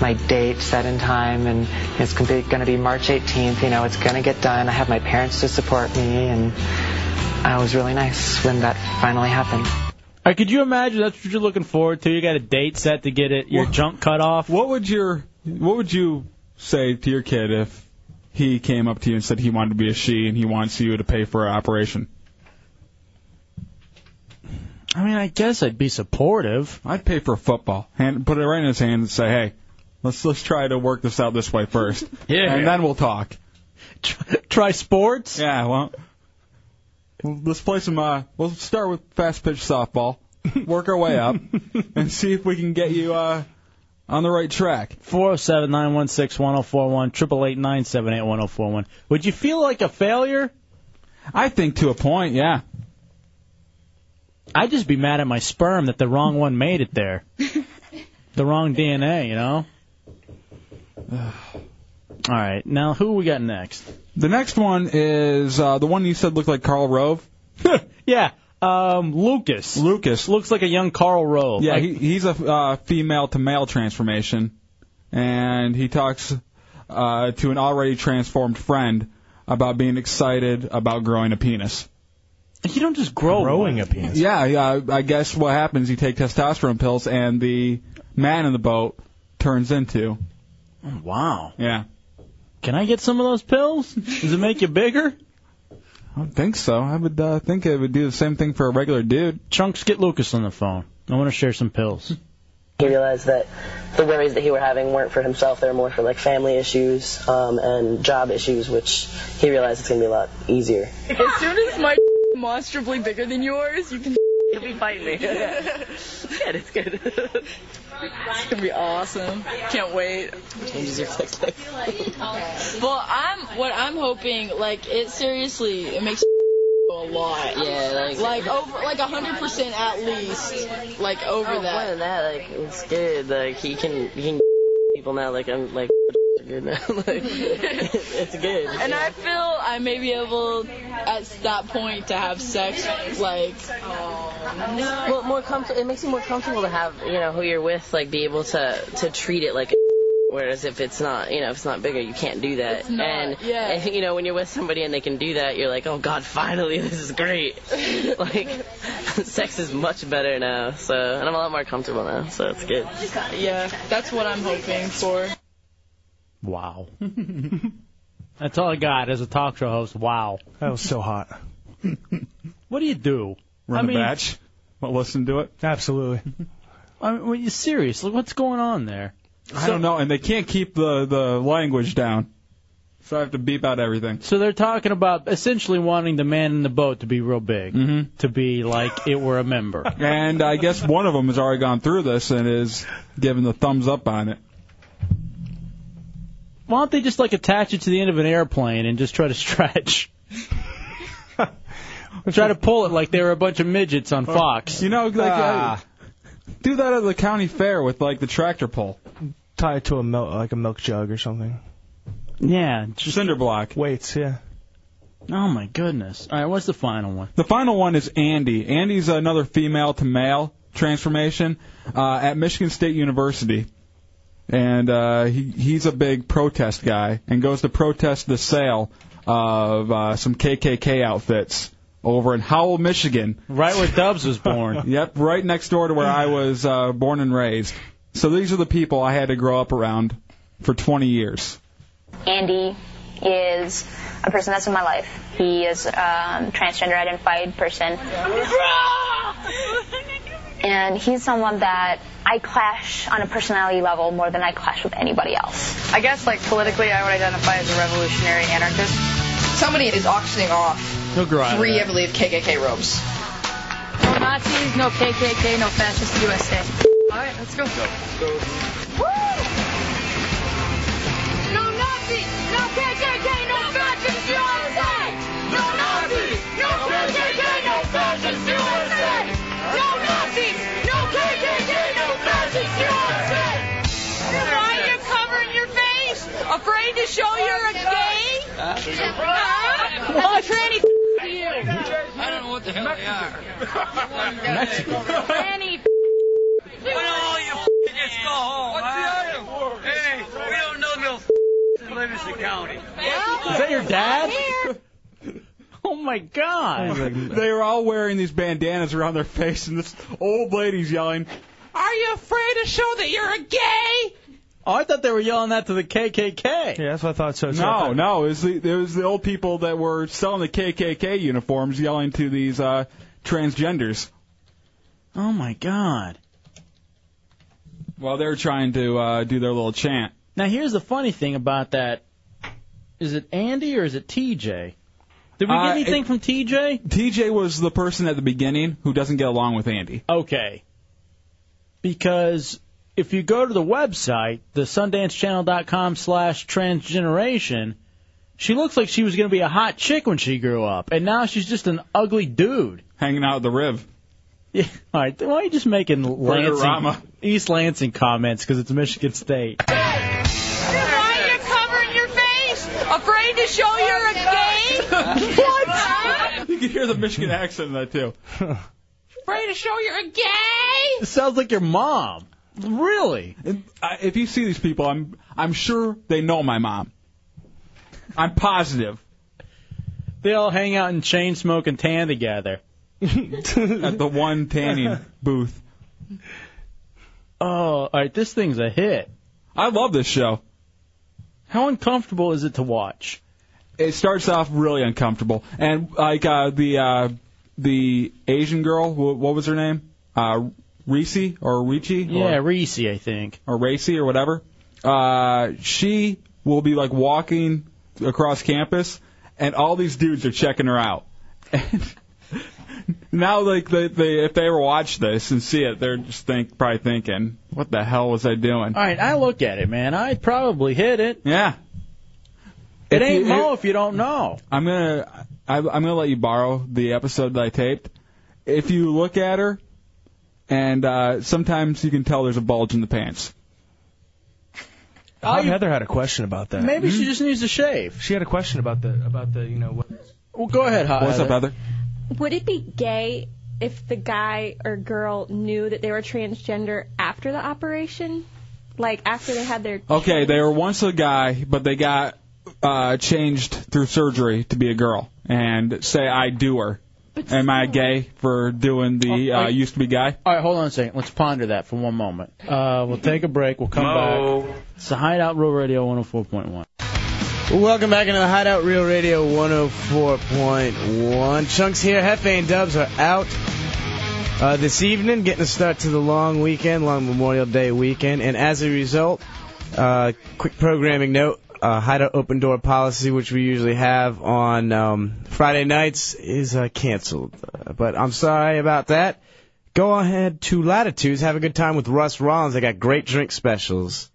my date set in time and it's going to be March 18th. You know, it's going to get done. I have my parents to support me and uh, it was really nice when that finally happened.
All right, could you imagine that's what you're looking forward to? You got a date set to get it your junk cut off.
What would your What would you say to your kid if he came up to you and said he wanted to be a she and he wants you to pay for an operation?
I mean, I guess I'd be supportive.
I'd pay for a football and put it right in his hand and say, "Hey, let's let's try to work this out this way first,
Yeah.
and then we'll talk."
Try sports.
Yeah, well, well, let's play some. Uh, we'll start with fast pitch softball, work our way up, and see if we can get you uh, on the right track.
Four zero seven nine one six one zero four one triple eight nine seven eight one zero four one. Would you feel like a failure?
I think to a point, yeah.
I'd just be mad at my sperm that the wrong one made it there. the wrong DNA, you know. All right, now who we got next?
The next one is uh, the one you said looked like Carl Rove.
yeah, um, Lucas.
Lucas
looks like a young Carl Rove.
Yeah,
Like-
he, he's a uh, female to male transformation, and he talks uh, to an already transformed friend about being excited about growing a penis.
You don't just grow
growing
one.
a penis.
Yeah, yeah. I guess what happens, you take testosterone pills, and the man in the boat turns into.
Wow.
Yeah.
Can I get some of those pills? Does it make you bigger?
I don't think so. I would uh, think it would do the same thing for a regular dude.
Chunks, get Lucas on the phone. I want to share some pills.
He realized that the worries that he were having weren't for himself; they were more for like family issues um, and job issues, which he realized it's gonna be a lot easier.
As soon as my monstrably bigger than yours, you can. You'll be fighting me. yeah, it's good. it's gonna be awesome. Can't wait.
Changes your sex life.
Well, I'm what I'm hoping. Like it seriously, it makes go a lot.
Yeah, like-
like over like hundred percent at least. Like over
Oh,
that.
more than that, like it's good. Like he can he can people now. Like I'm like good now. like it's good.
And I feel I may be able at that point to have sex like
Well, more comfort. It makes you more comfortable to have you know who you're with, like be able to to treat it like. a Whereas if it's not, you know, if it's not bigger, you can't do that.
not,
and,
yeah.
and you know, when you're with somebody and they can do that, you're like, oh God, finally, this is great. like, sex is much better now. So, and I'm a lot more comfortable now. So it's good.
yeah, that's what I'm hoping for.
Wow. That's all I got as a talk show host. Wow.
That was so hot.
What do you do?
Run a
I mean-
batch. Well, listen to it.
Absolutely.
I mean, well, you serious? Look, what's going on there?
I don't know, and they can't keep the the language down, so I have to beep out everything.
So they're talking about essentially wanting the man in the boat to be real big, mm-hmm. to be like it were a member.
And I guess one of them has already gone through this and is giving the thumbs up on it.
Why don't they just like attach it to the end of an airplane and just try to stretch? Try to pull it like they were a bunch of midgets on Fox.
You know, like,
Ah.
uh, do that at the county fair with like the tractor pull.
Tie it to a milk, like a milk jug or something.
Yeah.
Cinder block.
Weights, yeah.
Oh my goodness. All right, what's the final one?
The final one is Andy. Andy's another female to male transformation uh, at Michigan State University. And uh, he, he's a big protest guy and goes to protest the sale of uh, some KKK outfits over in Howell, Michigan.
Right where Dubs was born.
yep, right next door to where I was uh, born and raised. So these are the people I had to grow up around for 20 years.
Andy is a person that's in my life. He is a um, transgender identified person. And he's someone that I clash on a personality level more than I clash with anybody else.
I guess, like, politically, I would identify as a revolutionary anarchist. Somebody is auctioning off
No grind.
three, I believe, KKK robes.
No Nazis, no KKK, no fascist USA.
All right, let's go.
No Nazis, no KKK, no fascist USA. No Nazis, no KKK, no fascist USA. No Nazis, no KKK, no fascist USA. Why are you covering your face? Afraid to show you're a gay? Huh? What? Tranny you. I don't know what the hell they are. Mexican. Tranny all you
Just go home. What's the item? Hey, we don't know no in Livingston County.
Is that your dad? oh my god.
they were all wearing these bandanas around their face, and this old lady's yelling,
Are you afraid to show that you're a gay?
Oh, I thought they were yelling that to the KKK.
Yeah, that's what I thought. So
No, no, it was, the, it was the old people that were selling the KKK uniforms yelling to these uh, transgenders
Oh my god.
while they were trying to uh, do their little chant.
Now here's the funny thing about that. Is it Andy or is it TJ? Did we get
Uh,
anything
it-
from TJ?
TJ was the person at the beginning who doesn't get along with Andy.
Okay. Because if you go to the website, the sundancechannel.com slash transgeneration, she looks like she was going to be a hot chick when she grew up, and now she's just an ugly dude.
Hanging out at the rib.
Yeah. All right. Why are you just making
Rama.
Lansing, East Lansing comments because it's Michigan State?
Why are you covering your face? Afraid to show you're a gay? Huh?
You can hear the Michigan accent in that too.
Afraid to show you're a gay?
It sounds like your mom. Really?
I, if you see these people, I'm I'm sure they know my mom. I'm positive.
They all hang out and chain smoke and tan together.
At the one tanning booth.
Oh, all right. This thing's a hit.
I love this show.
How uncomfortable is it to watch?
It starts off really uncomfortable, and like uh, the uh, the Asian girl, wh- what was her name? Uh, Reese or Ricci?
Yeah,
or,
Reese, I think,
or Racy or whatever. Uh, she will be like walking across campus, and all these dudes are checking her out. And now, like they, they if they ever watch this and see it, they're just think probably thinking, "What the hell was I doing?"
All right, I look at it, man. I probably hit it.
Yeah. If
It ain't
you-
Mo if you don't know.
I'm gonna I, I'm gonna let you borrow the episode that I taped. If you look at her, and uh, sometimes you can tell there's a bulge in the pants.
Hot Heather had a question about that.
Oh,
Hmm?
Maybe she just needs to shave.
She had a question about the about the you know what.
Well, go ahead, Hot
What's up,
Heather.
Heather?
Would it be gay if the guy or girl knew that they were transgender after the operation? Like after they had their
Okay, they were once a guy, but they got uh, changed through surgery to be a girl. And say I do her. Am I gay for doing
Oh,
the uh, used to be guy?
All right, hold on a second. Let's ponder that for one moment. Uh, we'll take a break. We'll come
Mo.
back. It's the Hideout Real Radio 104.1.
Welcome back into the Hideout Real Radio 104.1. Chunks here. Hefe and Dubs are out uh, this evening, getting a start to the long weekend, long Memorial Day weekend. And as a result, uh, quick programming note. Uh, hideout open door policy, which we usually have on um, Friday nights, is uh, canceled. Uh, But I'm sorry about that. Go ahead to Latitudes. Have a good time with Russ Rollins. They got great drink specials.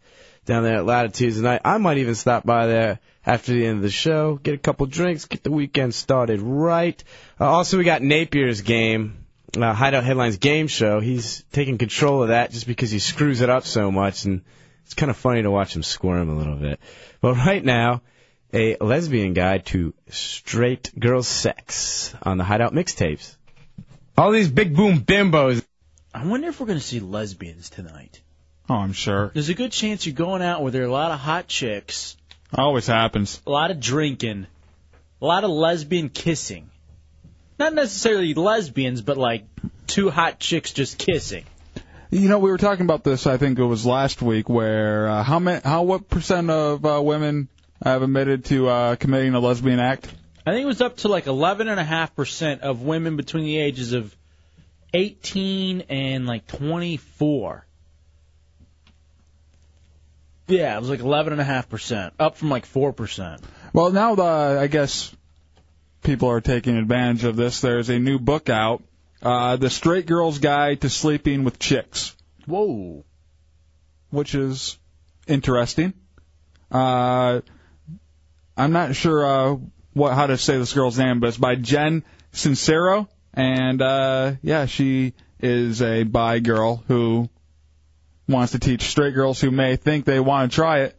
down there at Latitudes tonight. I might even stop by there after the end of the show, get a couple drinks, get the weekend started right. Uh, also, we got Napier's game, uh, Hideout Headlines game show. He's taking control of that just because he screws it up so much, and it's kind of funny to watch him squirm a little bit. But right now, a lesbian guide to straight girl sex on the Hideout mixtapes. All these big boom bimbos.
I wonder if we're going to see lesbians tonight.
Oh, I'm sure.
There's a good chance you're going out where there are a lot of hot chicks,
Always happens.
a lot of drinking, a lot of lesbian kissing. Not necessarily lesbians, but like two hot chicks just kissing.
You know, we were talking about this. I think it was last week, where uh, how many, how what percent of uh, women have admitted to uh, committing a lesbian act?
I think it was up to like 11.5% of women between the ages of 18 and like 24. Yeah, it was like 11.5%, up from like 4%.
Well, now uh, I guess people are taking advantage of this. There's a new book out, uh, "The Straight Girl's Guide to Sleeping with Chicks."
Whoa,
which is interesting. Uh, I'm not sure uh, what how to say this girl's name, but it's by Jen Sincero, and uh, yeah, she is a bi girl who wants to teach straight girls who may think they want to try it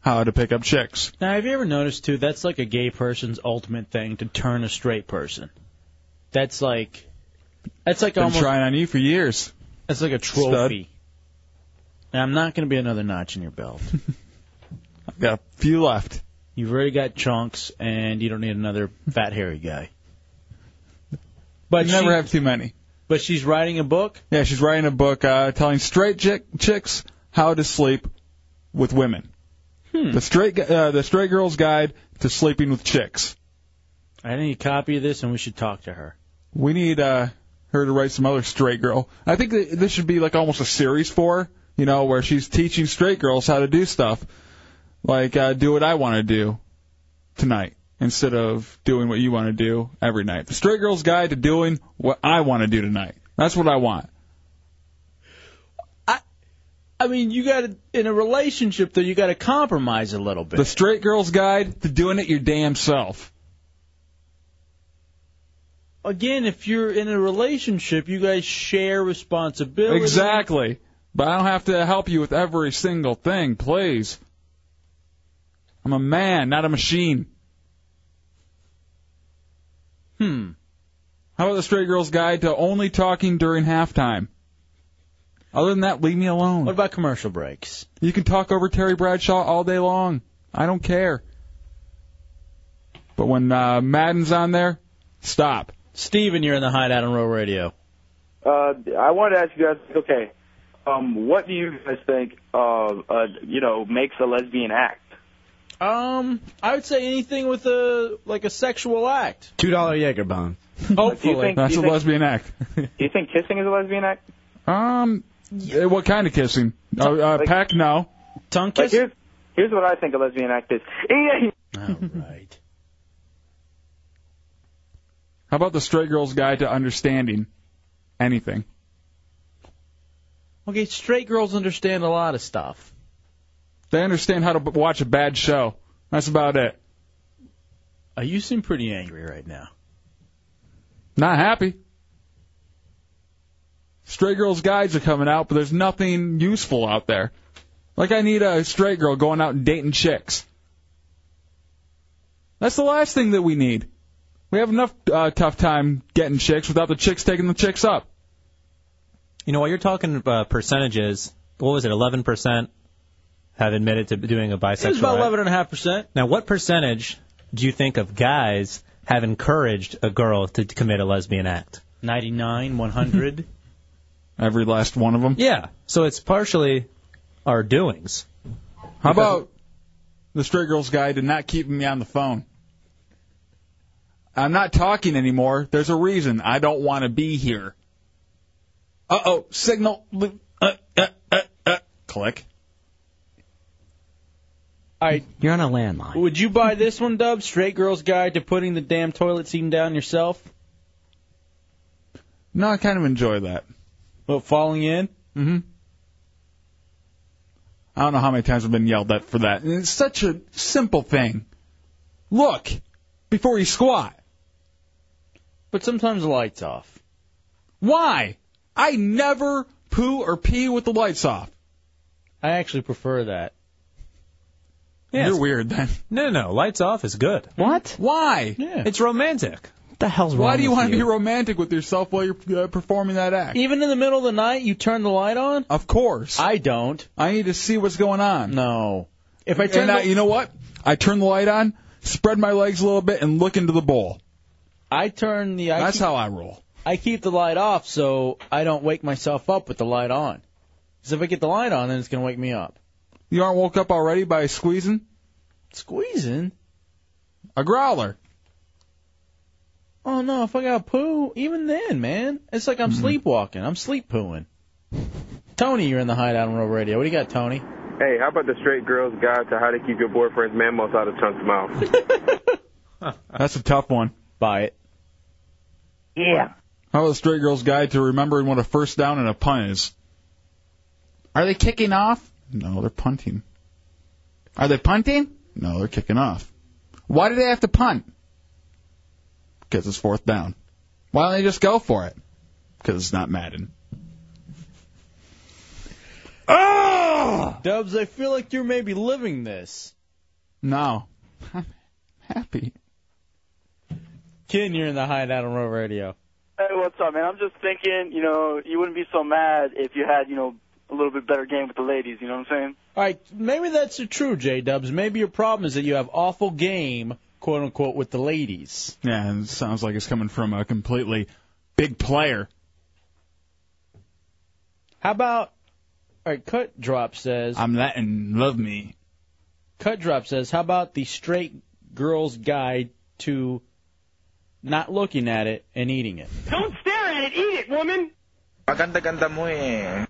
how to pick up chicks.
Now, have you ever noticed too? That's like a gay person's ultimate thing to turn a straight person. That's like, that's like
Been
almost
trying on you for years.
That's like a trophy. And I'm not going to be another notch in your belt.
I've got a few left.
You've already got chunks, and you don't need another fat hairy guy. But
you never
she-
have too many.
But she's writing a book.
Yeah, she's writing a book uh, telling straight chick- chicks how to sleep with women.
Hmm.
The straight gu- uh, the straight girl's guide to sleeping with chicks.
I need a copy of this, and we should talk to her.
We need uh, her to write some other straight girl. I think that this should be like almost a series for her, you know, where she's teaching straight girls how to do stuff, like uh, do what I want to do tonight instead of doing what you want to do every night. The straight girl's guide to doing what I want to do tonight. That's what I want.
I mean, you got to in a relationship though, you got to compromise a little bit.
The straight girl's guide to doing it your damn self.
Again, if you're in a relationship, you guys share responsibility.
Exactly. But I don't have to help you with every single thing, please. I'm a man, not a machine.
Hmm.
How about the straight girl's guide to only talking during halftime? Other than that, leave me alone. What
about commercial breaks?
You can talk over Terry Bradshaw all day long. I don't care. But when uh, Madden's on there, stop.
Steven, you're in the hideout on Row Radio.
Uh, I wanted to ask you guys, okay, um, what do you guys think, uh, uh, you know, makes a lesbian act?
Um, I would say anything with a like a sexual act.
Two dollar Jaeger bomb.
Hopefully,
That's a lesbian act.
Do you think kissing is a lesbian act?
Um, eh, what kind of kissing? Uh, uh,
Like-
peck? No.
Tongue
Like, here's, here's what I think a lesbian act is.
How about the straight girl's guide to understanding anything?
Okay, straight girls understand a lot of stuff.
They understand how to b- watch a bad show. That's about it.
Uh, you seem pretty angry right now.
Not happy. Straight girls' guides are coming out, but there's nothing useful out there. Like I need a straight girl going out and dating chicks. That's the last thing that we need. We have enough uh, tough time getting chicks without the chicks taking the chicks up.
You know, while you're talking uh, percentages, what was it? 11% have admitted to doing a bisexual.
It was about
act?
eleven and a half percent.
Now, what percentage do you think of guys have encouraged a girl to commit a lesbian act?
99, 100.
Every last one of them.
Yeah. So it's partially our doings.
How about the straight girl's guide to not keeping me on the phone? I'm not talking anymore. There's a reason. I don't want to be here. Uh oh, signal. Uh, uh, uh, uh. Click.
All right,
You're on a landline.
would you buy this one, Dub? Straight girl's guide to putting the damn toilet seat down yourself.
No, I kind of enjoy that.
What falling in?
Mm-hmm. I don't know how many times I've been yelled at for that. And it's such a simple thing. Look before you squat.
But sometimes the lights off.
Why? I never poo or pee with the lights off.
I actually prefer that.
You're weird then.
No, no, no. Lights off is good.
What?
Why?
Yeah. It's romantic.
What the hell's
Why do you want to be romantic with yourself while you're uh, performing that act?
Even in the middle of the night, you turn the light on?
Of course.
I don't.
I need to see what's going on.
No. If I turn
and I-
the-
you know what? I turn the light on, spread my legs a little bit, and look into the bowl.
I turn the. I
That's
keep-
how I roll.
I keep the light off so I don't wake myself up with the light on. Because if I get the light on, then it's going to wake me up.
You aren't woke up already by squeezing?
Squeezing?
A growler.
Oh no, if I got poo, even then, man, it's like
Mm-hmm.
I'm sleepwalking. I'm sleep pooing. Tony, you're in the hideout on Roll Radio. What do you got, Tony?
Hey, how about the straight girl's guide to how to keep your boyfriend's mammals out of Chunk's mouth?
That's a tough one.
Buy it.
Yeah.
How about a straight girl's guide to remembering what a first down and a punt is? Are they kicking off? No, they're punting. Are they punting? No, they're kicking off. Why do they have to punt? Because it's fourth down. Why don't they just go for it? Because it's not Madden. Oh!
Dubs, I feel like you're maybe living this.
No. I'm happy.
Kidding, you're in the hideout on Roll Radio.
Hey, what's up, man? I'm just thinking, you know, you wouldn't be so mad if you had, you know, a little bit better game with the ladies. You know what I'm saying?
All right, maybe that's true, J Dubs. Maybe your problem is that you have awful game, quote unquote, with the ladies.
Yeah, and it sounds like it's coming from a completely big player.
How about, all right, Cut Drop says.
I'm Latin, love me.
Cut Drop says, how about the straight girl's guide to not looking at it and eating it?
Don't stare at it. Eat it, woman.
Maganda-ganda mo eh.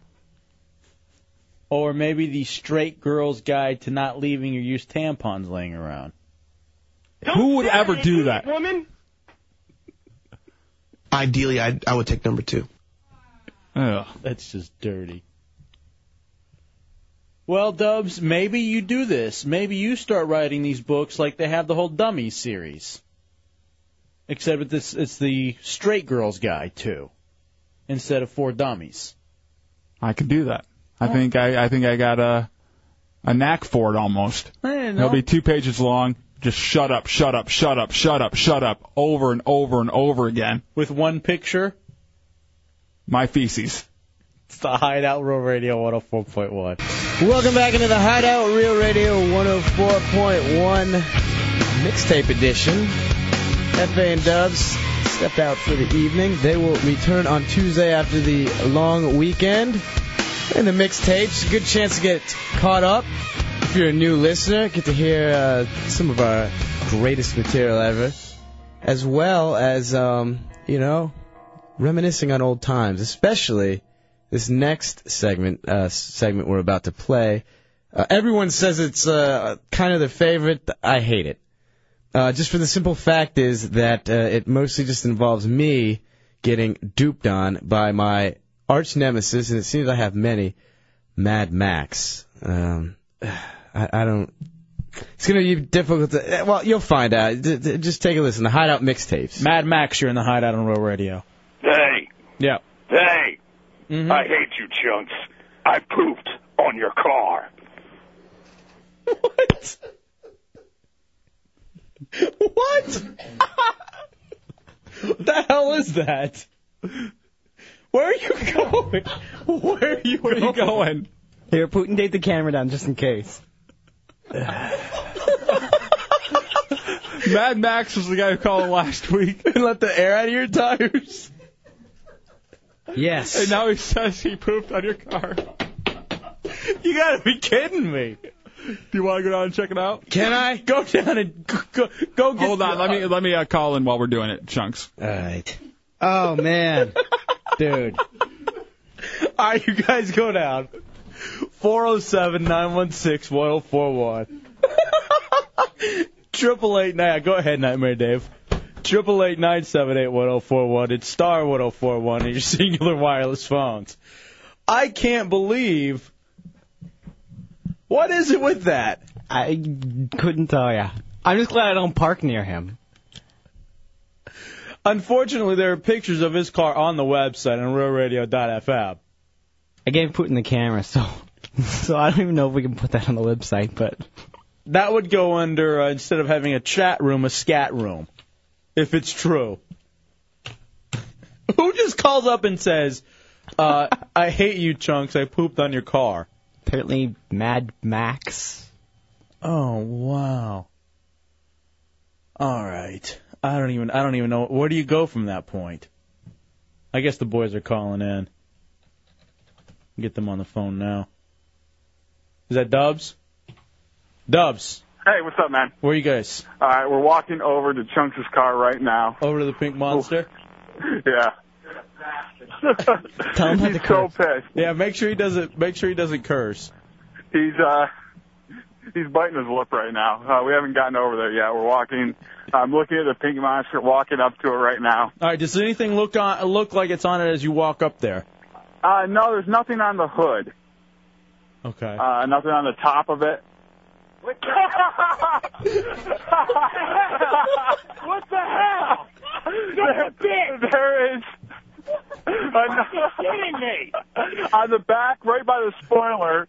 Or maybe the straight girl's guide to not leaving your used tampons laying around.
Who would ever do that?
Woman.
Ideally, I'd, I would take number two.
Ugh.
That's just dirty. Well, Dubs, maybe you do this. Maybe you start writing these books like they have the whole Dummy series. Except with this, it's the straight girl's guide too, instead of four dummies.
I could do that. I think I, I think I got a a knack for it almost.
I don't know.
It'll be two pages long. Just shut up, shut up, shut up, shut up, shut up, over and over and over again.
With one picture.
My feces.
It's the Hideout Row Radio 104.1.
Welcome back into the Hideout Real Radio 104.1 Mixtape Edition. FA and Dubs stepped out for the evening. They will return on Tuesday after the long weekend. And the mixtapes, good chance to get caught up. If you're a new listener, get to hear uh, some of our greatest material ever, as well as um, you know, reminiscing on old times, especially this next segment uh, segment we're about to play. Uh, everyone says it's uh, kind of their favorite. I hate it. Uh, just for the simple fact is that uh, it mostly just involves me getting duped on by my arch nemesis, and it seems I have many, Mad Max. Um, I, I don't. It's gonna be difficult. To, eh, well, you'll find out. D- d- just take a listen. The Hideout mixtapes.
Mad Max, you're in the Hideout on Row Radio.
Hey,
Yeah.
hey,
Mm-hmm.
Mhm.
I hate you, Chunks. I pooped on your car.
What? what the hell is that? Where are you going? Where are you, Where
are you
going?
Here, Putin, take the camera down just in case.
Mad Max was the guy who called last week.
and let the air out of your tires.
Yes.
And now he says he pooped on your car.
You gotta be kidding me.
Do you want to go down and check it out?
Can I
go down and go, go, go get?
Hold on, let me let me uh, call in while we're doing it, chunks.
All right. Oh man, dude.
All right, you guys go down. 407 916 1041. Triple eight nine. Go ahead, Nightmare Dave. Triple eight nine seven eight one zero four one. It's star one zero four one on your singular wireless phones. I can't believe
What is it with that?
I couldn't tell ya. I'm just glad I don't park near him.
Unfortunately, there are pictures of his car on the website on realradio.fm.
I gave Putin the camera, so so I don't even know if we can put that on the website. But
That would go under uh, instead of having a chat room, a scat room, if it's true. Who just calls up and says, uh, "I hate you, chunks. I pooped on your car."
Apparently, Mad Max.
Oh wow. All right. I don't even. I don't even know. Where do you go from that point? I guess the boys are calling in. Get them on the phone now. Is that Dubs? Dubs,
Hey, what's up, man?
where are you guys?
All right, we're walking over to Chunks' car right now.
Over to the Pink Monster?
yeah.
Tell him
He's so pissed.
Yeah, make sure he doesn't. Make sure he doesn't curse.
He's uh, he's biting his lip right now. Uh, we haven't gotten over there yet. We're walking. I'm looking at the pink monster, walking up to it right now.
All right. Does anything look on look like it's on it as you walk up there?
Uh, no, there's nothing on the hood.
Okay.
Uh, nothing on the top of it.
What the hell? What the hell?
There, there is.
You're kidding me.
on the back, right by the spoiler,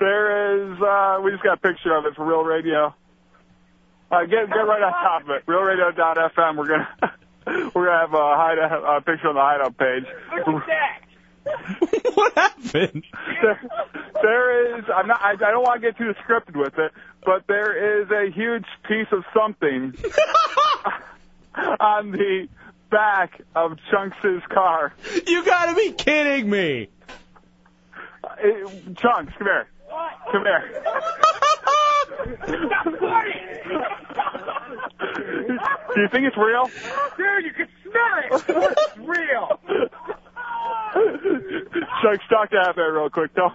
there is. Uh, we just got a picture of it for Real Radio. Uh, get get right on top of it. RealRadio.fm. We're gonna we're gonna have a hideout a picture on the hideout page.
what happened?
There, there is. I'm not. I, I don't want to get too descriptive with it, but there is a huge piece of something on the back of Chunks' car.
You gotta be kidding me!
Uh, Chunks, come here. Come here.
Stop farting!
Do you think it's real?
Dude, you can smell it! It's real!
Chunks, talk to that man real quick. Tell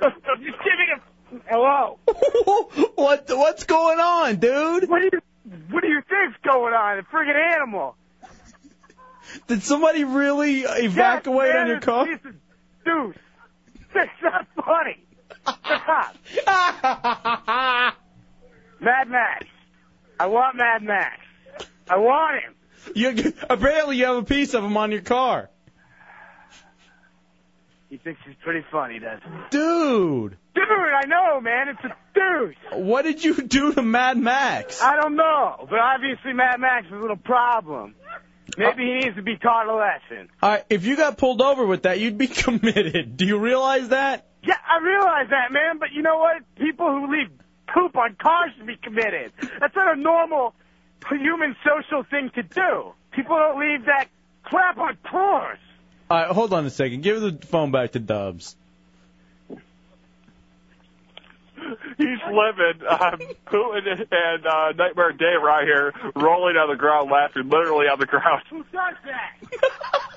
I'm just giving a... Hello?
what What's going on, dude?
What do you... What do you think's going on? A friggin' animal!
Did somebody really evacuate
yes,
on your car?
This is deuce. That's not funny. Stop. Mad Max. I want Mad Max. I want him.
You apparently you have a piece of him on your car,
He thinks he's pretty funny, doesn't he?
dude.
Dude, I know, man. It's a deuce.
What did you do to Mad Max?
I don't know, but obviously Mad Max is a little problem. Maybe he needs to be taught a lesson.
All right, if you got pulled over with that, you'd be committed. Do you realize that?
Yeah, I realize that, man, but you know what? People who leave poop on cars should be committed. That's not a normal human social thing to do. People don't leave that crap on cars.
All right, hold on a second. Give the phone back to Dubs.
He's living. Um, Putin and uh, Nightmare Dave right here, rolling on the ground, laughing, literally on the ground.
Who does that?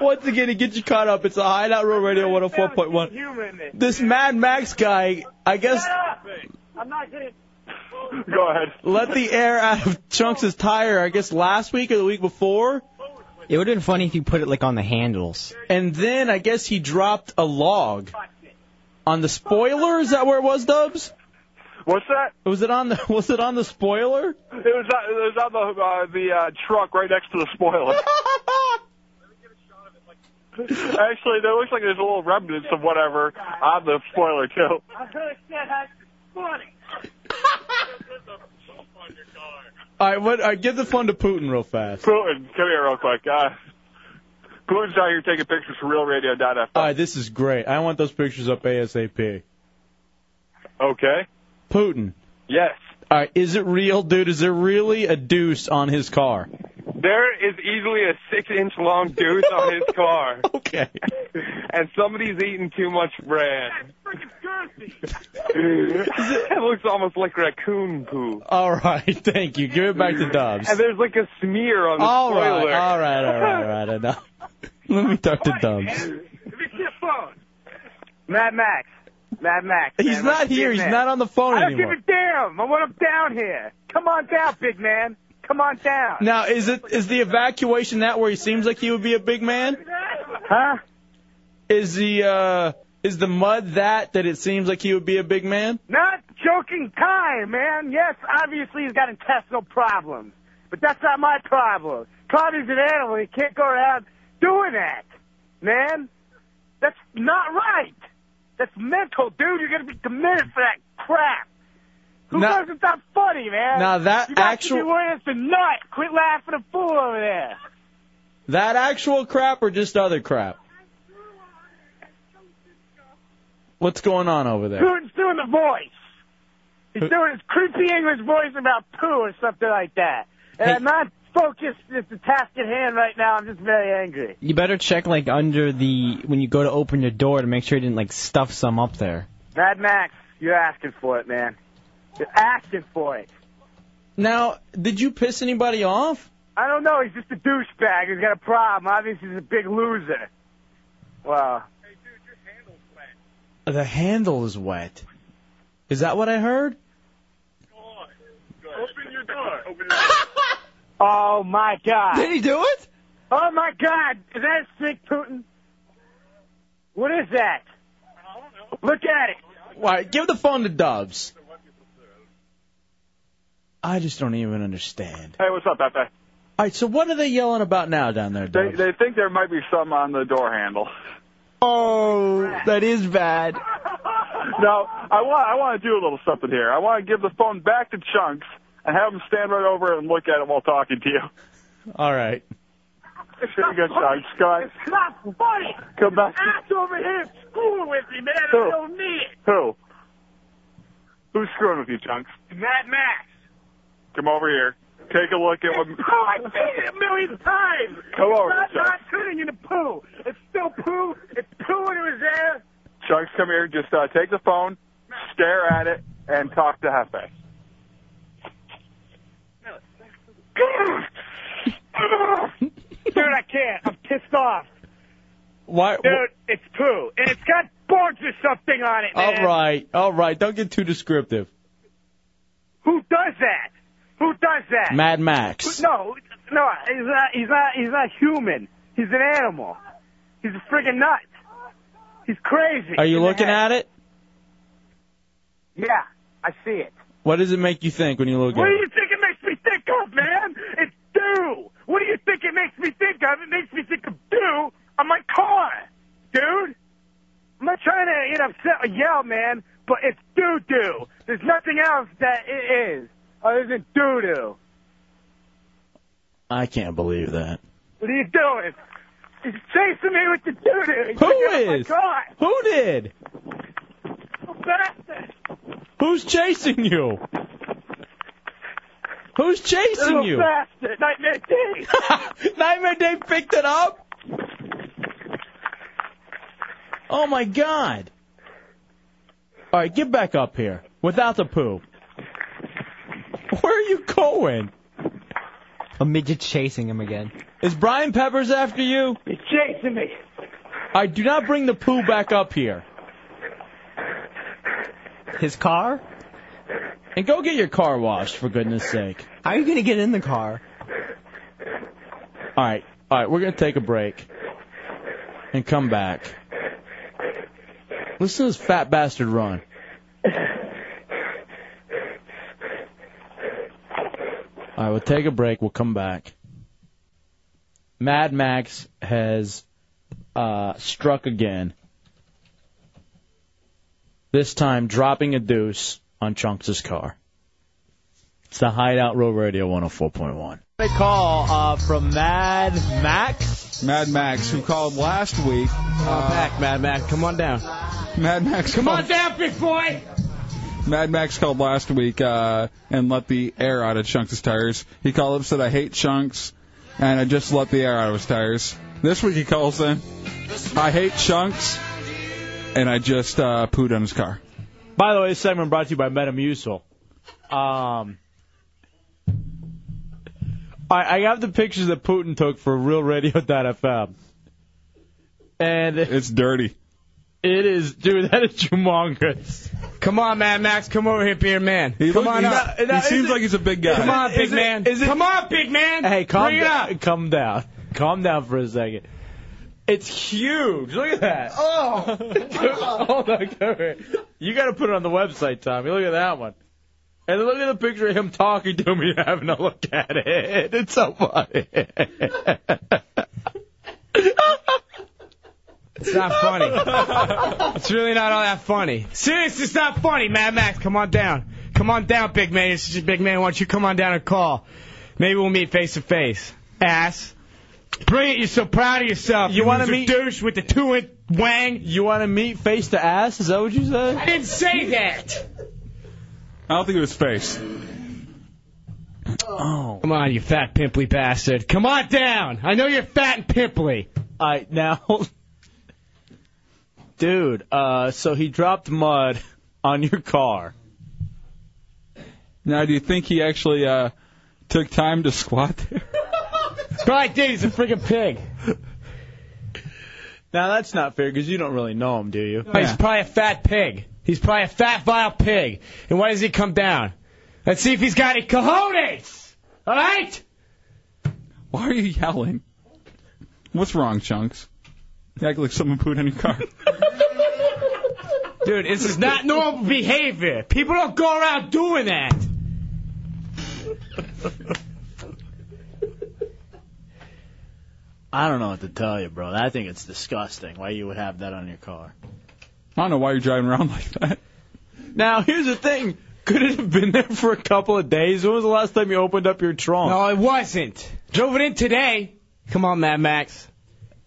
Once again, to get you caught up, it's a Hideout Road Radio 104.1.
Human.
This Mad Max guy, I guess,
Shut up. I'm not gonna.
Go ahead.
let the air out of Chunks' tire, I guess, last week or the week before.
It would have been funny if you put it like on the handles.
And then I guess he dropped a log on the spoiler. Is that where it was, Dubs?
What's that?
Was it on the Was it on the spoiler?
It was on, it was on the uh, the uh, truck right next to the spoiler. Actually, there looks like there's a little remnants of whatever on the spoiler too.
I heard that has funny.
All right, what? All right, give the phone to Putin real fast.
Putin, come here real quick. Uh, Putin's out here taking pictures for RealRadio.f.
All right, this is great. I want those pictures up ASAP.
Okay.
Putin.
Yes.
All right, is it real, dude? Is there really a deuce on his car?
There is easily a six-inch long deuce on his car,
Okay.
and somebody's eating too much bread. it looks almost like raccoon poo.
All right, thank you. Give it back to Dubs.
And there's like a smear on the
All right, all
spoiler.
right, all right, all right. Enough. Let me talk to Dubs.
Mad Max. Mad Max.
He's
man.
not
Let's
here.
get
He's
mad.
not on the phone
I don't
anymore.
give a damn. I want him down here. Come on down, big man. Come on down.
Now, is it is the evacuation that where he seems like he would be a big man?
Huh?
Is the uh Is the mud that that it seems like he would be a big man?
Not joking time, man. Yes, obviously he's got intestinal problems. But that's not my problem. Tommy's an animal. He can't go around doing that, man. That's not right. That's mental, dude. You're going to be committed for that crap. Who
Now-
does it's not funny, man?
Now, that
you guys
actual-
should be worried it's a nut. Quit laughing a fool over there.
That actual crap or just other crap? What's going on over there?
Putin's doing the voice. He's doing his creepy English voice about poo or something like that. And I'm not focused at the task at hand right now. I'm just very angry.
You better check like under the when you go to open your door to make sure you didn't like stuff some up there.
Mad Max, you're asking for it, man. You're asking for it.
Now, did you piss anybody off?
I don't know. He's just a douchebag. He's got a problem. Obviously, he's a big loser. Wow.
The handle is wet. Is that what I heard?
Open your door. Open your door. oh my God.
Did he do it?
Oh my God. Is that a snake, Putin? What is that? Look at it.
Why? Give the phone to Dubs. I just don't even understand.
Hey, what's up, Pepe?
All right, so what are they yelling about now down there,
They
Dubs?
they think there might be some on the door handle.
Oh, that is bad.
Now, I want I want to do a little something here. I want to give the phone back to Chunks and have him stand right over and look at it while talking to you.
All right.
Here you go, Chunks. Go ahead.
Not funny.
Come back.
Ass over here screwing with me, man. I
Who?
don't need it.
Who? Who's screwing with you, Chunks?
Mad Max.
Come over here. Take a look at what.
Oh, I've seen it a million times.
Come over,
It's
Chuck.
not not shooting in the poo. It's still poo. It's poo when it was there.
Chunks, come here. Just uh, take the phone, stare at it, and talk to Hefe.
Dude, I can't. I'm pissed off.
Why?
Dude, it's poo. And it's got boards or something on it, man.
All right, all right. Don't get too descriptive.
Who does that? Who does that?
Mad Max.
Who- No, no, he's not, he's not, he's not human. He's an animal. He's a friggin' nut. He's crazy.
Are you looking at it?
Yeah, I see it.
What does it make you think when you look
What
at
do
it?
you think it makes me think of, man? It's dew. What do you think it makes me think of? It makes me think of dew on my car, dude. I'm not trying to get upset or yell, man, but it's doo doo. There's nothing else that it is other than doo doo.
I can't believe that.
What are you doing? He's chasing me with the doo doo.
Who is?
Oh my
Who did?
God. Bastard.
Who's chasing you? Who's chasing
Little
you?
bastard. Nightmare Dave.
Nightmare Dave picked it up. Oh my God! All right, get back up here without the poo. Where are you going?
A midget chasing him again.
Is Brian Peppers after you?
He's chasing me.
I do not bring the poo back up here.
His car?
And go get your car washed, for goodness sake.
How are you gonna get in the car?
All right, all right, we're gonna take a break and come back. Listen to this fat bastard run. All right, we'll take a break. We'll come back. Mad Max has uh, struck again. This time, dropping a deuce on Chunks' car. It's the Hideout Road Radio 104.1.
A call uh, from Mad Max. Oh,
Mad Max, who called last week. uh,
back, Mad Max. Come on down.
Mad Max,
Come
called,
on down, big boy.
Mad Max called last week uh, and let the air out of Chunks' tires. He called up said, "I hate Chunks," and I just let the air out of his tires. This week he calls in, "I hate Chunks," and I just uh, pooed on his car.
By the way, this segment brought to you by Metamucil. Um, I, I have the pictures that Putin took for RealRadio.fm. And
it's dirty.
It is, dude. That is humongous.
Come on, Mad Max. Come over here, be your man. come on
he's-
up.
he seems like he's a big guy.
Come on,
Is
big
it-
man.
is it-
come on, big man.
Hey, calm
Bring it up.
down. Calm down. Calm down for a second. It's huge. Look at that.
Oh,
Hold on, come here. You got to put it on the website, Tommy. Look at that one. And look at the picture of him talking to me and having a look at it. It's so funny.
It's not funny. it's really not all that funny. Seriously, it's not funny, Mad Max. Come on down. Come on down, big man. It's just big man. Why don't you come on down and call? Maybe we'll meet face to face. Ass. Bring it. You're so proud of yourself.
You wanna
loser
meet-
douche with the two inch wang?
You want to meet face to ass? Is that what you said?
I didn't say that.
I don't think it was face.
Oh. Come on, you fat pimply bastard. Come on down. I know you're fat and pimply.
All right, now, dude. Uh, so he dropped mud on your car.
Now, do you think he actually uh, took time to squat there?
Right, dude, he's a freaking pig. Now that's not fair because you don't really know him, do you?
He's probably a fat pig. He's probably a fat, vile pig. And why does he come down? Let's see if he's got any cojones. All right?
Why are you yelling? What's wrong, Chunks? You act like someone pooped in your car.
Dude, this is not normal behavior. People don't go around doing that.
I don't know what to tell you, bro. I think it's disgusting why you would have that on your car.
I don't know why you're driving around like that.
Now here's the thing. Could it have been there for a couple of days? When was the last time you opened up your trunk?
No, it wasn't. Drove it in today. Come on, Mad Max.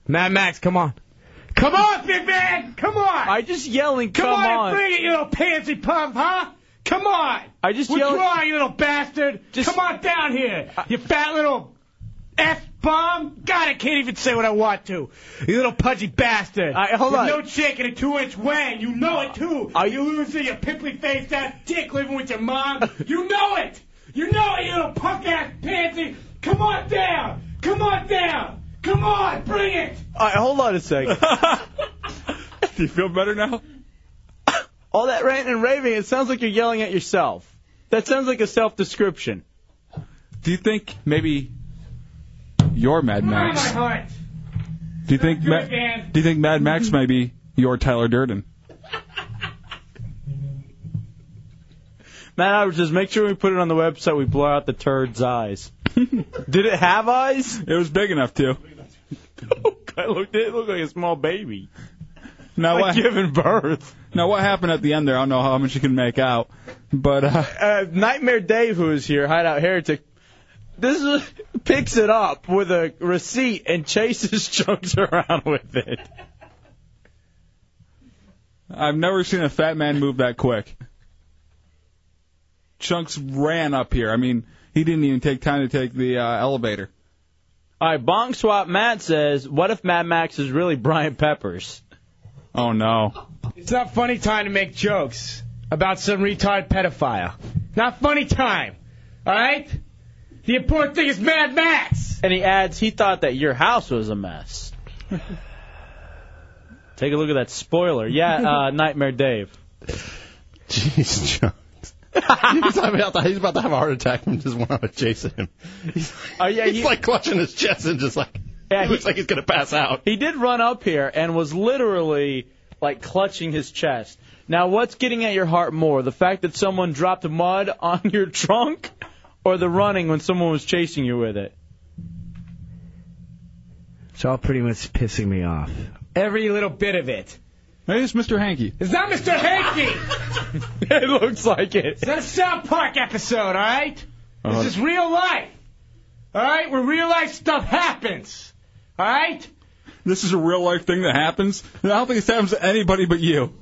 Mad Max, come on. Come on, big man. Come on. I
just yelling.
Come,
"Come
on,
on."
and bring it, you little pansy pump, huh? Come on.
I just
Withdraw,
yelled-
you little bastard. come on down here. You fat little f bomb. God, I can't even say what I want to. You little pudgy bastard.
I- hold
With
on.
No chick and a two-inch wang. You know it too. Are you loser? You pimply faced ass dick living with your mom. you know it. You know it, you little punk ass pansy. Come on down. Come on down. Come on, bring it.
All right, hold on a second.
Do you feel better now?
All that ranting and raving, it sounds like you're yelling at yourself. That sounds like a self description.
Do you think maybe you're Mad Max?
heart.
Do you think
Do
Ma-
it, man.
Do you think Mad Max may be your Tyler Durden?
Matt Albert says, make sure we put it on the website. We blur out the turd's eyes. Did it have eyes?
It was big enough to.
I looked at it looked like a small baby.
Now
Like
what?
giving birth.
Now what happened at the end there? I don't know how much you can make out, but uh,
Uh, Nightmare Dave, who is here, Hideout Heretic, this is, picks it up with a receipt and chases chunks around with it.
I've never seen a fat man move that quick. Chunks ran up here. I mean, he didn't even take time to take the uh, elevator.
All right, Bong Swap Matt says, what if Mad Max is really Brian Peppers?
Oh no.
It's not funny time to make jokes about some retard pedophile. Not funny time. All right? The important thing is Mad Max.
And he adds, he thought that your house was a mess. Take a look at that spoiler. Yeah, uh, Nightmare Dave.
Jeez, John. he's, about to, he's about to have a heart attack from just one out chasing him. He's,
Oh, yeah,
he's
he-
like clutching his chest and just like,
Yeah,
he looks like he's going to pass out.
He did run up here and was literally like clutching his chest. Now, what's getting at your heart more, the fact that someone dropped mud on your trunk, or the running when someone was chasing you with it?
It's all pretty much pissing me off. Every little bit of it.
Maybe it's Mr. Hanky.
It's not Mr. Hanky.
it looks like it.
It's not a South Park episode, all right?
Uh-huh.
This is real life. All right? Where real life stuff happens. All right?
This is a real life thing that happens. And I don't think this happens to anybody but you.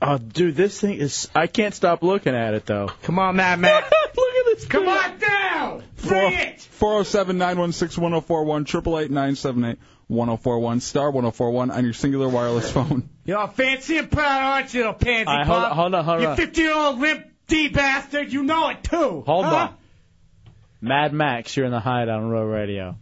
Oh, dude, this thing is. I can't stop looking at it, though.
Come on, Mad Max.
Look at this.
Come on down. Bring it.
407 916 1041 888 978 1041 star 1041 on your singular wireless phone.
You're all fancy and proud, aren't you, little pansy
All right, hold
pop?
on, hold on, hold
you
on.
50 year old limp D bastard. You know it too.
Hold
huh?
on. Mad Max, you're in the hideout on Row Radio.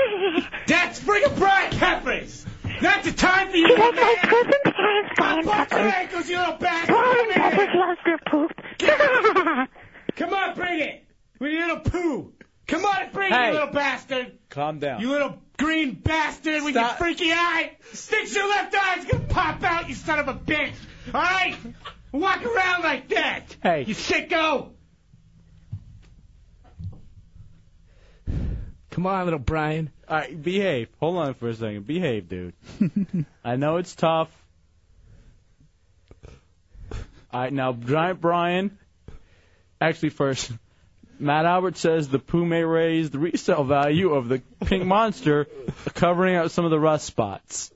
That's friggin' Brian Peppers. That's the time for you, man. my cousin Brian Peppers. you little bastard. Brian Peppers loves their poop. Come on, bring it. With your little poo. Come on and bring it,
Hey.
you little bastard.
Calm down.
You little green bastard with your freaky eye. Stitch your left eye. It's gonna pop out, you son of a bitch. All right? Walk around like that. Hey. You sicko.
Come on, little Brian. All right, behave. Hold on for a second. Behave, dude. I know it's tough. All right, now, Giant Brian. Actually, first, Matt Albert says the poo may raise the resale value of the pink monster, covering up some of the rust spots.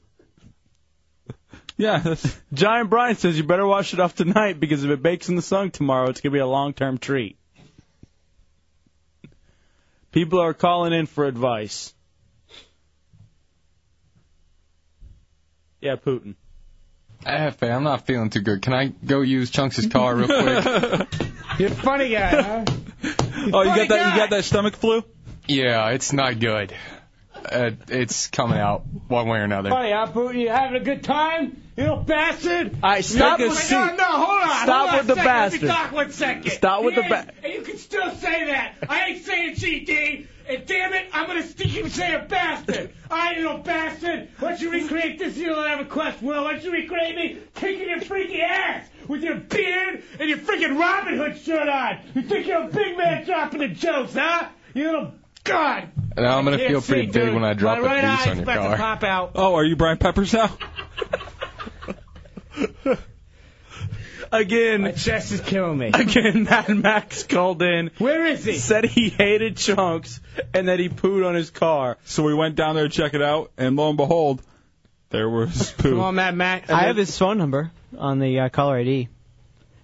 Yeah, that's- Giant Brian says you better wash it off tonight because if it bakes in the sun tomorrow, it's gonna be a long-term treat. People are calling in for advice. Yeah, Putin.
Hey, I'm not feeling too good. Can I go use Chunks' car real quick?
You're a funny guy, huh?
oh, you got that? You got that stomach flu? Yeah, it's not good. Uh, it's coming out one way or another.
Funny, huh, Putin? You having a good time? You little bastard!
All right, stop
You're-
with-
Wait, No, no, hold on.
Stop
hold on
with the
a second. Let me
bastard.
talk one second.
Stop with the
Yes,
ba-
And you can still say that. I ain't saying GD. And damn it, I'm gonna st- keep saying bastard. All right, you little bastard. Once you recreate this, you don't have a quest, Will. Once you recreate me, kicking your freaky ass with your beard and your freaking Robin Hood shirt on. You think you're a big man dropping the jokes, huh? You little god.
No, I'm gonna
I can't
feel pretty
see,
big
dude.
when I drop
My right
a piece
eye's
on your
about
car.
To pop out.
Oh, are you Brian Peppers now?
Again,
my chest is killing me.
Again, Mad Max called in.
Where is he?
Said he hated chunks and that he pooed on his car.
So we went down there to check it out, and lo and behold, there was poo.
Come on,
Matt Max.
I have his phone number on the uh, caller ID.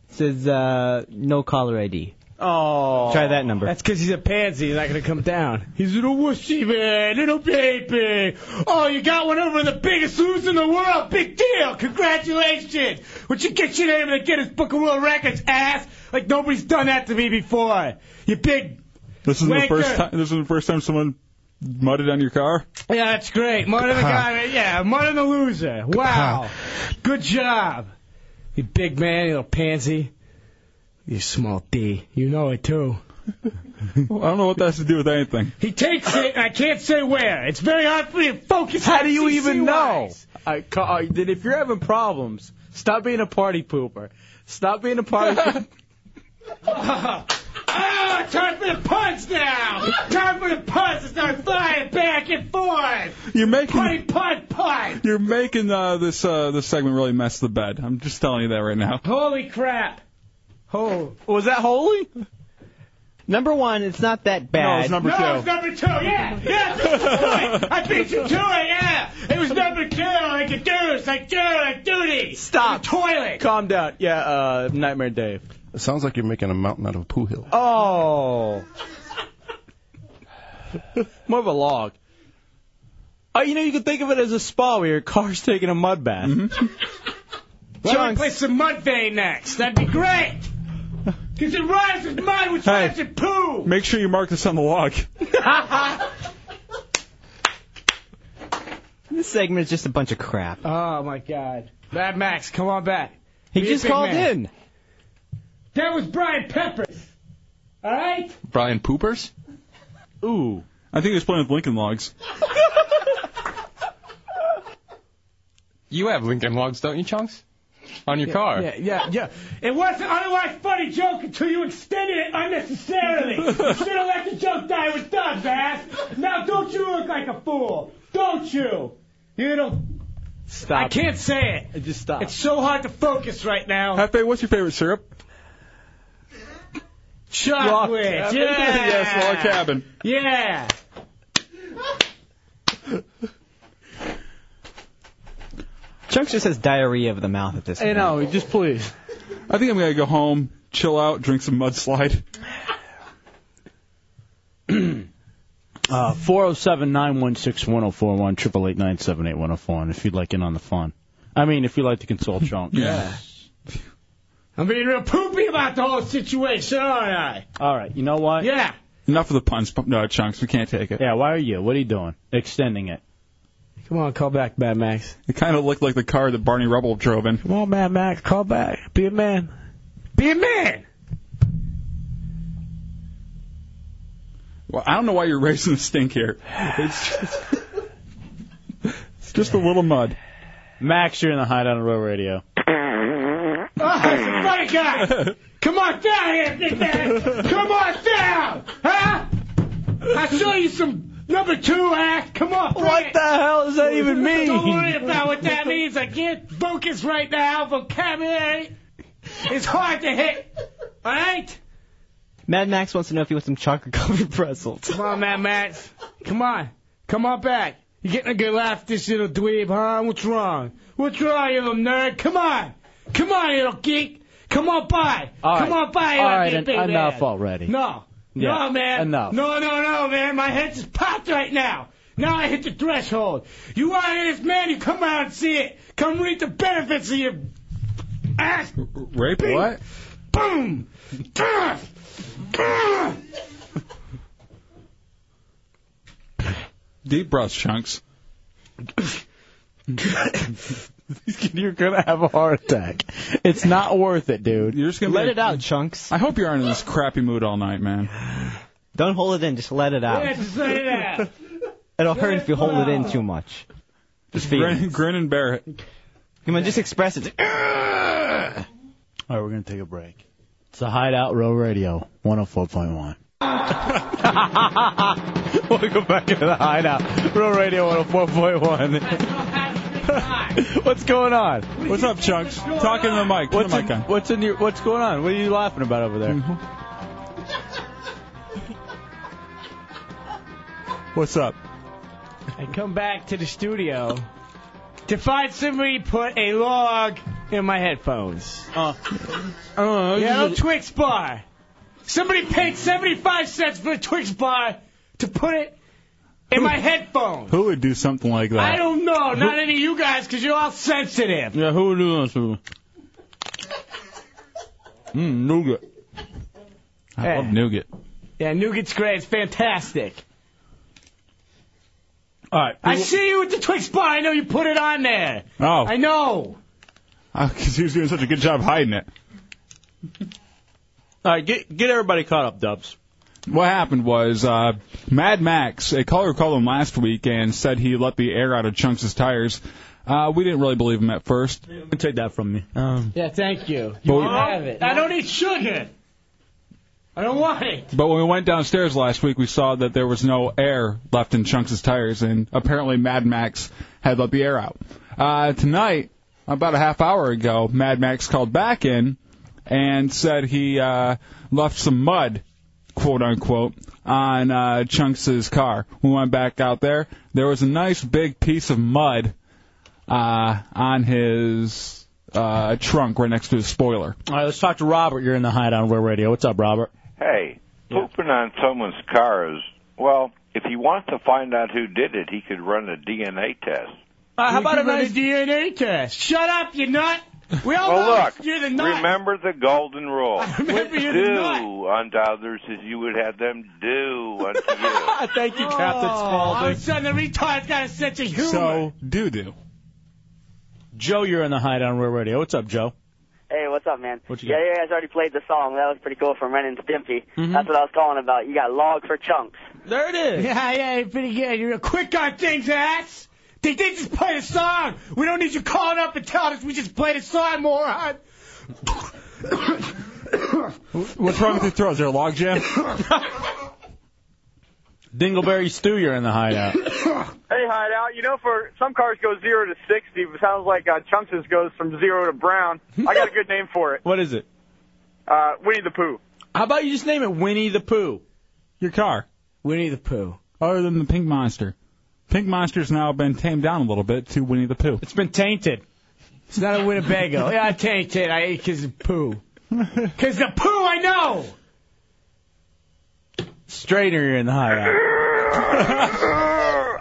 It says uh, no caller ID.
Oh.
Try that number.
That's because he's a pansy. He's not going to come down.
He's a little wussy man, little baby. Oh, you got one over the biggest loser in the world. Big deal. Congratulations. Would you get your name in the Guinness Book of World Records, ass? Like nobody's done that to me before. You big.
This is the
wanker.
first time. This is the first time someone mudded on your car.
Yeah, that's great. Mud of the guy. Yeah, mud of the loser. Wow. Good job.
You big man, you little pansy. You small D. You know it too.
I don't know what that has to do with anything.
He takes it. and I can't say where. It's very hard for me to focus.
How
on
do you even know?
CC-wise.
I, ca- I, then if you're having problems, stop being a party pooper. Stop being a party pooper.
Oh, oh, time for the puns now. Time for the puns to start flying back and forth.
You're making
Punt, punt, punt.
you're making uh, this uh, this segment really mess the bed. I'm just telling you that right now.
Holy crap.
Oh, was that holy?
Number one, it's not that bad.
No, it's number
no, it was number two. Yeah, yeah. that's the point. I beat you to it. Yeah, it was number two. Like a deuce, like do, like duty. Stop. toilet.
Calm down. Yeah, uh, Nightmare Dave.
It sounds like you're making a mountain out of a poo hill.
Oh. More of a log. Oh, you know, you can think of it as a spa where your car's taking a mud bath.
Why don't we play some mud vein next? That'd be great. Cause it rhymes with mud, which
Hey.
rhymes with poo.
Make sure you mark this on the log.
This segment is just a bunch of crap.
Oh my God. Mad Max, come on back.
He
Be a
just
big
called
man.
in.
That was Brian Peppers. All right.
Brian Poopers?
Ooh.
I think he was playing with Lincoln Logs.
You have Lincoln Logs, don't you, Chunks? On your car.
yeah, yeah.
It was an otherwise funny joke until you extended it unnecessarily. you should have let the joke die. It was done, Bass. Now don't you look like a fool. Don't you? You don't.
Stop.
I can't say it.
Just stop.
It's so hard to focus right now.
Hefe, what's your favorite syrup?
Chocolate.
Log cabin.
Yeah.
yes, log cabin.
Yeah.
Chunks just has diarrhea of the mouth at this
I
point.
know,
just please.
I think I'm gonna go home, chill out, drink some mudslide.
Uh, 407 916 1041, 888 978 1041, if you'd like in on the fun. I mean, if you'd like to consult Chunk.
Yeah. I'm being real poopy about the whole situation, aren't I?
All right, you know what?
Yeah.
Enough of the puns, no chunks. We can't take it.
Yeah, why are you? What are you doing? Extending it.
Come on, call back, Mad Max.
It kind of looked like the car that Barney Rubble drove in.
Come on, Mad Max, call back. Be a man.
Be a man.
Well, I don't know why you're raising the stink here. It's just, Just a little mud.
Max, you're in the hideout on Row Radio.
Oh, it's a funny guy. Come on down here, big man. Come on down, huh? I'll show you some number two act. Come on. What the
hell does that even mean?
Don't worry about what that means. I can't focus right now. Vocabulary is hard to hit. All right.
Mad Max wants to know if you want some chocolate covered pretzels.
Come on, Matt Max. Come on. Come on back. You're getting a good laugh at this little dweeb, huh? What's wrong? What's wrong, you little nerd? Come on. Come on, you little geek. Come on by.
All
Come
right.
on by. you
All right,
big,
en-
big man.
enough already.
No.
Yeah,
no, man.
enough.
No, no, no, man. My head just popped right now. Now I hit the threshold. You are this man. You come out and see it. Come read the benefits of your ass.
Rape? What?
Boom. Duh. Duh.
Deep breaths, chunks.
You're gonna have a heart attack. It's not worth it, dude.
You're just gonna
Let
be-
it out, chunks.
I hope you aren't in this crappy mood all night, man.
Don't hold it in. Just let it out.
Yeah, just let it out.
It'll hurt if you hold it in too much. Just
grin, grin and bear it.
Come on, just express it.
All right, we're going to take a break. It's the Hideout Row Radio, 104.1.
Welcome back into the hideout. Real Radio 104.1. what's going on?
What's up, Chunks? Talking to the mic. Put
What's
the
in,
mic on. Mm-hmm.
what's in your What's going on? What are you laughing about over there?
What's up?
I come back to the studio to find somebody put a log in my headphones. Uh, yeah, a Twix bar. Somebody paid 75 cents for a Twix bar to put it in my headphones.
Who would do something like that?
I don't know. Not any of you guys, because you're all sensitive.
Yeah, who would do this?
Mmm, nougat. I
Hey.
love nougat.
Yeah, nougat's great. It's fantastic.
All right.
I see you with the Twix bar. I know you put it on there.
Oh,
I know.
because he was doing such a good job hiding it.
All right, get get everybody caught up, Dubs.
What happened was uh, Mad Max, a caller called him last week and said he let the air out of Chunks' tires. Uh, we didn't really believe him at first.
Take that from me.
Um,
Yeah, thank you.
But
You
we-
have it. I don't eat sugar. I don't want it.
But when we went downstairs last week, we saw that there was no air left in Chunks' tires, and apparently Mad Max had let the air out. Uh, tonight, about a half hour ago, Mad Max called back in and said he uh, left some mud, quote unquote, on uh, Chunks' car. We went back out there. There was a nice big piece of mud uh, on his uh, trunk right next to his spoiler.
All right, let's talk to Robert. You're in the hideout on Real Radio. What's up, Robert?
Hey, pooping on someone's car is well. If he wants to find out who did it, he could run a DNA test.
Uh, how about a nice DNA test? Shut up, you nut. We all
Well,
know
look.
you're the nut.
Remember the golden rule.
remember you're the
do unto others as you would have them do unto you.
Thank you,
Captain Oh, All of a sudden, the retard's got a sense of humor.
So,
doo doo.
Joe, you're in the hideout on Real Radio. What's up, Joe?
Hey, what's up, man?
What you
yeah,
got? Mm-hmm.
you guys already played the song. That was pretty cool from Ren and Stimpy. That's what I was calling about. You got log for chunks.
There it is.
Yeah, yeah, you're pretty good. You're quick on things, ass. They did just play a song. We don't need you calling up and telling us we just played a song, moron.
What's wrong with your throat? Is there a log jam?
Dingleberry Stew, you're in the hideout.
Hey, hideout. You know, for some cars go zero to sixty, but sounds like uh, Chunks' goes from zero to brown. I got a good name for it.
What is it?
Uh, Winnie the Pooh.
How about you just name it Winnie the Pooh?
Your car.
Winnie the Pooh.
Other than the pink monster. Pink monster's now been tamed down a little bit to Winnie the Pooh. It's
been tainted.
It's not a Winnebago. yeah, I tanked it. I ate 'cause of poo. 'Cause the poo I know.
Strainer, you're in the hideout.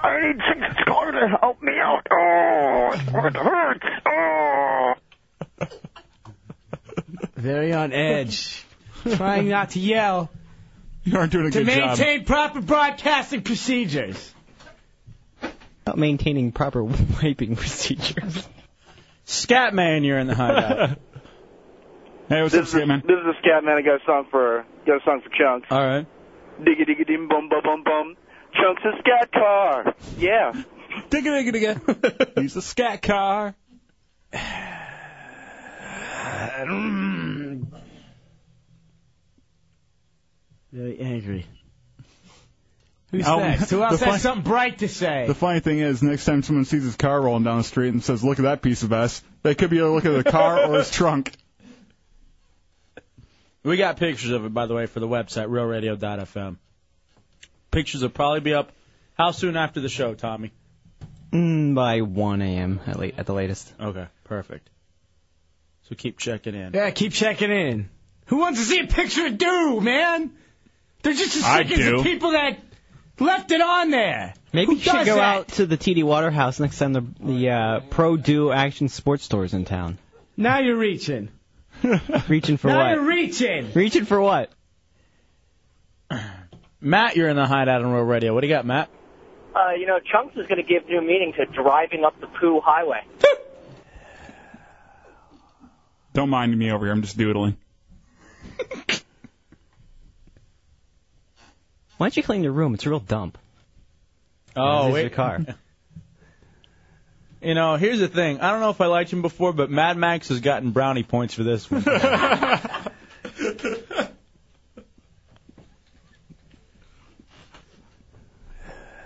I need Chicken Scar to help me out. Oh, it hurts. Oh.
Very on edge. Trying not to yell.
You aren't doing a
to
good job.
maintain proper broadcasting procedures.
About maintaining proper wiping procedures.
Scatman, you're in the hideout.
hey, what's
up, Scatman? This is a Scatman. I got a song for got a song for Chunks.
All right.
Digga digga dim bum bum bum bum. Chunks a scat car. Yeah.
Digga digga digga. He's a scat car.
Mm.
Very angry.
Who's
Oh,
next?
Who else
The
has
fun-
something bright to say?
The funny thing is, next time someone sees his car rolling down the street and says, "Look at that piece of ass," they could be looking at the car or his trunk.
We got pictures of it, by the way, for the website, realradio.fm. Pictures will probably be up how soon after the show, Tommy?
Mm, by 1 a.m. At, late, at the latest.
Okay, perfect. So keep checking in.
Yeah, keep checking in. Who wants to see a picture of Dew, man?
They're just as
I
sick as
do.
the people that left it on there.
Maybe you should
does
go
that?
out to the TD Waterhouse next time the, the uh, Pro Do Action Sports Store's in town.
Now you're reaching.
Reaching for
now
what?
you're reaching.
Reaching for what?
Matt, you're in the hideout on Real Radio. What do you got, Matt?
Uh, you know, Chunks is going to give new meaning to driving up the poo highway.
Don't mind me over here. I'm just doodling.
Why don't you clean your room? It's a real dump.
Oh,
This is
wait.
the car.
You know, here's the thing. I don't know if I liked him before, but Mad Max has gotten brownie points for this one.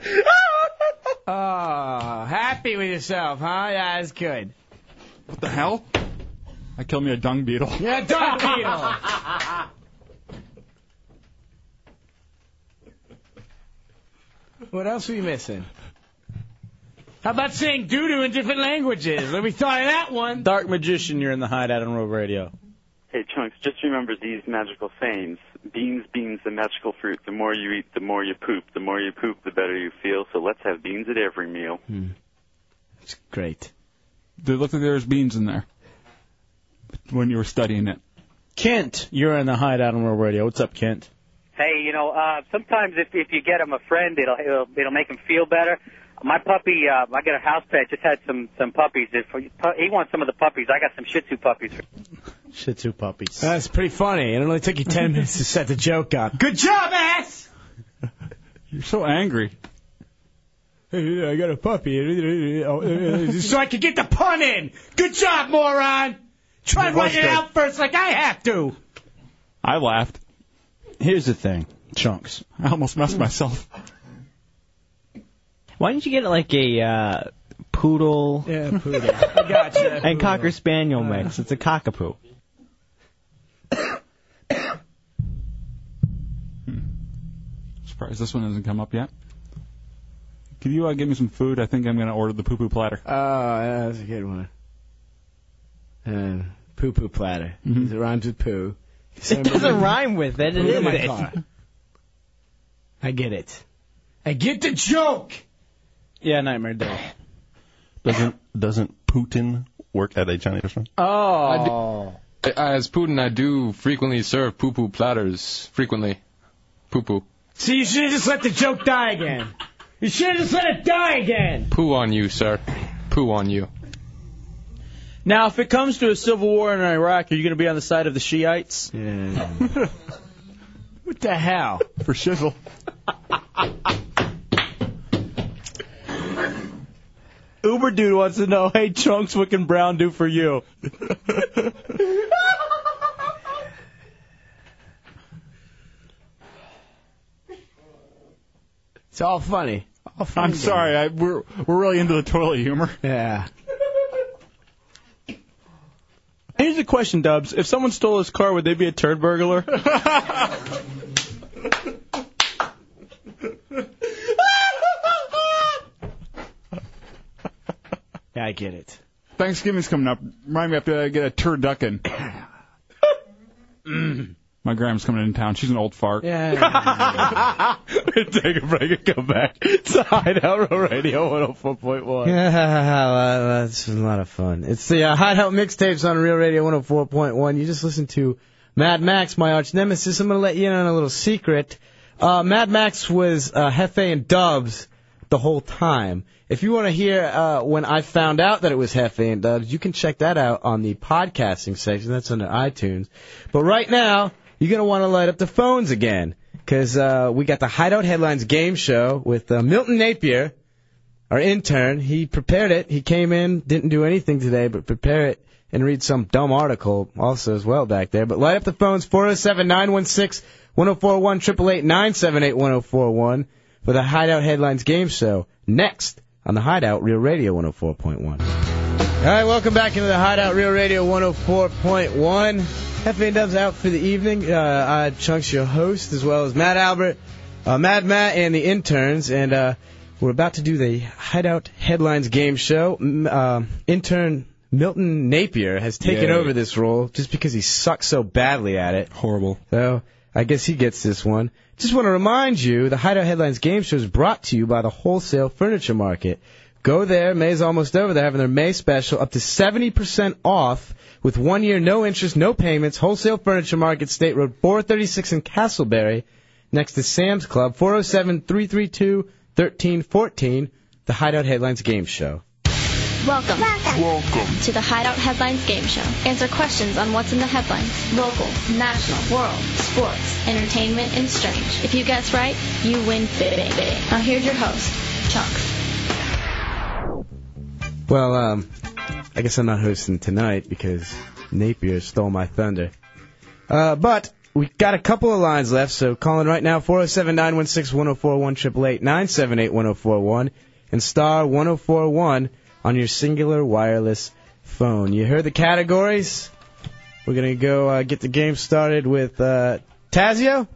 Oh, happy with yourself, huh? Yeah, that's good.
What the hell? I killed me a dung beetle.
Yeah, dog beetle.
Uh,
what else are we missing? How about saying doo doo in different languages? Let me thought of that one.
Dark Magician, you're in the hideout on Real Radio.
Hey, Chunks, just remember these magical sayings. Beans, beans, the magical fruit. The more you eat, the more you poop. The more you poop, the better you feel. So let's have beans at every meal.
Great. They looked like there was beans in there when you were studying it.
Kent, you're in the hideout on Real Radio. What's up, Kent?
Hey, you know, uh, sometimes if if you get him a friend, it'll it'll, it'll make him feel better. My puppy, uh, I got a house pet. Just had some some puppies. If he wants some of the puppies, I got some Shih Tzu puppies.
Shih Tzu puppies.
That's pretty funny. It only took you 10 minutes to set the joke up. Good job, ass!
You're so angry.
Hey, I got a puppy. Oh,
so I could get the pun in. Good job, moron. Try and
Your
write
voice
it
did.
out first, like I have to.
I laughed.
Here's the thing, chunks.
I almost messed myself.
Why didn't you get like a uh, poodle?
Yeah, poodle. I gotcha.
And cocker spaniel mix. It's a cockapoo.
Surprised this one hasn't come up yet. Can you uh, give me some food? I think I'm going to order the poo poo platter.
Oh, yeah, that's a good one. Uh, poo poo platter. 'Cause It rhymes with poo.
It doesn't rhyme with it. It
Poo in
is
my
it.
car. I get it. I get the joke.
Yeah, Nightmare Day.
Doesn't doesn't Putin work at a Chinese restaurant?
Oh.
As Putin, I do frequently serve poo poo platters. Frequently. Poo poo.
See, you should have just let the joke die again. You should have just let it die again.
Poo on you, sir. Poo on you.
Now, if it comes to a civil war in Iraq, are you going to be on the side of the Shiites?
Yeah.
What the hell?
For shizzle.
Uber dude wants to know, hey Trunks, what can Brown do for you?
It's all funny. All funny
I'm sorry. I, we're we're really into the toilet humor.
Yeah.
Here's a question, Dubs. If someone stole his car, would they be a turd burglar?
I get it.
Thanksgiving's coming up. Remind me I have to uh, get a turducken. My grandma's coming in town. She's an old fart.
Yeah.
Take a break and come back. It's a hideout radio 104.1.
Yeah, well, that's a lot of fun. It's the uh, Hideout Mixtapes on Real Radio 104.1. You just listened to Mad Max, my arch nemesis. I'm going to let you in on a little secret. Uh, Mad Max was uh, Hefe and Dubs the whole time. If you want to hear uh, when I found out that it was Hefe and Dubs, you can check that out on the podcasting section. That's under iTunes. But right now, you're going to want to light up the phones again because uh, we got the Hideout Headlines game show with uh, Milton Napier. our intern, he prepared it. He came in, didn't do anything today, but prepare it and read some dumb article also as well back there. But light up the phones, 407 916 1041 978 1041 for the Hideout Headlines Game Show. Next on the Hideout, Real Radio 104.1. All right, welcome back into the Hideout Real Radio 104.1. Hefe and Dub's out for the evening. Uh, I Chunks, your host, as well as Matt Albert, uh, Mad Matt, and the interns. And uh, we're about to do the Hideout Headlines Game Show. M- uh, intern Milton Napier has taken
Yay.
over this role just because he sucks so badly at it. Horrible. So I guess he gets this one. Just want to remind you, the Hideout Headlines Game Show is brought to you by the Wholesale Furniture Market. Go there. May's almost over. They're having their May special up to 70% off with one year, no interest, no payments. Wholesale Furniture Market, State Road 436 in Castleberry, next to Sam's Club, 407-332-1314, the Hideout Headlines Game Show.
Welcome. Welcome to the Hideout Headlines Game Show. Answer questions on what's in the headlines local, national, world, sports, entertainment, and strange. If you guess right, you win big. Now here's your host, Chunks.
Well, um, I guess I'm not hosting tonight because Napier stole my thunder. Uh, but we got a couple of lines left, so call in right now 407 916 1041 978 1041 and star 1041 on your singular wireless phone. You heard the categories? We're going to go uh, get the game started with uh, Tazio.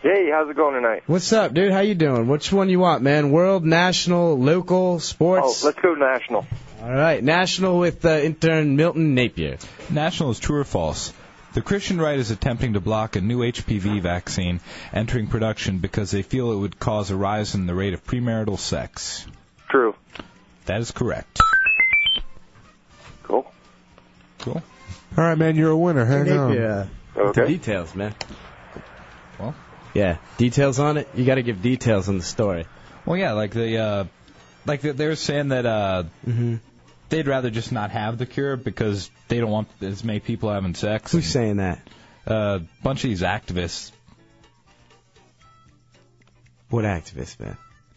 Hey, how's it going tonight?
What's up, dude? How you doing? Which one you want, man? World, national, local, sports?
Oh, let's go national.
All right, national with uh, intern Milton Napier.
National is true or false. The Christian right is attempting to block a new HPV vaccine entering production because they feel it would cause a rise in the rate of premarital sex.
True.
That is correct.
Cool.
Cool.
All right, man, you're a winner. Hang on.
Napier. The details, man.
Well.
Yeah, details on it. You got to give details on the story.
Well, yeah, like the uh, like the, they're saying that uh,
Mm-hmm.
they'd rather just not have the cure because they don't want as many people having sex. Who's
saying that?
A uh, bunch of these activists.
What activists, man?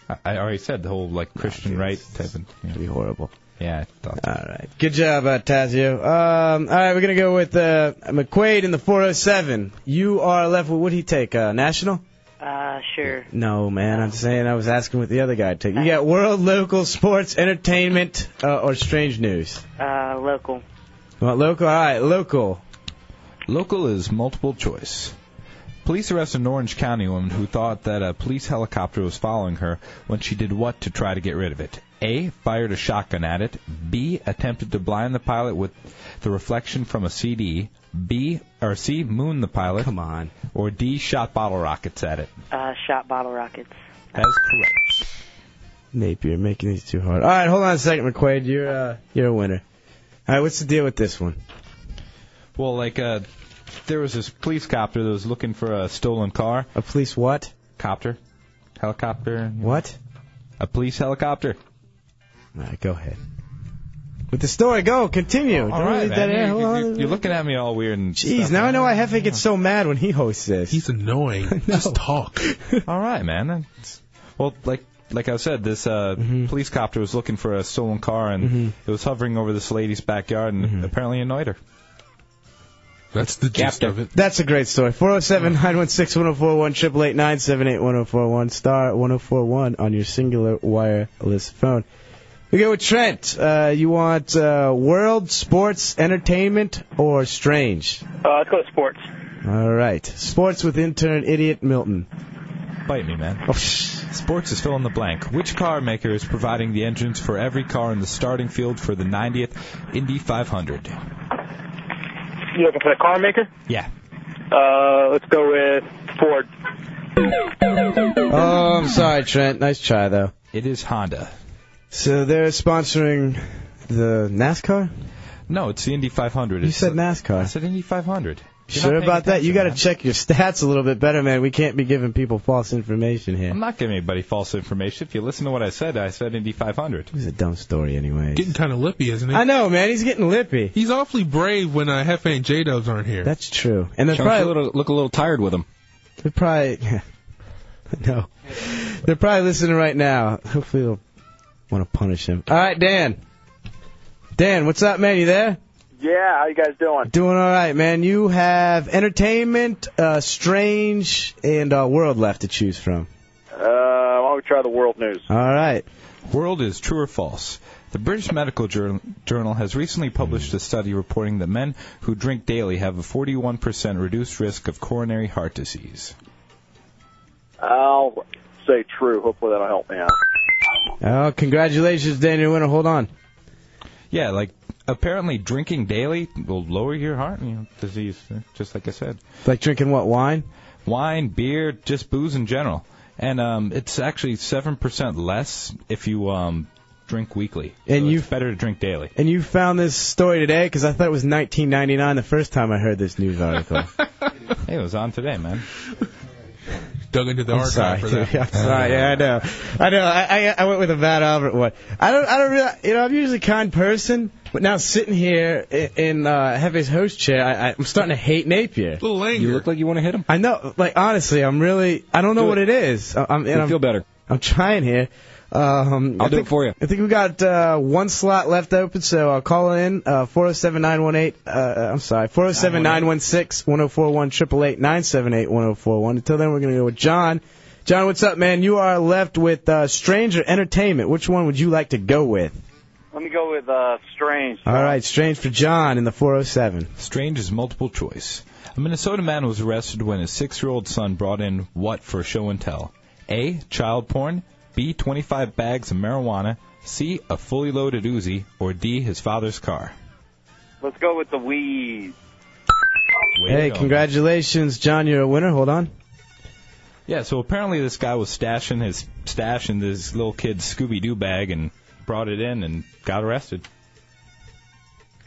I, I already said the whole like Christian right type of. Yeah.
be horrible.
Yeah. I thought
All right. Good job, uh, Tazio. Um, all right, we're gonna go with uh, McQuaid in the 407. You are left with what'd he take? Uh, national?
Uh, sure.
No, man. I'm saying I was asking what the other guy took. You got world, local, sports, entertainment, uh, or strange news.
Uh, local.
Well, local. All right, local.
Local is multiple choice. Police arrest an Orange County woman who thought that a police helicopter was following her when she did what to try to get rid of it? A. Fired a shotgun at it. B. Attempted to blind the pilot with the reflection from a CD. B. Or C. Mooned the pilot. Come
on.
Or D. Shot bottle rockets at it.
Uh, shot bottle rockets.
That is correct.
Napier making these too hard. All right, hold on a second, McQuaid. You're uh, you're a winner. All right, what's the deal with this one?
Well, like, uh, there was this police copter that was looking for a stolen car.
A police what?
Copter. Helicopter.
What?
A police helicopter.
All right, go ahead. With the story, go continue.
All
Don't
right,
leave
man.
that in.
You-
Hold on.
you- You're looking at me all weird and
Jeez,
stuff.
now I know why Hefe gets so mad when he hosts this. He's
annoying. Just talk. All right, man. That's- Well, like like I said, this uh,
Mm-hmm.
police copter was looking for a stolen car, and it was hovering over this lady's backyard, and
Mm-hmm.
apparently annoyed her.
That's the
gist Captain. of it.
That's a great story. 407 916 1041, 888 978 1041, star 1041 on your singular wireless phone. We go with Trent. Uh, you want uh, world, sports, entertainment, or strange?
Uh, let's go to sports.
All right. Sports with intern idiot Milton.
Bite me, man. Sports is fill in the blank. Which car maker is providing the engines for every car in the starting field for the 90th Indy 500?
You looking for the car maker?
Yeah.
Uh, let's go with Ford.
Oh, I'm sorry, Trent. Nice try, though.
It is Honda.
So they're sponsoring the NASCAR?
No, it's the Indy 500.
You
It's-
said NASCAR.
I said Indy 500. You're not
Sure
paying
about that? You got to
attention,
check your stats a little bit better, man. We can't be giving people false information here.
I'm not giving anybody false information. If you listen to what I said, I said Indy 500.
It was a dumb story, anyway.
Getting kind of lippy, isn't he?
I know, man. He's getting lippy.
He's awfully brave when uh, Hefe and J Dubs aren't here.
That's true. And they're probably
look a little tired with him.
They're probably no. They're probably listening right now. Hopefully they'll Want to punish him. All right, Dan. Dan, what's up, man? You there?
Yeah, how you guys doing?
Doing all right, man. You have entertainment, uh, strange, and uh, world left to choose from.
Uh, why don't we try the world news?
All right.
World is true or false. The British Medical Jour- Journal has recently
Hmm.
published a study reporting that men who drink daily have a 41% reduced risk of coronary heart disease.
I'll say true. Hopefully that'll help me out.
Oh, congratulations, Dan. You're a winner. Hold on.
Yeah, like apparently drinking daily will lower your heart you know, disease, uh, just like I said.
Like drinking what? Wine?
Wine, beer, just booze in general. And um, it's actually 7% less if you um, drink weekly. And you it's better to drink daily.
And you found this story today because I thought it was 1999 the first time I heard this news article.
Hey, it was on today, man.
Dug into the
I'm
archive
sorry,
for
dude.
that.
I'm sorry. Yeah, I know. I know. I, I I went with a Van Albert one. I don't. I don't. Really, you know, I'm usually a kind person, but now sitting here in, in uh, Heavy's host chair, I, I, I'm starting to hate Napier.
Little anger.
You look like you want to hit him.
I know. Like honestly, I'm really. I don't know
Do
what
it.
it is. I, I'm. and
You'll
I'm-
feel better.
I'm trying here. Um,
I'll
I
do
think-
it for you.
I think we got uh, one slot left open, so uh, call in uh, 407-918. Uh, I'm sorry, 407-916-1041, triple eight nine seven eight one zero four one. Until then, we're gonna go with John. John, what's up, man? You are left with uh, Stranger Entertainment. Which one would you like to go with?
Let me go with uh, strange.
All right, Strange for John in the 407.
Strange is multiple choice. A Minnesota man was arrested when his six year old son brought in what for show and tell? A. Child porn. B. 25 bags of marijuana. C. A fully loaded Uzi. Or D. His father's car.
Let's go with the weed.
Hey, congratulations, John. You're a winner. Hold on.
Yeah, so apparently this guy was stashing his stash in this little kid's Scooby Doo bag and brought it in and got arrested.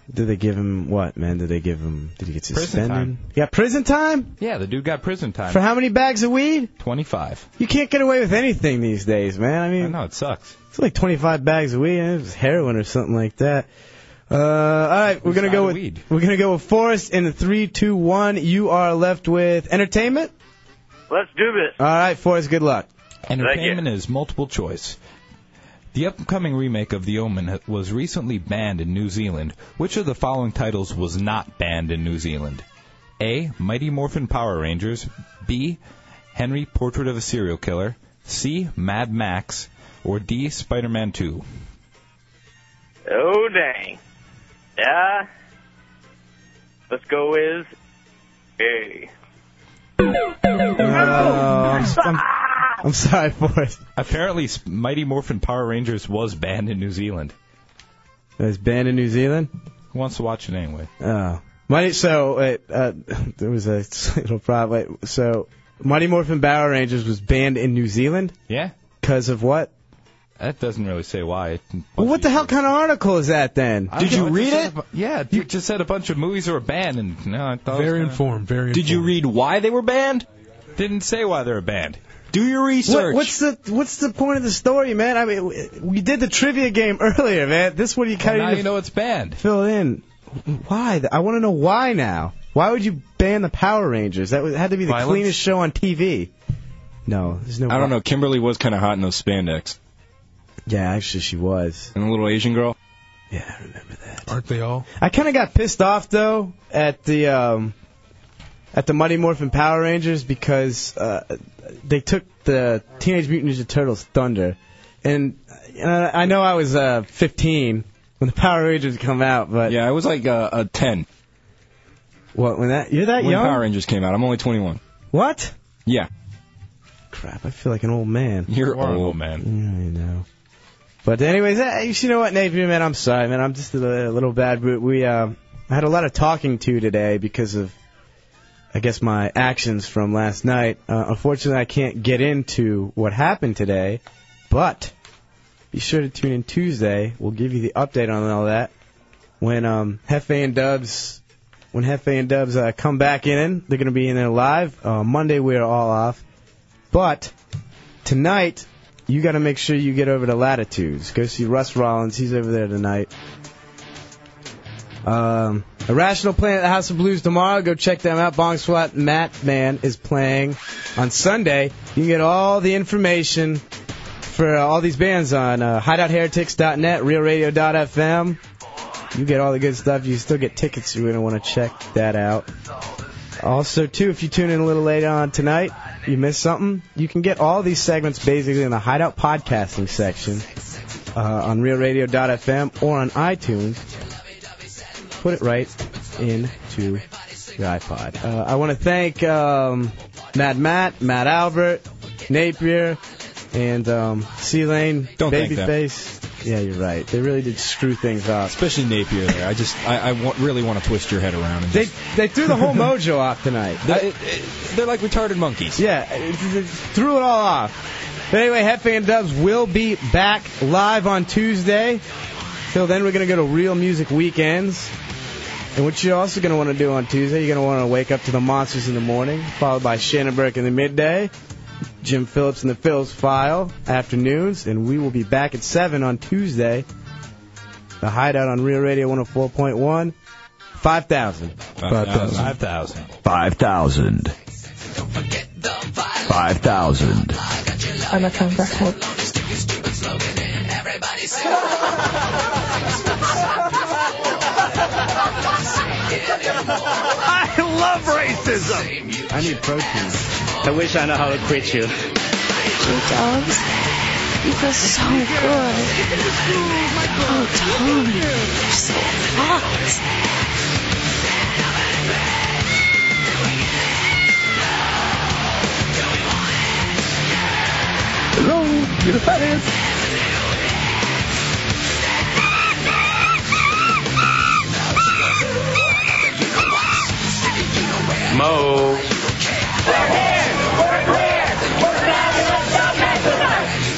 Did they give him what, man? Did they give him? Did he get
Prison
suspended?
time.
Yeah, prison time
Yeah, the dude got prison time.
for how many bags of weed?
25.
You can't get away with anything these days, man. I mean, I
know it sucks.
It's like 25 bags of weed. It was heroin or something like that. Uh, all right, we're gonna
Who's out
go
of
with
weed?
we're gonna go with Forrest in the three, two, one. You are left with entertainment.
Let's do this.
All right, Forrest, good luck.
Entertainment is multiple choice. The upcoming remake of The Omen was recently banned in New Zealand. Which of the following titles was not banned in New Zealand? A. Mighty Morphin Power Rangers. B. Henry Portrait of a Serial Killer. C. Mad Max. Or D. Spider Man 2.
Oh dang. Yeah. Let's go with A.
Oh, I'm, I'm, I'm sorry, Forrest.
Apparently, S- Mighty Morphin Power Rangers was banned in New Zealand.
It was banned in New Zealand.
Who wants to watch it anyway?
Oh, Mighty. So wait, uh, there was a little problem. Wait, so Mighty Morphin Power Rangers was banned in New Zealand
Yeah?
because of what?
That doesn't really say why.
Well, what the hell kind of article is that then?
I
Did
don't
you
know,
read
just
it?
said a bu- yeah, you just said a bunch of movies were banned, and no, I thought
Very
it was
informed. Very.
Did you
read why they were banned?
Didn't say why they were banned.
Do your
What, what's the what's the point of the story, man? I mean, we- we did the trivia game earlier, man. This one you
Well,
kind
now
of
you know it's banned.
fill it in. Why? I want to know why now. Why would you ban the Power Rangers? That was, had to be the
Violence?
cleanest show on TV. No, there's no.
I don't know. Kimberly was kind of hot in those spandex.
Yeah, actually, she was.
And the little Asian girl.
Aren't they all?
I kind of got pissed off though at the um, at the Mighty Morphin Power Rangers because uh, they took the Teenage Mutant Ninja Turtles Thunder, and uh, I know I was uh, 15 when the Power Rangers come out, but
Yeah, I was like uh, a 10
what when that you're that
when
young?
Power Rangers came out. I'm only 21.
What?
Yeah.
Crap, I feel like an old man.
You're You are an old old.
man. Yeah, I know. But anyways, eh, you know what, Napier man, I'm sorry, man. I'm just a li- a little bad boot. We uh, I had a lot of talking to today because of, I guess, my actions from last night. Uh, unfortunately, I can't get into what happened today, but be sure to tune in Tuesday. We'll give you the update on all that when um, Hefe and Dubs when Hefe and Dubs uh, come back in. They're going to be in there live. Uh, Monday we are all off, but tonight you got to make sure you get over to Latitudes. Go see Russ Rollins. He's over there tonight. Um, Irrational playing at the House of Blues tomorrow. Go check them out. Bong Swat Matt Man is playing on Sunday. You can get all the information for uh, all these bands on uh, hideoutheretics.net, realradio.fm. You get all the good stuff. You still get tickets. You're going to want to check that out. Also, too, if you tune in a little later on tonight, you miss something, you can get all these segments basically in the Hideout podcasting section uh, on realradio.fm or on iTunes. Put it right into your iPod. Uh, I want to thank um, Mad Matt, Matt Albert, Napier, and um, C Lane,
Don't thank them.
Babyface. Yeah, you're right. They really did screw things up.
Especially Napier there. I just, I, I wa- really want to twist your head around. And
They they threw the whole mojo off tonight.
They, are like retarded monkeys.
Yeah, it- it- it threw it all off. But anyway, Hefe and Dubs will be back live on Tuesday. Till then, we're gonna go to Real Music Weekends. And what you're also going to want to do on Tuesday, you're going to want to wake up to the Monsters in the morning, followed by Shannon Burke in the midday, Jim Phillips in the Phillips File afternoons, and we will be back at 7 on Tuesday. The Hideout on Real Radio 104.1, 5,000.
5,000.
5,000.
5,000. 5,000.
I'm a contractor.
I love racism. I need protein. I wish I know how to quit you.
Hey, dogs. You feel so good. Oh, Tommy, you're so hot.
Hello, you're the fattest. Mo.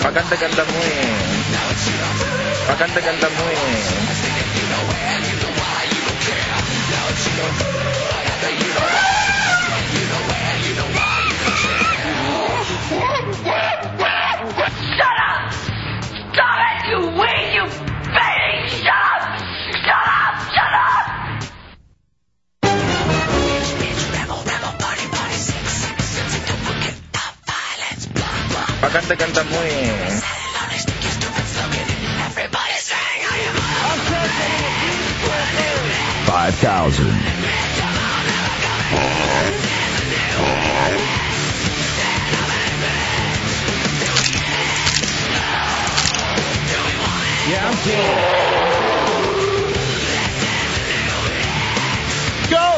Maganda-ganda mo eh. Maganda-ganda mo eh.
Shut up! Stop it, you weak, you baby! Shut up! Shut up! Shut up!
Maganda-ganda mo eh. Five thousand.
Yeah, I'm Go!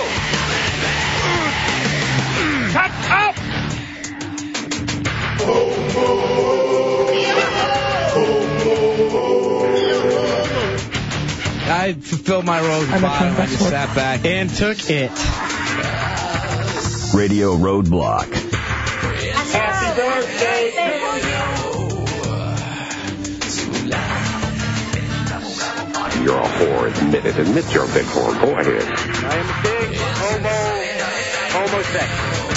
Shut up!
I fulfilled my role as a bottom. I just sat back and took it.
Radio Roadblock.
Happy birthday
You're a whore. Admit it. Admit you're a big whore. Go ahead.
I am a big homo, homosexual.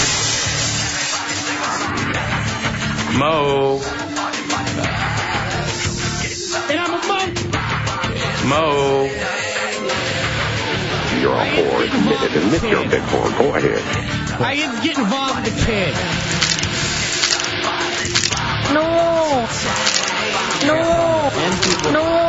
Mo.
And I'm a monk.
Mo. You're a whore. Admit it. Admit you're a big whore. Go ahead.
I didn't get involved with the kid.
No. No. No.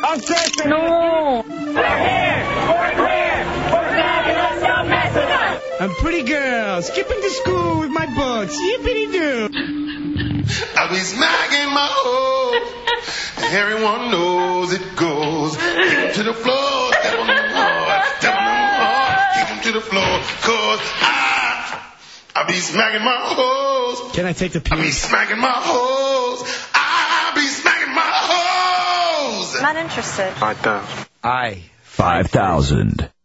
I'm testing. No. We're here. We're here. We're fabulous. Don't mess with us.
I'm pretty girl, skipping to school with my books. Yippity doo.
I'll be smacking my hoe. and Oh, Everyone knows it goes. Keep 'em to the floor, step on them hard, step on them hard, keep 'em to the floor, cause I, I be smacking Oh. my hoes.
Can I take the
I be smacking my hoes. I be smacking my hoes.
Not interested.
I. Five thousand.